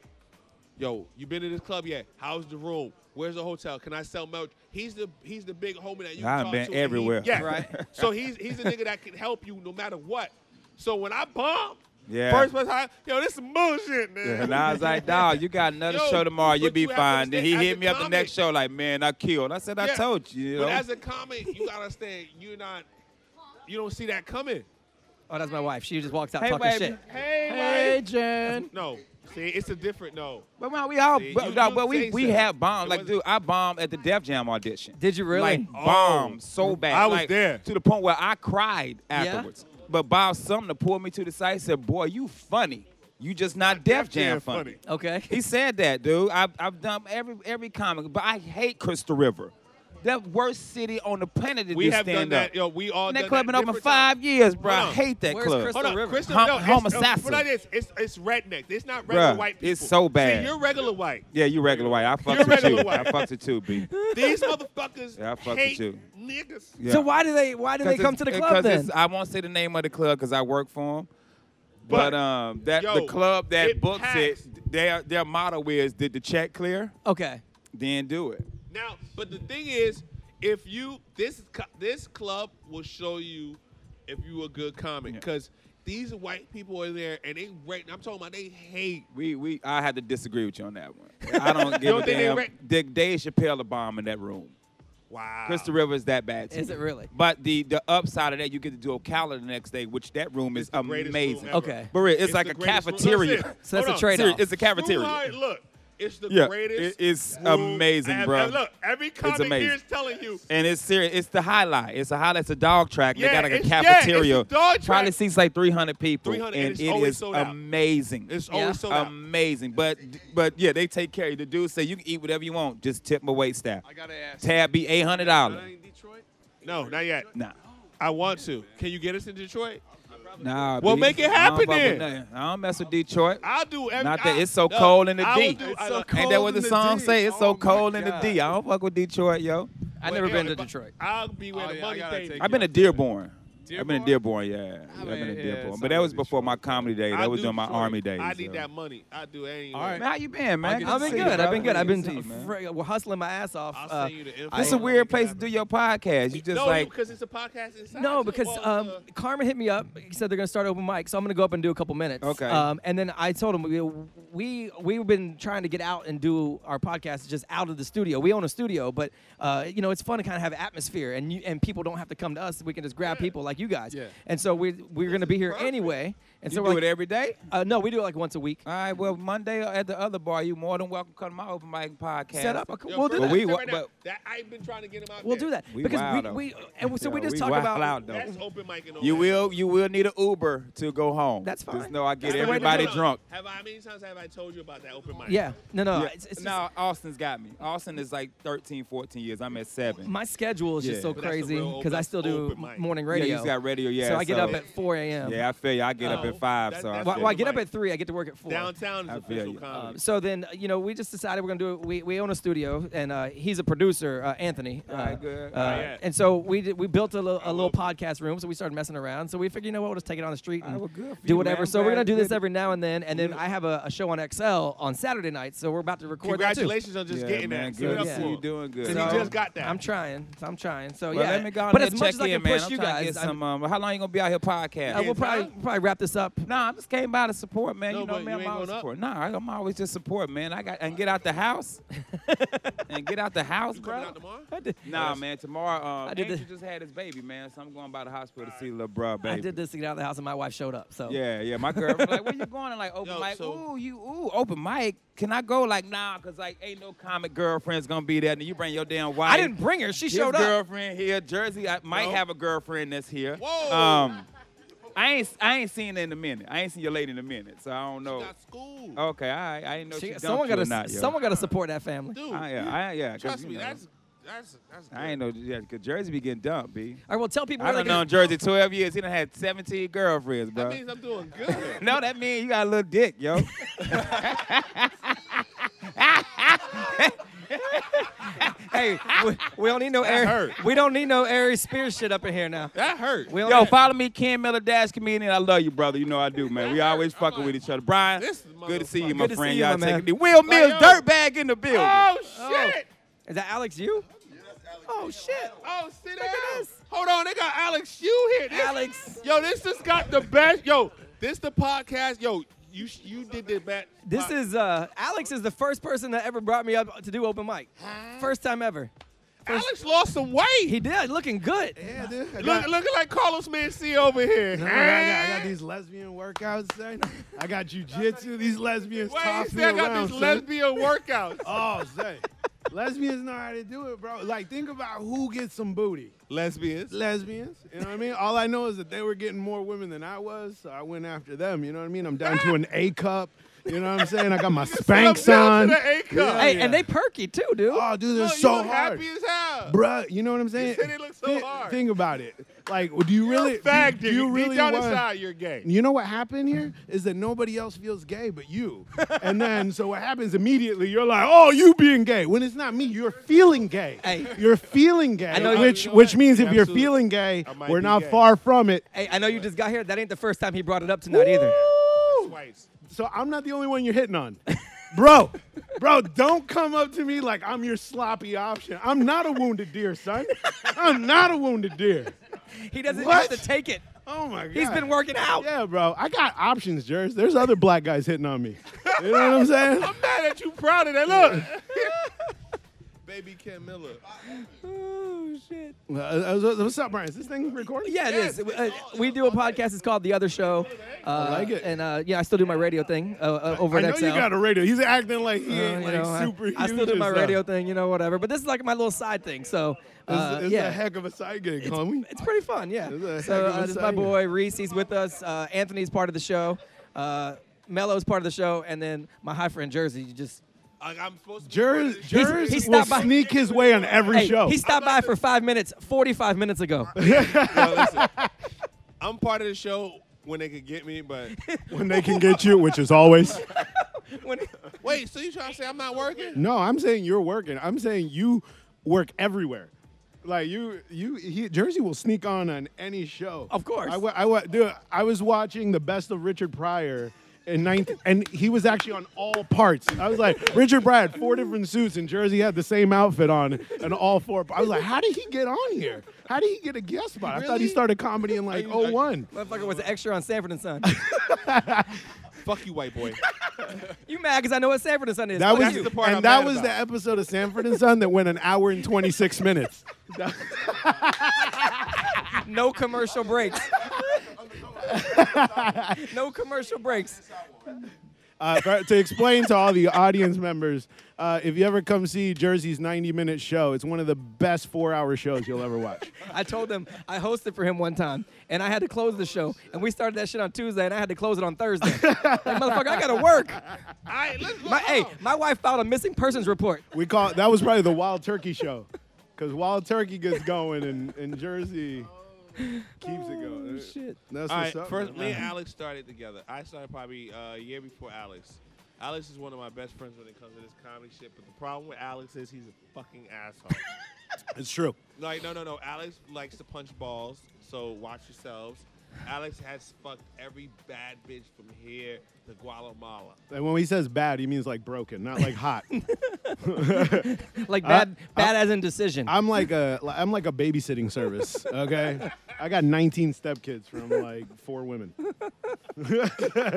Speaker 2: yo, you been to this club yet? How's the room? Where's the hotel? Can I sell merch? He's the he's the big homie that you can
Speaker 9: I've
Speaker 2: talk
Speaker 9: been
Speaker 2: to. and he-
Speaker 9: everywhere.
Speaker 2: yeah,
Speaker 4: Right.
Speaker 2: So he's he's a nigga that can help you no matter what. So when I bomb,
Speaker 9: Yeah.
Speaker 2: first person, I, yo, this is bullshit, man.
Speaker 9: and I was like, dog, you got another
Speaker 2: Yo,
Speaker 9: show tomorrow. You'll
Speaker 2: but
Speaker 9: be
Speaker 2: you have to
Speaker 9: fine. Then he
Speaker 2: understand,
Speaker 9: hit
Speaker 2: as
Speaker 9: me
Speaker 2: a
Speaker 9: up the next show, like, man, I killed. I said, I
Speaker 2: Yeah.
Speaker 9: told you. you
Speaker 2: But
Speaker 9: know?
Speaker 2: as a comic, you gotta understand, you're not, you don't see that coming.
Speaker 4: Oh, that's my wife. She just walks out
Speaker 9: Hey,
Speaker 4: talking
Speaker 9: baby.
Speaker 4: shit.
Speaker 2: Hey,
Speaker 5: Hey,
Speaker 2: Mike.
Speaker 5: Jen.
Speaker 2: No, see, it's a different no.
Speaker 9: But man, we all,
Speaker 2: See,
Speaker 9: but,
Speaker 2: you
Speaker 9: nah,
Speaker 2: do
Speaker 9: but we,
Speaker 2: say
Speaker 9: we
Speaker 2: so.
Speaker 9: have
Speaker 2: It
Speaker 9: bombed. Like,
Speaker 2: wasn't- Oh.
Speaker 9: dude, I bombed at the Def Jam audition.
Speaker 4: Did you really?
Speaker 9: Like, bombed so bad.
Speaker 2: I was
Speaker 9: Like,
Speaker 2: there.
Speaker 9: To the point where I cried afterwards. But Bob Sumner pulled me to the side and said, boy, you funny. You just not Def Jam funny.
Speaker 4: okay.
Speaker 9: He said that, dude. I've, I've done every every comic, but I hate Crystal River. the worst city on the planet to
Speaker 2: We
Speaker 9: do
Speaker 2: have done
Speaker 9: stand up.
Speaker 2: that. Yo, we all
Speaker 9: and that
Speaker 2: done
Speaker 9: club been open
Speaker 2: different times.
Speaker 9: five years, bro. I
Speaker 2: Hold on.
Speaker 9: hate that
Speaker 6: Where's
Speaker 9: club.
Speaker 6: Crystal
Speaker 2: Hold on,
Speaker 6: River?
Speaker 2: Crystal,
Speaker 9: Hom-
Speaker 2: no, it's,
Speaker 9: Homo
Speaker 2: uh,
Speaker 9: assassin.
Speaker 2: What it is? It's it's redneck. It's not regular
Speaker 9: Bruh,
Speaker 2: white people.
Speaker 9: it's so bad.
Speaker 2: See, you're regular white.
Speaker 9: Yeah, you regular white. I
Speaker 2: You're
Speaker 9: fucked with
Speaker 2: regular
Speaker 9: you.
Speaker 2: white.
Speaker 9: I fucked it too, B.
Speaker 2: These motherfuckers
Speaker 9: Yeah, I fuck with
Speaker 2: hate
Speaker 9: you.
Speaker 2: niggas.
Speaker 9: Yeah.
Speaker 4: So why do they why do they
Speaker 9: 'Cause
Speaker 4: come
Speaker 9: it's-
Speaker 4: to the
Speaker 9: it-
Speaker 4: club
Speaker 9: 'cause it's-
Speaker 4: then?
Speaker 9: I won't say the name of the club because I work for them. But,
Speaker 2: But,
Speaker 9: um, that
Speaker 2: yo,
Speaker 9: the club that
Speaker 2: it
Speaker 9: books
Speaker 2: passed.
Speaker 9: it, their their motto is: Did the check clear?
Speaker 4: Okay.
Speaker 9: Then do it.
Speaker 2: Now, but the thing is, if you this co- this club will show you if you a good comic because these white people are there and they rate. I'm talking about they hate.
Speaker 9: We we I had to disagree with you on that one. I don't give
Speaker 2: don't
Speaker 9: a
Speaker 2: think they
Speaker 9: damn.
Speaker 2: re- Ah.
Speaker 9: Dick Dave Chappelle the bomb in that room.
Speaker 2: Wow.
Speaker 9: Crystal River is that bad. to
Speaker 4: Is
Speaker 9: me.
Speaker 4: it really?
Speaker 9: But the the upside of that, you get to do Ocala the next day, which that room
Speaker 2: It's
Speaker 9: is
Speaker 2: the greatest room
Speaker 9: amazing.
Speaker 2: ever.
Speaker 4: Okay.
Speaker 9: But really, it's,
Speaker 2: It's
Speaker 9: like
Speaker 2: the
Speaker 9: a
Speaker 2: greatest room.
Speaker 9: cafeteria.
Speaker 2: That's it.
Speaker 4: So that's
Speaker 2: Hold
Speaker 4: a
Speaker 2: on.
Speaker 4: trade
Speaker 9: Serious,
Speaker 4: off.
Speaker 9: it's a cafeteria.
Speaker 2: Right, look, it's the
Speaker 9: Yeah,
Speaker 2: greatest.
Speaker 9: it- it's
Speaker 2: room
Speaker 9: amazing,
Speaker 2: ever.
Speaker 9: bro.
Speaker 2: And Look, every comic
Speaker 9: amazing.
Speaker 2: here is telling you.
Speaker 9: And it's serious. It's the highlight. It's a highlight. It's a dog track. they
Speaker 2: Yeah,
Speaker 9: got like a
Speaker 2: it's- yeah, it's a
Speaker 9: cafeteria.
Speaker 2: dog track.
Speaker 9: Probably seats like 300 people. and
Speaker 2: 300, and it's
Speaker 9: it
Speaker 2: always
Speaker 9: is
Speaker 2: sold out.
Speaker 9: amazing.
Speaker 2: It's
Speaker 4: Yeah.
Speaker 2: always sold out.
Speaker 9: amazing. But but yeah, they take care of you. The dude say you can eat whatever you want. Just tip my wait staff.
Speaker 6: I gotta ask.
Speaker 9: Tab be $800.
Speaker 6: in Detroit.
Speaker 2: no, not yet.
Speaker 9: Nah.
Speaker 2: I want to. Can you get us in Detroit?
Speaker 9: Nah.
Speaker 2: Well,
Speaker 9: B.
Speaker 2: make it
Speaker 9: I don't
Speaker 2: happen
Speaker 9: fuck with
Speaker 2: then.
Speaker 9: nothing. I don't mess with Detroit.
Speaker 2: I'll do everything.
Speaker 9: Not that it's so cold in the
Speaker 2: I will
Speaker 9: D.
Speaker 2: do-
Speaker 9: It's
Speaker 2: I-
Speaker 9: so
Speaker 2: look,
Speaker 9: Ain't that
Speaker 6: cold
Speaker 9: what the
Speaker 6: in the
Speaker 9: song
Speaker 6: D.
Speaker 9: say? It's
Speaker 6: Oh
Speaker 9: so
Speaker 6: my
Speaker 9: cold in the
Speaker 6: God.
Speaker 9: D. I don't fuck with Detroit, yo.
Speaker 4: I've
Speaker 2: Well,
Speaker 4: never
Speaker 2: yo,
Speaker 4: been to
Speaker 2: if I-
Speaker 4: Detroit.
Speaker 2: I'll be where
Speaker 6: Oh,
Speaker 2: the
Speaker 6: yeah, I
Speaker 2: money
Speaker 6: gotta
Speaker 2: thing.
Speaker 6: take
Speaker 9: I've been to Dearborn. I've been to Dearborn,
Speaker 6: I
Speaker 9: yeah. I've been
Speaker 6: mean,
Speaker 9: to
Speaker 6: yeah,
Speaker 9: Dearborn.
Speaker 6: it's
Speaker 9: but
Speaker 6: not
Speaker 9: that was
Speaker 6: really
Speaker 9: before
Speaker 6: Detroit.
Speaker 9: my comedy days.
Speaker 2: I
Speaker 9: That was
Speaker 2: do
Speaker 9: during my
Speaker 2: Detroit.
Speaker 9: army days.
Speaker 2: I need
Speaker 9: so.
Speaker 2: that money. I do anything.
Speaker 6: All right.
Speaker 9: Man, how you been, man?
Speaker 6: good
Speaker 9: to
Speaker 4: I've been
Speaker 9: see you,
Speaker 4: good.
Speaker 9: bro.
Speaker 4: I've been good. I've been
Speaker 9: to see you, man.
Speaker 4: fr- well, hustling my ass off.
Speaker 2: I'll
Speaker 4: uh,
Speaker 2: send you the info.
Speaker 9: This is a weird place to do your podcast. You just
Speaker 2: no,
Speaker 9: like
Speaker 2: because it's a podcast inside.
Speaker 4: No,
Speaker 2: too.
Speaker 4: because
Speaker 2: Well, it's
Speaker 4: um,
Speaker 2: a-
Speaker 4: Carmen hit me up. He said they're gonna start open mic, so I'm gonna go up and do a couple minutes.
Speaker 9: Okay.
Speaker 4: Um, and then I told him we we we've been trying to get out and do our podcast just out of the studio. We own a studio, but uh, you know it's fun to kind of have atmosphere, and you, and people don't have to come to us. We can just grab people like you guys.
Speaker 6: Yeah.
Speaker 4: And so we we're gonna be here anyway. And
Speaker 9: you
Speaker 4: so
Speaker 9: do
Speaker 4: we're like,
Speaker 9: it every day.
Speaker 4: uh, no, we do it like once a week.
Speaker 9: All right. Well, Monday at the other bar, you more than welcome to come to my open mic podcast.
Speaker 4: Set up. A,
Speaker 2: Yo,
Speaker 4: we'll do
Speaker 2: bro,
Speaker 4: that.
Speaker 9: But we-
Speaker 2: that's right now.
Speaker 9: but-
Speaker 2: that I've been trying to get him out.
Speaker 4: we'll
Speaker 2: there.
Speaker 4: do that
Speaker 9: We
Speaker 4: because
Speaker 9: wild
Speaker 4: we,
Speaker 9: out.
Speaker 4: we and so we
Speaker 9: Yeah,
Speaker 4: just
Speaker 9: we
Speaker 4: talk
Speaker 9: wild
Speaker 4: about
Speaker 9: out, though.
Speaker 2: That's open mic and all
Speaker 9: You
Speaker 2: that.
Speaker 9: will. You will need an Uber to go home.
Speaker 4: That's
Speaker 9: Just
Speaker 4: fine.
Speaker 9: know I
Speaker 4: That's
Speaker 9: get
Speaker 4: the way to
Speaker 9: everybody
Speaker 4: do it.
Speaker 9: drunk.
Speaker 2: Have I, how many times have I told you about that open mic?
Speaker 4: yeah. No, no.
Speaker 9: Yeah.
Speaker 4: It's, it's just-
Speaker 9: no, Austin's got me. Austin is like 13, 14 years. I'm at seven.
Speaker 4: my schedule is
Speaker 9: Yeah.
Speaker 4: just so
Speaker 9: But
Speaker 2: that's a
Speaker 4: crazy
Speaker 2: real
Speaker 4: because I
Speaker 2: open-
Speaker 4: still do
Speaker 2: open mic.
Speaker 4: morning
Speaker 9: yeah,
Speaker 4: radio.
Speaker 9: you just got radio. Yeah.
Speaker 4: so I get up at 4 a.m.
Speaker 9: Yeah, I feel you. I get up
Speaker 2: No,
Speaker 9: at five.
Speaker 2: Oh, that-
Speaker 9: so I
Speaker 2: that's
Speaker 4: Well,
Speaker 9: feel
Speaker 4: well, I
Speaker 9: you.
Speaker 4: get up at 3. I get to work at 4.
Speaker 2: Downtown
Speaker 9: I
Speaker 2: is
Speaker 9: feel
Speaker 2: official
Speaker 9: you.
Speaker 2: comedy.
Speaker 4: So then, you know, we just decided we're going to do it. We, we own a studio, and uh, he's a producer, uh, Anthony. Uh,
Speaker 9: Alright, good.
Speaker 4: uh,
Speaker 2: Alright.
Speaker 4: And so we did, we built a little, a little
Speaker 2: love
Speaker 4: podcast room, so we started messing around. So we figured, you know what, we'll just take it on the street and
Speaker 9: well, good for
Speaker 4: do
Speaker 9: you,
Speaker 4: whatever.
Speaker 9: man.
Speaker 4: So we're
Speaker 9: Glad
Speaker 4: going to do
Speaker 9: you
Speaker 4: this
Speaker 9: did it.
Speaker 4: every now and then. And then I have a, a show on XL on Saturday night, so we're about to record that, too.
Speaker 2: Congratulations on just
Speaker 9: Uh, Yeah,
Speaker 2: getting
Speaker 9: man, good.
Speaker 2: that. Give it up
Speaker 4: Yeah.
Speaker 2: for
Speaker 9: You
Speaker 2: him.
Speaker 9: doing good.
Speaker 2: Cause
Speaker 4: So-
Speaker 2: he just got that.
Speaker 4: I'm trying. So I'm trying. So
Speaker 9: Well,
Speaker 4: yeah.
Speaker 9: let me go on
Speaker 4: but
Speaker 9: and
Speaker 4: as much
Speaker 9: check
Speaker 4: as I
Speaker 9: in,
Speaker 4: can
Speaker 9: man.
Speaker 4: push
Speaker 9: I'm
Speaker 4: you
Speaker 9: trying to
Speaker 4: guys,
Speaker 9: get
Speaker 4: I'm-
Speaker 9: some, um, how long you gonna be out here podcasting?
Speaker 4: uh, we'll probably probably wrap this up.
Speaker 9: Nah, I just came by to support, man.
Speaker 2: No,
Speaker 9: you know
Speaker 2: but
Speaker 9: me,
Speaker 2: you
Speaker 9: I'm
Speaker 2: ain't
Speaker 9: always
Speaker 2: going up?
Speaker 9: support. Nah, I- I'm always just support, man. I got and get out the house, and get out the house,
Speaker 2: You
Speaker 9: bro.
Speaker 2: coming out tomorrow?
Speaker 9: Nah, man. Tomorrow, uh,
Speaker 4: I did
Speaker 9: Angel
Speaker 4: the-
Speaker 9: just had his baby, man. So I'm going by the hospital to see little bruh, baby.
Speaker 4: I did this to get out of the house, and my wife showed up. So
Speaker 9: Yeah, yeah. My girl was like, "Where you going?" And like, open
Speaker 2: Yo,
Speaker 9: mic.
Speaker 2: so-
Speaker 9: ooh, you ooh, open mic. Can I go? Like, nah, cause like ain't no comic girlfriend's gonna be there. And you bring your damn wife.
Speaker 4: I didn't bring her. She
Speaker 9: His
Speaker 4: showed up.
Speaker 9: girlfriend here. Jersey I might
Speaker 2: No.
Speaker 9: have a girlfriend that's here.
Speaker 2: Whoa.
Speaker 9: Um, I ain't I ain't seen her in a minute. I ain't seen your lady in a minute, so I don't know.
Speaker 2: Got school.
Speaker 9: Okay, I I didn't know
Speaker 4: She-
Speaker 9: she, dumped
Speaker 4: someone
Speaker 9: you
Speaker 4: got
Speaker 9: or
Speaker 4: to
Speaker 9: not. yo.
Speaker 4: someone got to support that family.
Speaker 2: Dude,
Speaker 9: I, yeah, I, yeah. 'cause,
Speaker 2: trust
Speaker 9: you
Speaker 2: me,
Speaker 9: know,
Speaker 2: that's that's that's. Good.
Speaker 9: I ain't know. Yeah, cause Jersey be getting dumped, b.
Speaker 4: All right, well, tell people
Speaker 9: I
Speaker 4: where they
Speaker 9: done
Speaker 4: can.
Speaker 9: known Jersey 12 years. He done had 17 girlfriends, bro.
Speaker 2: That means I'm doing good.
Speaker 9: No, that means you got a little dick, yo.
Speaker 4: Hey, we, we don't need no air.
Speaker 2: hurt.
Speaker 4: We don't need no airy spear shit up in here now.
Speaker 2: that hurt.
Speaker 4: We don't
Speaker 9: Yo,
Speaker 4: need-
Speaker 9: follow me, Ken Miller Dash Comedian. I love you, brother. You know I do, man. We always fucking with each other. Brian,
Speaker 2: This
Speaker 9: good to see you, my
Speaker 2: motherfucker.
Speaker 4: Good to
Speaker 9: friend.
Speaker 4: see you,
Speaker 9: Y'all
Speaker 4: my
Speaker 9: take
Speaker 4: man.
Speaker 9: it. easy. Will Mills,
Speaker 2: yo.
Speaker 9: dirtbag in the building.
Speaker 2: Oh shit!
Speaker 4: is that Alex? You? Oh shit,
Speaker 2: Oh, sit down.
Speaker 4: this.
Speaker 2: Hold on, they got Alex Hugh here. This-
Speaker 4: Alex.
Speaker 2: Yo, this just got the best. Yo, this the podcast. Yo, you sh- you did the best.
Speaker 4: This is uh, Alex is the first person that ever brought me up to do open mic. First time ever.
Speaker 2: Alex lost some weight.
Speaker 4: He did, looking good.
Speaker 10: Yeah, dude. I
Speaker 2: Look,
Speaker 10: got,
Speaker 2: looking like Carlos Mencia over here.
Speaker 10: I, got, I got these lesbian workouts, son. I got jujitsu. These lesbians
Speaker 2: Wait, he
Speaker 10: toss me
Speaker 2: said I got
Speaker 10: around,
Speaker 2: this
Speaker 10: son.
Speaker 2: lesbian workout.
Speaker 10: Oh, son. lesbians know how to do it, bro. Like, think about who gets some booty.
Speaker 2: Lesbians.
Speaker 10: Lesbians. You know what I mean? All I know is that they were getting more women than I was, so I went after them. You know what I mean? I'm down to an A cup. You know what I'm saying? I got my
Speaker 4: You set
Speaker 10: Spanx
Speaker 4: up
Speaker 10: on.
Speaker 4: down to the A cup. Hey, and they
Speaker 10: perky too, dude. Oh, dude, they're
Speaker 4: Look, you
Speaker 10: so
Speaker 4: look
Speaker 10: hard.
Speaker 4: happy
Speaker 10: as hell. Bruh, you know what I'm saying?
Speaker 4: said it
Speaker 10: looks
Speaker 4: so
Speaker 10: hard. Think about it. Like, do you really?
Speaker 2: fag
Speaker 10: do,
Speaker 2: nigga.
Speaker 10: you
Speaker 2: Deep
Speaker 10: really
Speaker 2: down
Speaker 10: want-
Speaker 2: inside, you're gay.
Speaker 10: You know what happened here is that nobody else feels gay but you. and then, so what happens immediately? You're like, oh, you being gay. When it's not me, you're feeling gay. Hey. You're feeling gay.
Speaker 4: I know you-
Speaker 10: which
Speaker 4: you know
Speaker 10: which
Speaker 4: what?
Speaker 10: means if
Speaker 4: You're
Speaker 10: you're
Speaker 4: absolutely-
Speaker 10: feeling gay,
Speaker 4: I might
Speaker 10: we're
Speaker 4: be
Speaker 10: not
Speaker 4: gay.
Speaker 10: far from it.
Speaker 4: Hey, I know you just got here. That ain't the first time he brought it up tonight either.
Speaker 10: So I'm not the only one you're hitting on. Bro, bro, don't come up to me like I'm your sloppy option. I'm not a wounded deer, son. I'm not a wounded deer.
Speaker 4: He doesn't
Speaker 10: What?
Speaker 4: have to take it.
Speaker 10: Oh my god.
Speaker 4: He's been working out.
Speaker 10: Yeah, bro. I got options, Jers. There's other black guys hitting on me. You know what I'm saying?
Speaker 2: I'm mad at you, proud of that. Look. Baby Ken Miller.
Speaker 4: Oh shit.
Speaker 10: Uh, uh, what's up, Brian? Is this thing recording?
Speaker 4: Yeah, it is. Uh, we do a podcast. It's called The Other Show. Uh,
Speaker 10: I like it.
Speaker 4: And uh, yeah, I still do my radio thing uh, uh, over
Speaker 10: I
Speaker 4: at
Speaker 10: know
Speaker 4: XL.
Speaker 10: you got a radio. He's acting like he
Speaker 4: Uh,
Speaker 10: ain't
Speaker 4: you
Speaker 10: like
Speaker 4: know, I-
Speaker 10: super
Speaker 4: I, still
Speaker 10: huge
Speaker 4: do
Speaker 10: or
Speaker 4: my
Speaker 10: something.
Speaker 4: radio thing, you know, whatever. But this is like my little side thing. So uh,
Speaker 10: it's, it's
Speaker 4: yeah,
Speaker 10: a heck of a side gig,
Speaker 4: It's-
Speaker 10: homie.
Speaker 4: It's pretty fun, yeah.
Speaker 10: It's a
Speaker 4: So
Speaker 10: heck of a
Speaker 4: uh, this is my
Speaker 10: sight.
Speaker 4: boy Reese. He's with us. Uh, Anthony's part of the show. Uh, Mello's part of the show, and then my high friend Jersey. You just
Speaker 2: Like, I'm supposed to.
Speaker 10: Jers,
Speaker 4: He's-
Speaker 10: Jers
Speaker 4: he
Speaker 10: will
Speaker 4: stopped by-
Speaker 10: sneak his way on every
Speaker 4: Hey,
Speaker 10: show.
Speaker 4: He stopped by for five minutes, forty-five minutes ago.
Speaker 2: I'm part of the show when they could get me, but
Speaker 10: when they can get you, which is always.
Speaker 2: wait. So you trying to say I'm not working?
Speaker 10: No, I'm saying you're working. I'm saying you work everywhere. Like you, you he, Jersey will sneak on on any show. Of
Speaker 4: course.
Speaker 10: I, wa- I wa- dude, I was watching the best of Richard Pryor in ninth, and he was actually on all parts. I was like, Richard Pryor had four different suits, and Jersey had the same outfit on, and all four. I was like, how did he get on here? How did he get a guest spot? I thought he
Speaker 4: Really?
Speaker 10: started comedy in like 01.
Speaker 4: Motherfucker was an extra on Sanford and Son.
Speaker 2: Fuck you, white boy.
Speaker 4: you mad because I know what Sanford and Son is?
Speaker 10: That
Speaker 4: Fuck
Speaker 10: was
Speaker 4: you.
Speaker 10: and that was the episode of Sanford and Son that went an hour and 26 minutes.
Speaker 4: no commercial breaks. no commercial breaks.
Speaker 10: Uh, for- to explain to all the audience members, uh, if you ever come see Jersey's 90 minute show, it's one of the best four hour shows you'll ever watch.
Speaker 4: I told him I hosted for him one time, and I had to close the show. And we started that shit on Tuesday, and I had to close it on Thursday. like, motherfucker, I gotta work. my, hey, my wife filed a missing persons report.
Speaker 10: We call that was probably the Wild Turkey show, because Wild Turkey gets going and, and Jersey keeps it going.
Speaker 4: Oh, shit.
Speaker 10: That's
Speaker 2: All
Speaker 10: what's
Speaker 2: right,
Speaker 10: up,
Speaker 2: first,
Speaker 10: man.
Speaker 2: me and Alex started together. I started probably uh, a year before Alex. Alex is one of my best friends when it comes to this comedy shit, but the problem with Alex is he's a fucking asshole.
Speaker 10: It's true.
Speaker 2: like, no, no, no. Alex likes to punch balls, so watch yourselves. Alex has fucked every bad bitch from here to Guatemala.
Speaker 10: And when he says bad, he means like broken, not like hot.
Speaker 4: Like
Speaker 10: I-
Speaker 4: bad, bad
Speaker 10: I-
Speaker 4: as in decision.
Speaker 10: I'm like a li- I'm like a babysitting service. Okay, I got 19 stepkids from like four women.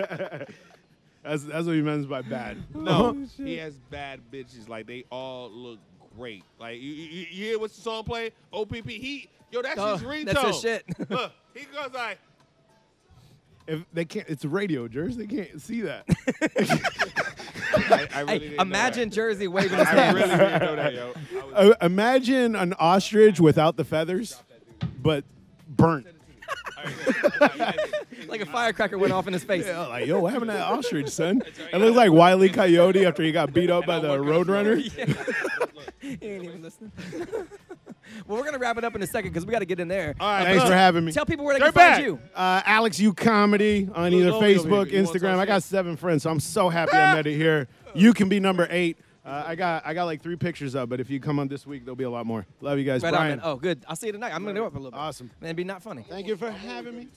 Speaker 10: that's that's what he means by bad. Uh-huh.
Speaker 4: Oh,
Speaker 2: No, he has bad bitches. Like they all look great. Like you, you, you hear what's the song play? OPP. He yo, that's
Speaker 4: Oh,
Speaker 2: his ringtone.
Speaker 4: that's his shit.
Speaker 2: Look, he goes like,
Speaker 10: if they can't, it's radio, Jers. They can't see that.
Speaker 2: I, I really
Speaker 4: Hey,
Speaker 2: didn't know
Speaker 4: imagine
Speaker 2: that.
Speaker 4: Jersey waving his
Speaker 2: I
Speaker 4: hand.
Speaker 2: really didn't know that, yo. I was-
Speaker 10: Uh, imagine an ostrich without the feathers, but burnt.
Speaker 4: like a firecracker went off in his face.
Speaker 10: Yeah, like yo, what happened to that ostrich, son? It looks like Wiley Coyote after he got beat up by the Roadrunner.
Speaker 4: he ain't even listening. well, we're gonna wrap it up in a second because we got to get in there. Uh,
Speaker 2: All right,
Speaker 10: Thanks
Speaker 2: look,
Speaker 10: for having me.
Speaker 4: Tell people where they
Speaker 2: They're
Speaker 4: can find
Speaker 2: back.
Speaker 4: you.
Speaker 10: uh, Alex U Comedy on either
Speaker 2: over here.
Speaker 10: Facebook,
Speaker 2: You want some
Speaker 10: Instagram. I got
Speaker 2: shit?
Speaker 10: seven friends, so I'm so happy I met it here. You can be number eight. Uh, I got I got like three pictures up, but if you come on this week, there'll be a lot more. Love you guys,
Speaker 4: Right on,
Speaker 10: Brian.
Speaker 4: man. Oh, good. I'll see you tonight. I'm gonna go up a little bit.
Speaker 10: Awesome.
Speaker 4: Man, it'd be not funny.
Speaker 10: Thank you for having me.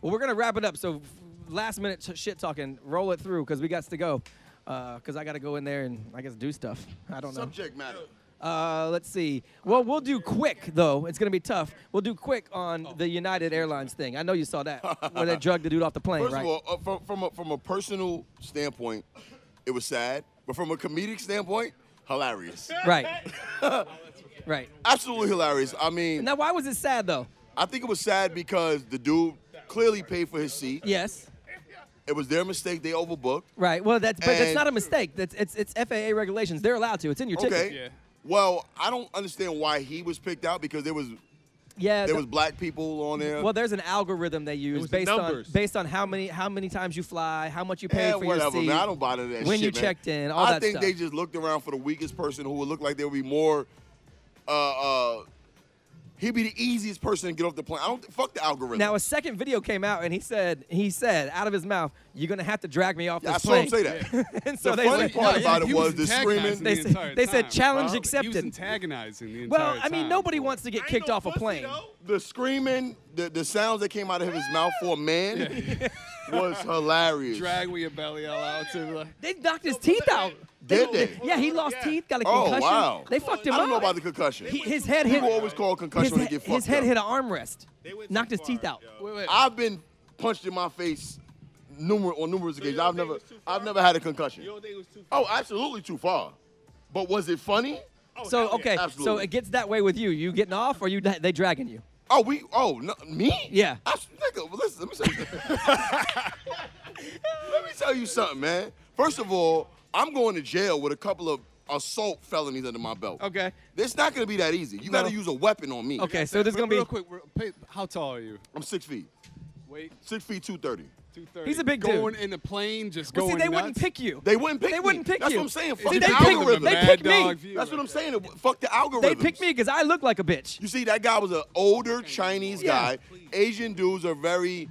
Speaker 4: Well, we're gonna wrap it up. So, f- last minute t- shit talking. Roll it through because we got to go. Because I got to go in there and I guess do stuff. I don't know.
Speaker 8: Subject matter.
Speaker 4: Uh, let's see. Well, we'll do quick though. It's gonna be tough. We'll do quick
Speaker 10: Oh.
Speaker 4: on the United Airlines thing. I know you saw that where they drugged the dude off the plane,
Speaker 8: First
Speaker 4: right?
Speaker 8: of all, uh, from from a, from a personal standpoint, it was sad, but from a comedic standpoint, hilarious.
Speaker 4: right. right.
Speaker 8: Absolutely hilarious. I mean,
Speaker 4: Now, why was it sad though?
Speaker 8: I think it was sad because the dude clearly paid for his seat.
Speaker 4: Yes.
Speaker 8: It was their mistake. They overbooked.
Speaker 4: Right. Well, that's but that's
Speaker 8: And-
Speaker 4: not a mistake. That's it's it's FAA regulations. They're allowed to. It's in your ticket.
Speaker 8: Okay. Well, I don't understand why he was picked out because there was
Speaker 4: Yeah,
Speaker 8: There
Speaker 4: the-
Speaker 8: was black people on there.
Speaker 4: Well, there's an algorithm they use
Speaker 8: was
Speaker 4: based on
Speaker 8: numbers.
Speaker 4: based on how many how many times you fly, how much you paid
Speaker 8: yeah,
Speaker 4: for
Speaker 8: whatever,
Speaker 4: your seat,
Speaker 8: man. I don't buy none of that
Speaker 4: when
Speaker 8: shit,
Speaker 4: you
Speaker 8: man.
Speaker 4: checked in, all
Speaker 8: I
Speaker 4: that
Speaker 8: think
Speaker 4: stuff.
Speaker 8: they just looked around for the weakest person who would look like they would be more. Uh, uh, he'd be the easiest person to get off the plane. I don't fuck the algorithm.
Speaker 4: Now a second video came out and he said he said out of his mouth, "You're gonna have to drag me off
Speaker 8: Yeah, I
Speaker 4: this
Speaker 8: saw him
Speaker 4: plane."
Speaker 8: say that.
Speaker 4: and so
Speaker 8: The
Speaker 4: they
Speaker 8: funny
Speaker 4: said,
Speaker 8: part
Speaker 4: "No,
Speaker 8: about it
Speaker 4: he
Speaker 8: was the screaming.
Speaker 4: They,
Speaker 6: the
Speaker 4: said-
Speaker 6: entire
Speaker 4: they said
Speaker 6: time,
Speaker 4: challenge
Speaker 6: bro. He was
Speaker 4: accepted.
Speaker 6: antagonizing the entire
Speaker 4: Well, I mean,
Speaker 6: time.
Speaker 4: nobody wants to get kicked off a plane.
Speaker 8: The screaming, the, the sounds that came out of his mouth for a man was hilarious.
Speaker 6: Drag with your belly all out too. Like,
Speaker 4: They knocked his teeth out.
Speaker 8: Did they?
Speaker 4: Yeah, he lost teeth, got a
Speaker 8: Oh,
Speaker 4: concussion.
Speaker 8: wow.
Speaker 4: They fucked him
Speaker 8: I
Speaker 4: up.
Speaker 8: don't know about the concussion.
Speaker 4: He- his head hit.
Speaker 8: People always call concussion
Speaker 4: his
Speaker 8: when they
Speaker 4: he-
Speaker 8: get fucked
Speaker 4: His head
Speaker 8: up.
Speaker 4: hit an armrest. Knocked his teeth out.
Speaker 8: I've been punched in my face numerous on numerous occasions. I've never I've never had a concussion. You don't think it was too far? Oh, absolutely too far. But was it funny?
Speaker 6: Oh,
Speaker 4: so okay, so
Speaker 8: Absolutely.
Speaker 4: it gets that way with you. You getting off, or you they dragging you?
Speaker 8: Oh, we. Oh, no, me?
Speaker 4: Yeah.
Speaker 8: I, nigga, well, listen, let me, tell you, let me tell you something, man. First of all, I'm going to jail with a couple of assault felonies under my belt.
Speaker 4: Okay.
Speaker 8: It's not going to be that easy. You got
Speaker 4: No.
Speaker 8: to use a weapon on me.
Speaker 4: Okay, so there's gonna be.
Speaker 6: Real quick, real- pay- how tall are you?
Speaker 8: I'm six feet.
Speaker 6: Wait,
Speaker 8: Six feet, 230.
Speaker 6: 230.
Speaker 4: He's a big dude.
Speaker 6: Going in the plane, just
Speaker 4: Well,
Speaker 6: going
Speaker 4: see, they wouldn't
Speaker 6: nuts?
Speaker 4: pick you.
Speaker 8: They wouldn't pick
Speaker 4: They
Speaker 8: me.
Speaker 4: wouldn't pick
Speaker 8: That's
Speaker 4: you.
Speaker 8: what I'm saying.
Speaker 4: See,
Speaker 8: Fuck
Speaker 4: they
Speaker 8: the
Speaker 4: picked-
Speaker 8: algorithm.
Speaker 4: they Mad picked me. dog
Speaker 6: view
Speaker 8: That's
Speaker 6: right
Speaker 8: what I'm saying. Fuck the algorithm.
Speaker 4: They picked me because I look like a bitch.
Speaker 8: You see, that guy was an older Chinese
Speaker 4: Yeah.
Speaker 8: guy. Asian dudes are very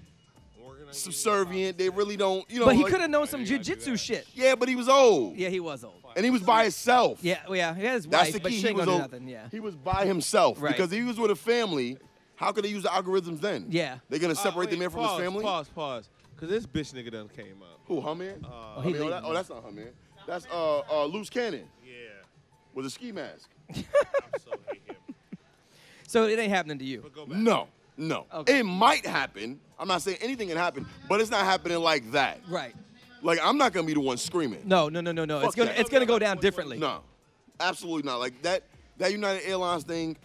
Speaker 8: subservient. They really don't, you know.
Speaker 4: but he
Speaker 8: like-
Speaker 4: could have known some jujitsu shit.
Speaker 8: Yeah, but he was old.
Speaker 4: Yeah, he was old.
Speaker 8: And he was by himself.
Speaker 4: Yeah, well, yeah, he had his
Speaker 8: That's
Speaker 4: wife,
Speaker 8: the
Speaker 4: but
Speaker 8: key.
Speaker 4: she
Speaker 8: He
Speaker 4: ain't
Speaker 8: was,
Speaker 4: gonna do
Speaker 8: old.
Speaker 4: nothing. Yeah.
Speaker 8: he was by himself.
Speaker 4: Right.
Speaker 8: Because if he was with a family, how could they use the algorithms then?
Speaker 4: Yeah.
Speaker 8: They're going to
Speaker 2: Uh,
Speaker 8: separate
Speaker 2: wait,
Speaker 8: the man from
Speaker 2: pause,
Speaker 8: his family?
Speaker 2: Pause, pause. Because this bitch nigga done came up.
Speaker 8: Who, Humman?
Speaker 2: Uh,
Speaker 8: I
Speaker 4: he
Speaker 8: mean, oh,
Speaker 4: leaving.
Speaker 8: that, oh, that's not Humman. That's uh, uh, Loose Cannon
Speaker 2: yeah.
Speaker 8: with a ski mask.
Speaker 2: I'm so hate him.
Speaker 4: So it ain't happening to you.
Speaker 2: But go back.
Speaker 8: No, no.
Speaker 4: Okay.
Speaker 8: It might happen. I'm not saying anything can happen, but it's not happening like that.
Speaker 4: Right.
Speaker 8: Like, I'm not going to be the one screaming.
Speaker 4: No, no, no, no, no. It's
Speaker 8: Fuck
Speaker 4: gonna
Speaker 8: that.
Speaker 4: it's gonna go down differently.
Speaker 8: No, absolutely not. Like that that United Airlines thing,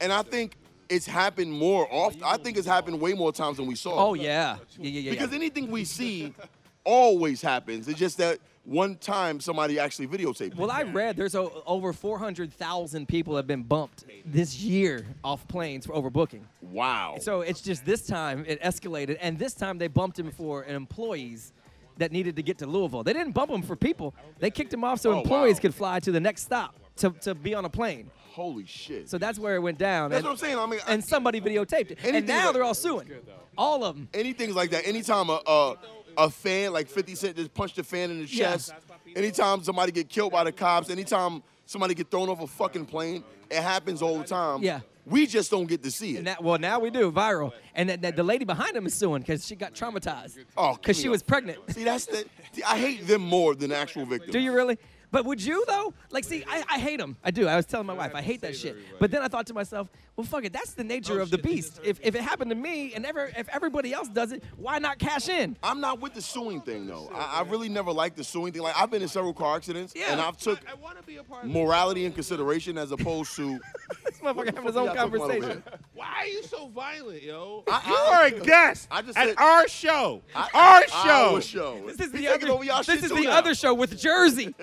Speaker 8: and I think it's happened more often. I think it's happened way more times than we saw.
Speaker 4: Oh yeah. Yeah, yeah, yeah.
Speaker 8: Because
Speaker 4: yeah.
Speaker 8: anything we see always happens. It's just that one time somebody actually videotaped it.
Speaker 4: well, I read there's o- over 400,000 people have been bumped this year off planes for overbooking.
Speaker 8: wow.
Speaker 4: So it's just this time it escalated, and this time they bumped him for employees that needed to get to Louisville. They didn't bump him for people; they kicked him off so
Speaker 8: Oh, wow.
Speaker 4: employees could fly to the next stop to, to be on a plane.
Speaker 8: Holy shit.
Speaker 4: So that's where it went down.
Speaker 8: That's
Speaker 4: and,
Speaker 8: what I'm saying. I mean, I-
Speaker 4: and somebody videotaped it, and
Speaker 8: Anything
Speaker 4: now
Speaker 8: like-
Speaker 4: they're all suing, all of them.
Speaker 8: anything like that. Anytime a, a a fan like 50 Cent just punched a fan in the
Speaker 4: Yeah.
Speaker 8: chest. Anytime somebody get killed by the cops. Anytime somebody get thrown off a fucking plane. It happens all the time.
Speaker 4: Yeah.
Speaker 8: Um, We just don't get to see it.
Speaker 4: And that, well, now we do viral, and that, that the lady behind him is suing because she got traumatized
Speaker 8: Oh, give
Speaker 4: because
Speaker 8: me
Speaker 4: she
Speaker 8: a-
Speaker 4: was pregnant.
Speaker 8: See, that's the. see, I hate them more than the actual victims.
Speaker 4: Do you really? But would you though? Like, see, I, I hate them. I do. I was telling my wife, I hate that shit. But then I thought to myself, well, fuck it. That's the nature of the beast. If, if it happened to me and ever if everybody else does it, why not cash in?
Speaker 8: I'm not with the suing thing though. I, I really never liked the suing thing. Like I've been in several car accidents,
Speaker 4: Yeah.
Speaker 8: and I've took
Speaker 2: I want to be a part of
Speaker 8: morality in consideration as opposed to.
Speaker 4: This motherfucker having his
Speaker 8: Fuck
Speaker 4: own
Speaker 8: y'all talking about over
Speaker 4: conversation.
Speaker 8: here?
Speaker 2: Why are you so violent, yo?
Speaker 8: I-
Speaker 2: you
Speaker 8: I-
Speaker 2: are a guest
Speaker 8: I just
Speaker 2: at
Speaker 8: said-
Speaker 2: our show.
Speaker 8: I-
Speaker 2: our show.
Speaker 8: Our show.
Speaker 4: This is
Speaker 8: We
Speaker 4: the
Speaker 8: taking
Speaker 4: other.
Speaker 8: over y'all
Speaker 4: This
Speaker 8: shit
Speaker 4: is
Speaker 8: too
Speaker 4: the
Speaker 8: now.
Speaker 4: other show with Jersey.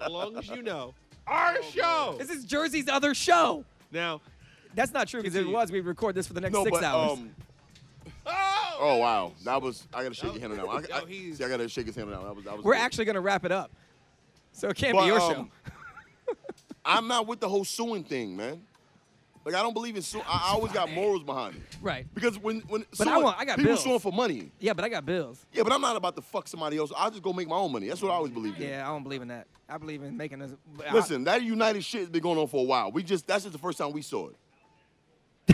Speaker 2: As long as you know. Our show.
Speaker 4: this is Jersey's other show.
Speaker 2: Now,
Speaker 4: That's not true because if it
Speaker 2: Continue.
Speaker 4: was, we'd record this for the next
Speaker 8: No,
Speaker 4: six
Speaker 8: but
Speaker 4: hours.
Speaker 8: um.
Speaker 2: oh,
Speaker 8: Oh wow, that was. I gotta shake your hand on that one. I,
Speaker 2: Yo,
Speaker 8: I,
Speaker 2: he's-
Speaker 8: see, I gotta shake his hand on that one. That was. That was
Speaker 4: We're
Speaker 8: good.
Speaker 4: actually gonna wrap it up, so it can't
Speaker 8: But,
Speaker 4: be your
Speaker 8: um,
Speaker 4: show.
Speaker 8: I'm not with the whole suing thing, man. Like I don't believe in suing. I, I always got morals behind it.
Speaker 4: Right.
Speaker 8: Because when when
Speaker 4: But I
Speaker 8: suing-
Speaker 4: want- I got
Speaker 8: people
Speaker 4: bills.
Speaker 8: suing for money.
Speaker 4: Yeah, but I got bills.
Speaker 8: Yeah, but I'm not about to fuck somebody else. I'll just go make my own money. That's what I always believed in.
Speaker 4: Yeah, I don't believe in that. I believe in making us. I-
Speaker 8: Listen, that United shit has been going on for a while. We just that's just the first time we saw it.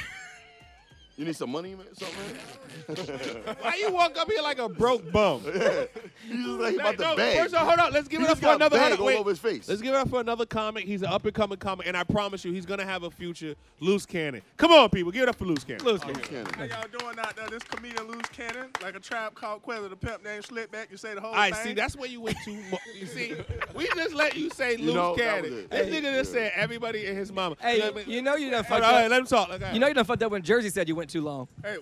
Speaker 8: you need some money, man? Something? man?
Speaker 2: why you walk up here like a broke bum?
Speaker 8: You just like about the
Speaker 2: no,
Speaker 8: bag.
Speaker 2: First of all, hold on. Let's give
Speaker 8: He
Speaker 2: it up
Speaker 8: just
Speaker 2: for
Speaker 8: got
Speaker 2: another.
Speaker 8: bag
Speaker 2: Hold on,
Speaker 8: all
Speaker 2: wait.
Speaker 8: over his face.
Speaker 2: Let's give it up for another comic. He's an up and coming comic, and I promise you, he's gonna have a future. Loose Cannon. Come on, people, give it up for Loose Cannon. Loose Cannon.
Speaker 11: How y'all doing out there? This comedian loose cannon, like a trap called Quella, the pimp named Slipback. You say the whole
Speaker 2: All right,
Speaker 11: thing.
Speaker 2: see, that's where you went too. Mu- you see, we just let you say Loose
Speaker 8: know, that was
Speaker 2: Cannon.
Speaker 8: it.
Speaker 2: This
Speaker 8: Hey,
Speaker 2: nigga just
Speaker 8: yeah.
Speaker 2: said everybody and his mama.
Speaker 4: Hey,
Speaker 2: Let me-
Speaker 4: you know you done
Speaker 2: All
Speaker 4: fucked
Speaker 2: right, all right,
Speaker 4: up.
Speaker 2: let him talk. Okay.
Speaker 4: You know you done fucked up when Jersey said you went too long.
Speaker 11: Hey,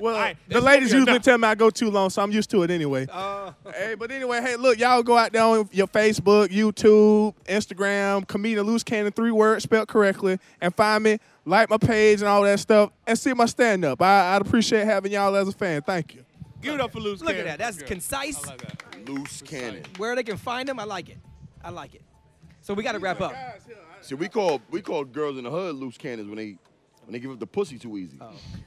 Speaker 11: Well,
Speaker 9: They
Speaker 11: the
Speaker 9: said
Speaker 11: ladies
Speaker 9: you're
Speaker 11: usually
Speaker 9: done.
Speaker 11: tell me I go too long, so I'm used to it anyway. hey, but anyway, hey, look, y'all go out there on your Facebook, YouTube, Instagram, comedian loose cannon, three words spelled correctly, and find me, like my page and all that stuff, and see my stand up. I, I'd appreciate having y'all as a fan. Thank you.
Speaker 9: Give it up for loose. Look
Speaker 4: at that. That's concise.
Speaker 8: Loose cannon.
Speaker 4: Where they can find them, I like it. I like it. So we got to wrap up.
Speaker 8: See, we call we call girls in the hood loose cannons when they when they give up the pussy too easy.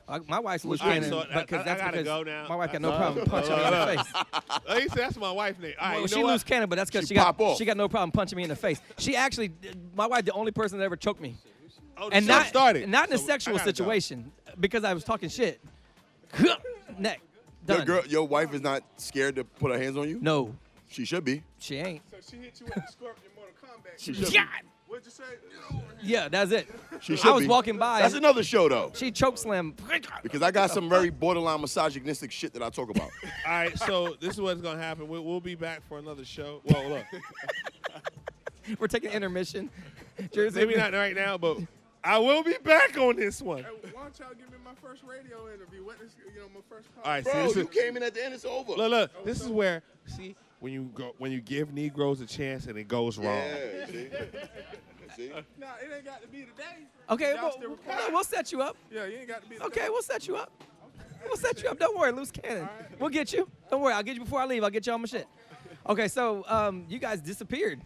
Speaker 4: Uh, My wife's loose
Speaker 8: All right,
Speaker 4: cannon,
Speaker 8: so I-
Speaker 4: but because
Speaker 8: I-
Speaker 4: that's
Speaker 8: I gotta
Speaker 4: because
Speaker 8: go now.
Speaker 4: my wife got no
Speaker 8: Uh,
Speaker 4: problem punching me in
Speaker 8: uh,
Speaker 4: the face.
Speaker 2: At least that's my wife name. All right,
Speaker 4: Well,
Speaker 2: you know
Speaker 4: she
Speaker 2: what?
Speaker 4: loose cannon, but that's because
Speaker 2: She
Speaker 4: she, got
Speaker 2: pop off.
Speaker 4: she got no problem punching me in the face. She actually, my wife, the only person that ever choked me,
Speaker 2: Oh, the
Speaker 4: and
Speaker 2: show
Speaker 4: not
Speaker 2: started.
Speaker 4: not in a
Speaker 2: So, I
Speaker 4: sexual
Speaker 2: gotta go.
Speaker 4: situation because I was talking shit. Neck
Speaker 8: Your
Speaker 4: done.
Speaker 8: girl, your wife is not scared to put her hands on you.
Speaker 4: No,
Speaker 8: she should be.
Speaker 4: She ain't.
Speaker 11: So she hit you with the Scorpion Mortal Kombat.
Speaker 8: She should be.
Speaker 11: What'd you say?
Speaker 4: Yeah, that's it.
Speaker 8: She should
Speaker 4: I was
Speaker 8: be.
Speaker 4: walking by.
Speaker 8: That's another show though.
Speaker 4: She choke slam.
Speaker 8: Because I got some very borderline misogynistic shit that I talk about.
Speaker 2: All right, so this is what's gonna happen. We'll, we'll be back for another show. Well, look,
Speaker 4: We're taking intermission. Jersey.
Speaker 2: maybe not right now, but I will be back on this one. All
Speaker 11: Why don't y'all give me my first radio interview? What is, you know, my first call?
Speaker 2: right, see, this is,
Speaker 8: came in at the end. It's over.
Speaker 2: look,
Speaker 11: Oh,
Speaker 2: look, this is where see when you go when you give Negroes a chance and it goes wrong.
Speaker 8: Yeah, see? See?
Speaker 11: Nah, it ain't got to be today.
Speaker 4: Okay,
Speaker 11: Y'all
Speaker 4: well,
Speaker 11: still recording?
Speaker 4: hey, we'll set you up.
Speaker 11: Yeah, you ain't got to be.
Speaker 4: Okay, we'll set you up. We'll set you up. Don't worry, loose cannon. We'll get you. Don't worry, I'll get you before I leave. I'll get you all my shit. Okay, so um, you guys disappeared,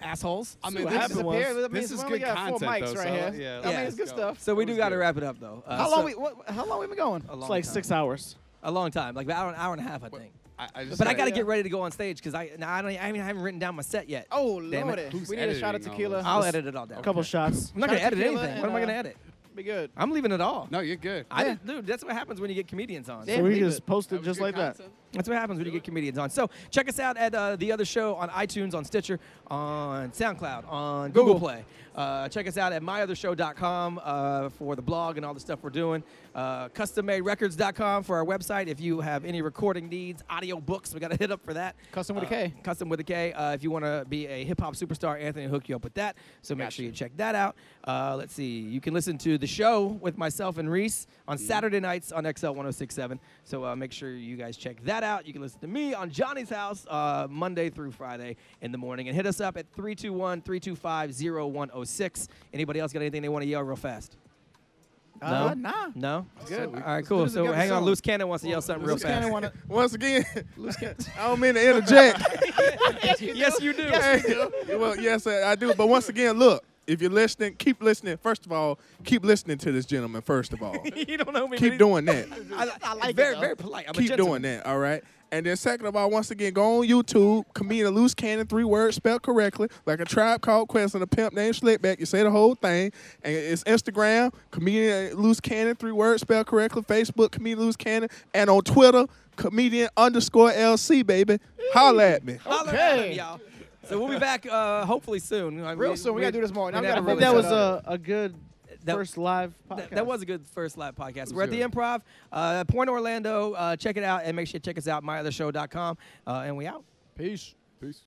Speaker 4: assholes.
Speaker 5: I mean, What this happened was- disappeared? I mean, this we is only good got four content, mics though, right so, here. yeah, I mean, it's good stuff.
Speaker 4: So we
Speaker 5: It
Speaker 4: do
Speaker 5: was
Speaker 4: got to
Speaker 5: good.
Speaker 4: wrap it up though.
Speaker 5: how
Speaker 4: Uh, so-
Speaker 5: long we? What, how long we been going?
Speaker 4: a long time. hours. A long time, like about an hour and a half, I think.
Speaker 6: I just
Speaker 4: but I
Speaker 6: gotta-
Speaker 4: got to get ready to go on stage because I now I don't I mean I haven't written down my set yet.
Speaker 5: Oh
Speaker 4: Damn it.
Speaker 5: lordy, we need a shot of tequila.
Speaker 4: I'll edit it all down.
Speaker 6: Couple
Speaker 5: shots.
Speaker 4: I'm not gonna
Speaker 5: Shot
Speaker 4: edit
Speaker 5: of tequila
Speaker 4: anything. What
Speaker 5: and,
Speaker 4: am I gonna
Speaker 5: uh,
Speaker 4: edit?
Speaker 5: Be good.
Speaker 4: I'm leaving it all.
Speaker 6: No, you're good.
Speaker 4: I didn't, dude. That's what happens when you get comedians on.
Speaker 5: Yeah, So we leave just it.
Speaker 4: post it just like that. That's what happens when you get comedians on. So check us out at uh, the other show on iTunes, on Stitcher, on SoundCloud, on Google,
Speaker 5: Google.
Speaker 4: Play. Uh, check us out at myothershow.com uh, for the blog and all the stuff we're doing. Uh, CustomMadeRecords.com for our website. If you have any recording needs, audio books, we got to hit up for that.
Speaker 5: Custom with a
Speaker 4: Uh,
Speaker 5: K.
Speaker 4: Custom with a K. Uh, if you want to be a hip hop superstar, Anthony will hook you up with that. So make sure you check that out. Uh, let's see. You can listen to the show with myself and Reese on
Speaker 11: Mm-hmm.
Speaker 4: Saturday nights on XL 1067. So uh, make sure you guys check that out. You can listen to me on Johnny's House uh, Monday through Friday in the morning. And hit us up at 321 325 0106. Anybody else got anything they want to yell real fast?
Speaker 5: Uh,
Speaker 4: no?
Speaker 5: nah.
Speaker 4: No? All
Speaker 5: Good.
Speaker 4: right,
Speaker 5: Let's
Speaker 4: cool.
Speaker 5: do this
Speaker 4: So
Speaker 5: together
Speaker 4: hang on.
Speaker 5: soon.
Speaker 4: Loose Cannon wants to yell something real
Speaker 5: Loose Cannon
Speaker 4: fast.
Speaker 5: wanna-
Speaker 11: Once again, I don't mean to interject.
Speaker 4: yes, you do.
Speaker 11: Hey, well, yes, I I do. But once again, look, if you're listening, keep listening. First of all, keep listening to this gentleman, first of all.
Speaker 4: you don't know me.
Speaker 11: keep doing that.
Speaker 4: I, like very, very polite. I'm a
Speaker 11: keep
Speaker 4: gentleman.
Speaker 11: doing that, all right? And then, second of all, once again, go on YouTube, comedian Loose Cannon, three words spelled correctly, like a tribe called Quest and a pimp named Slickback. You say the whole thing. And it's Instagram, comedian Loose Cannon, three words spelled correctly, Facebook, comedian Loose Cannon, and on Twitter, comedian underscore LC, baby. Holla at me.
Speaker 4: Holler at him, y'all. So we'll be back uh, hopefully soon.
Speaker 5: Real soon. We gotta do this more. Now we gotta
Speaker 4: never really
Speaker 5: put that
Speaker 4: set
Speaker 5: was
Speaker 4: up.
Speaker 5: a, a good
Speaker 4: That-
Speaker 5: first live podcast.
Speaker 4: That, that was a good first live podcast. We're at the
Speaker 5: good.
Speaker 4: Improv, uh, Point Orlando. Uh, check it out and make sure you check us out, myothershow.com. Uh, and we out.
Speaker 5: Peace.
Speaker 6: Peace.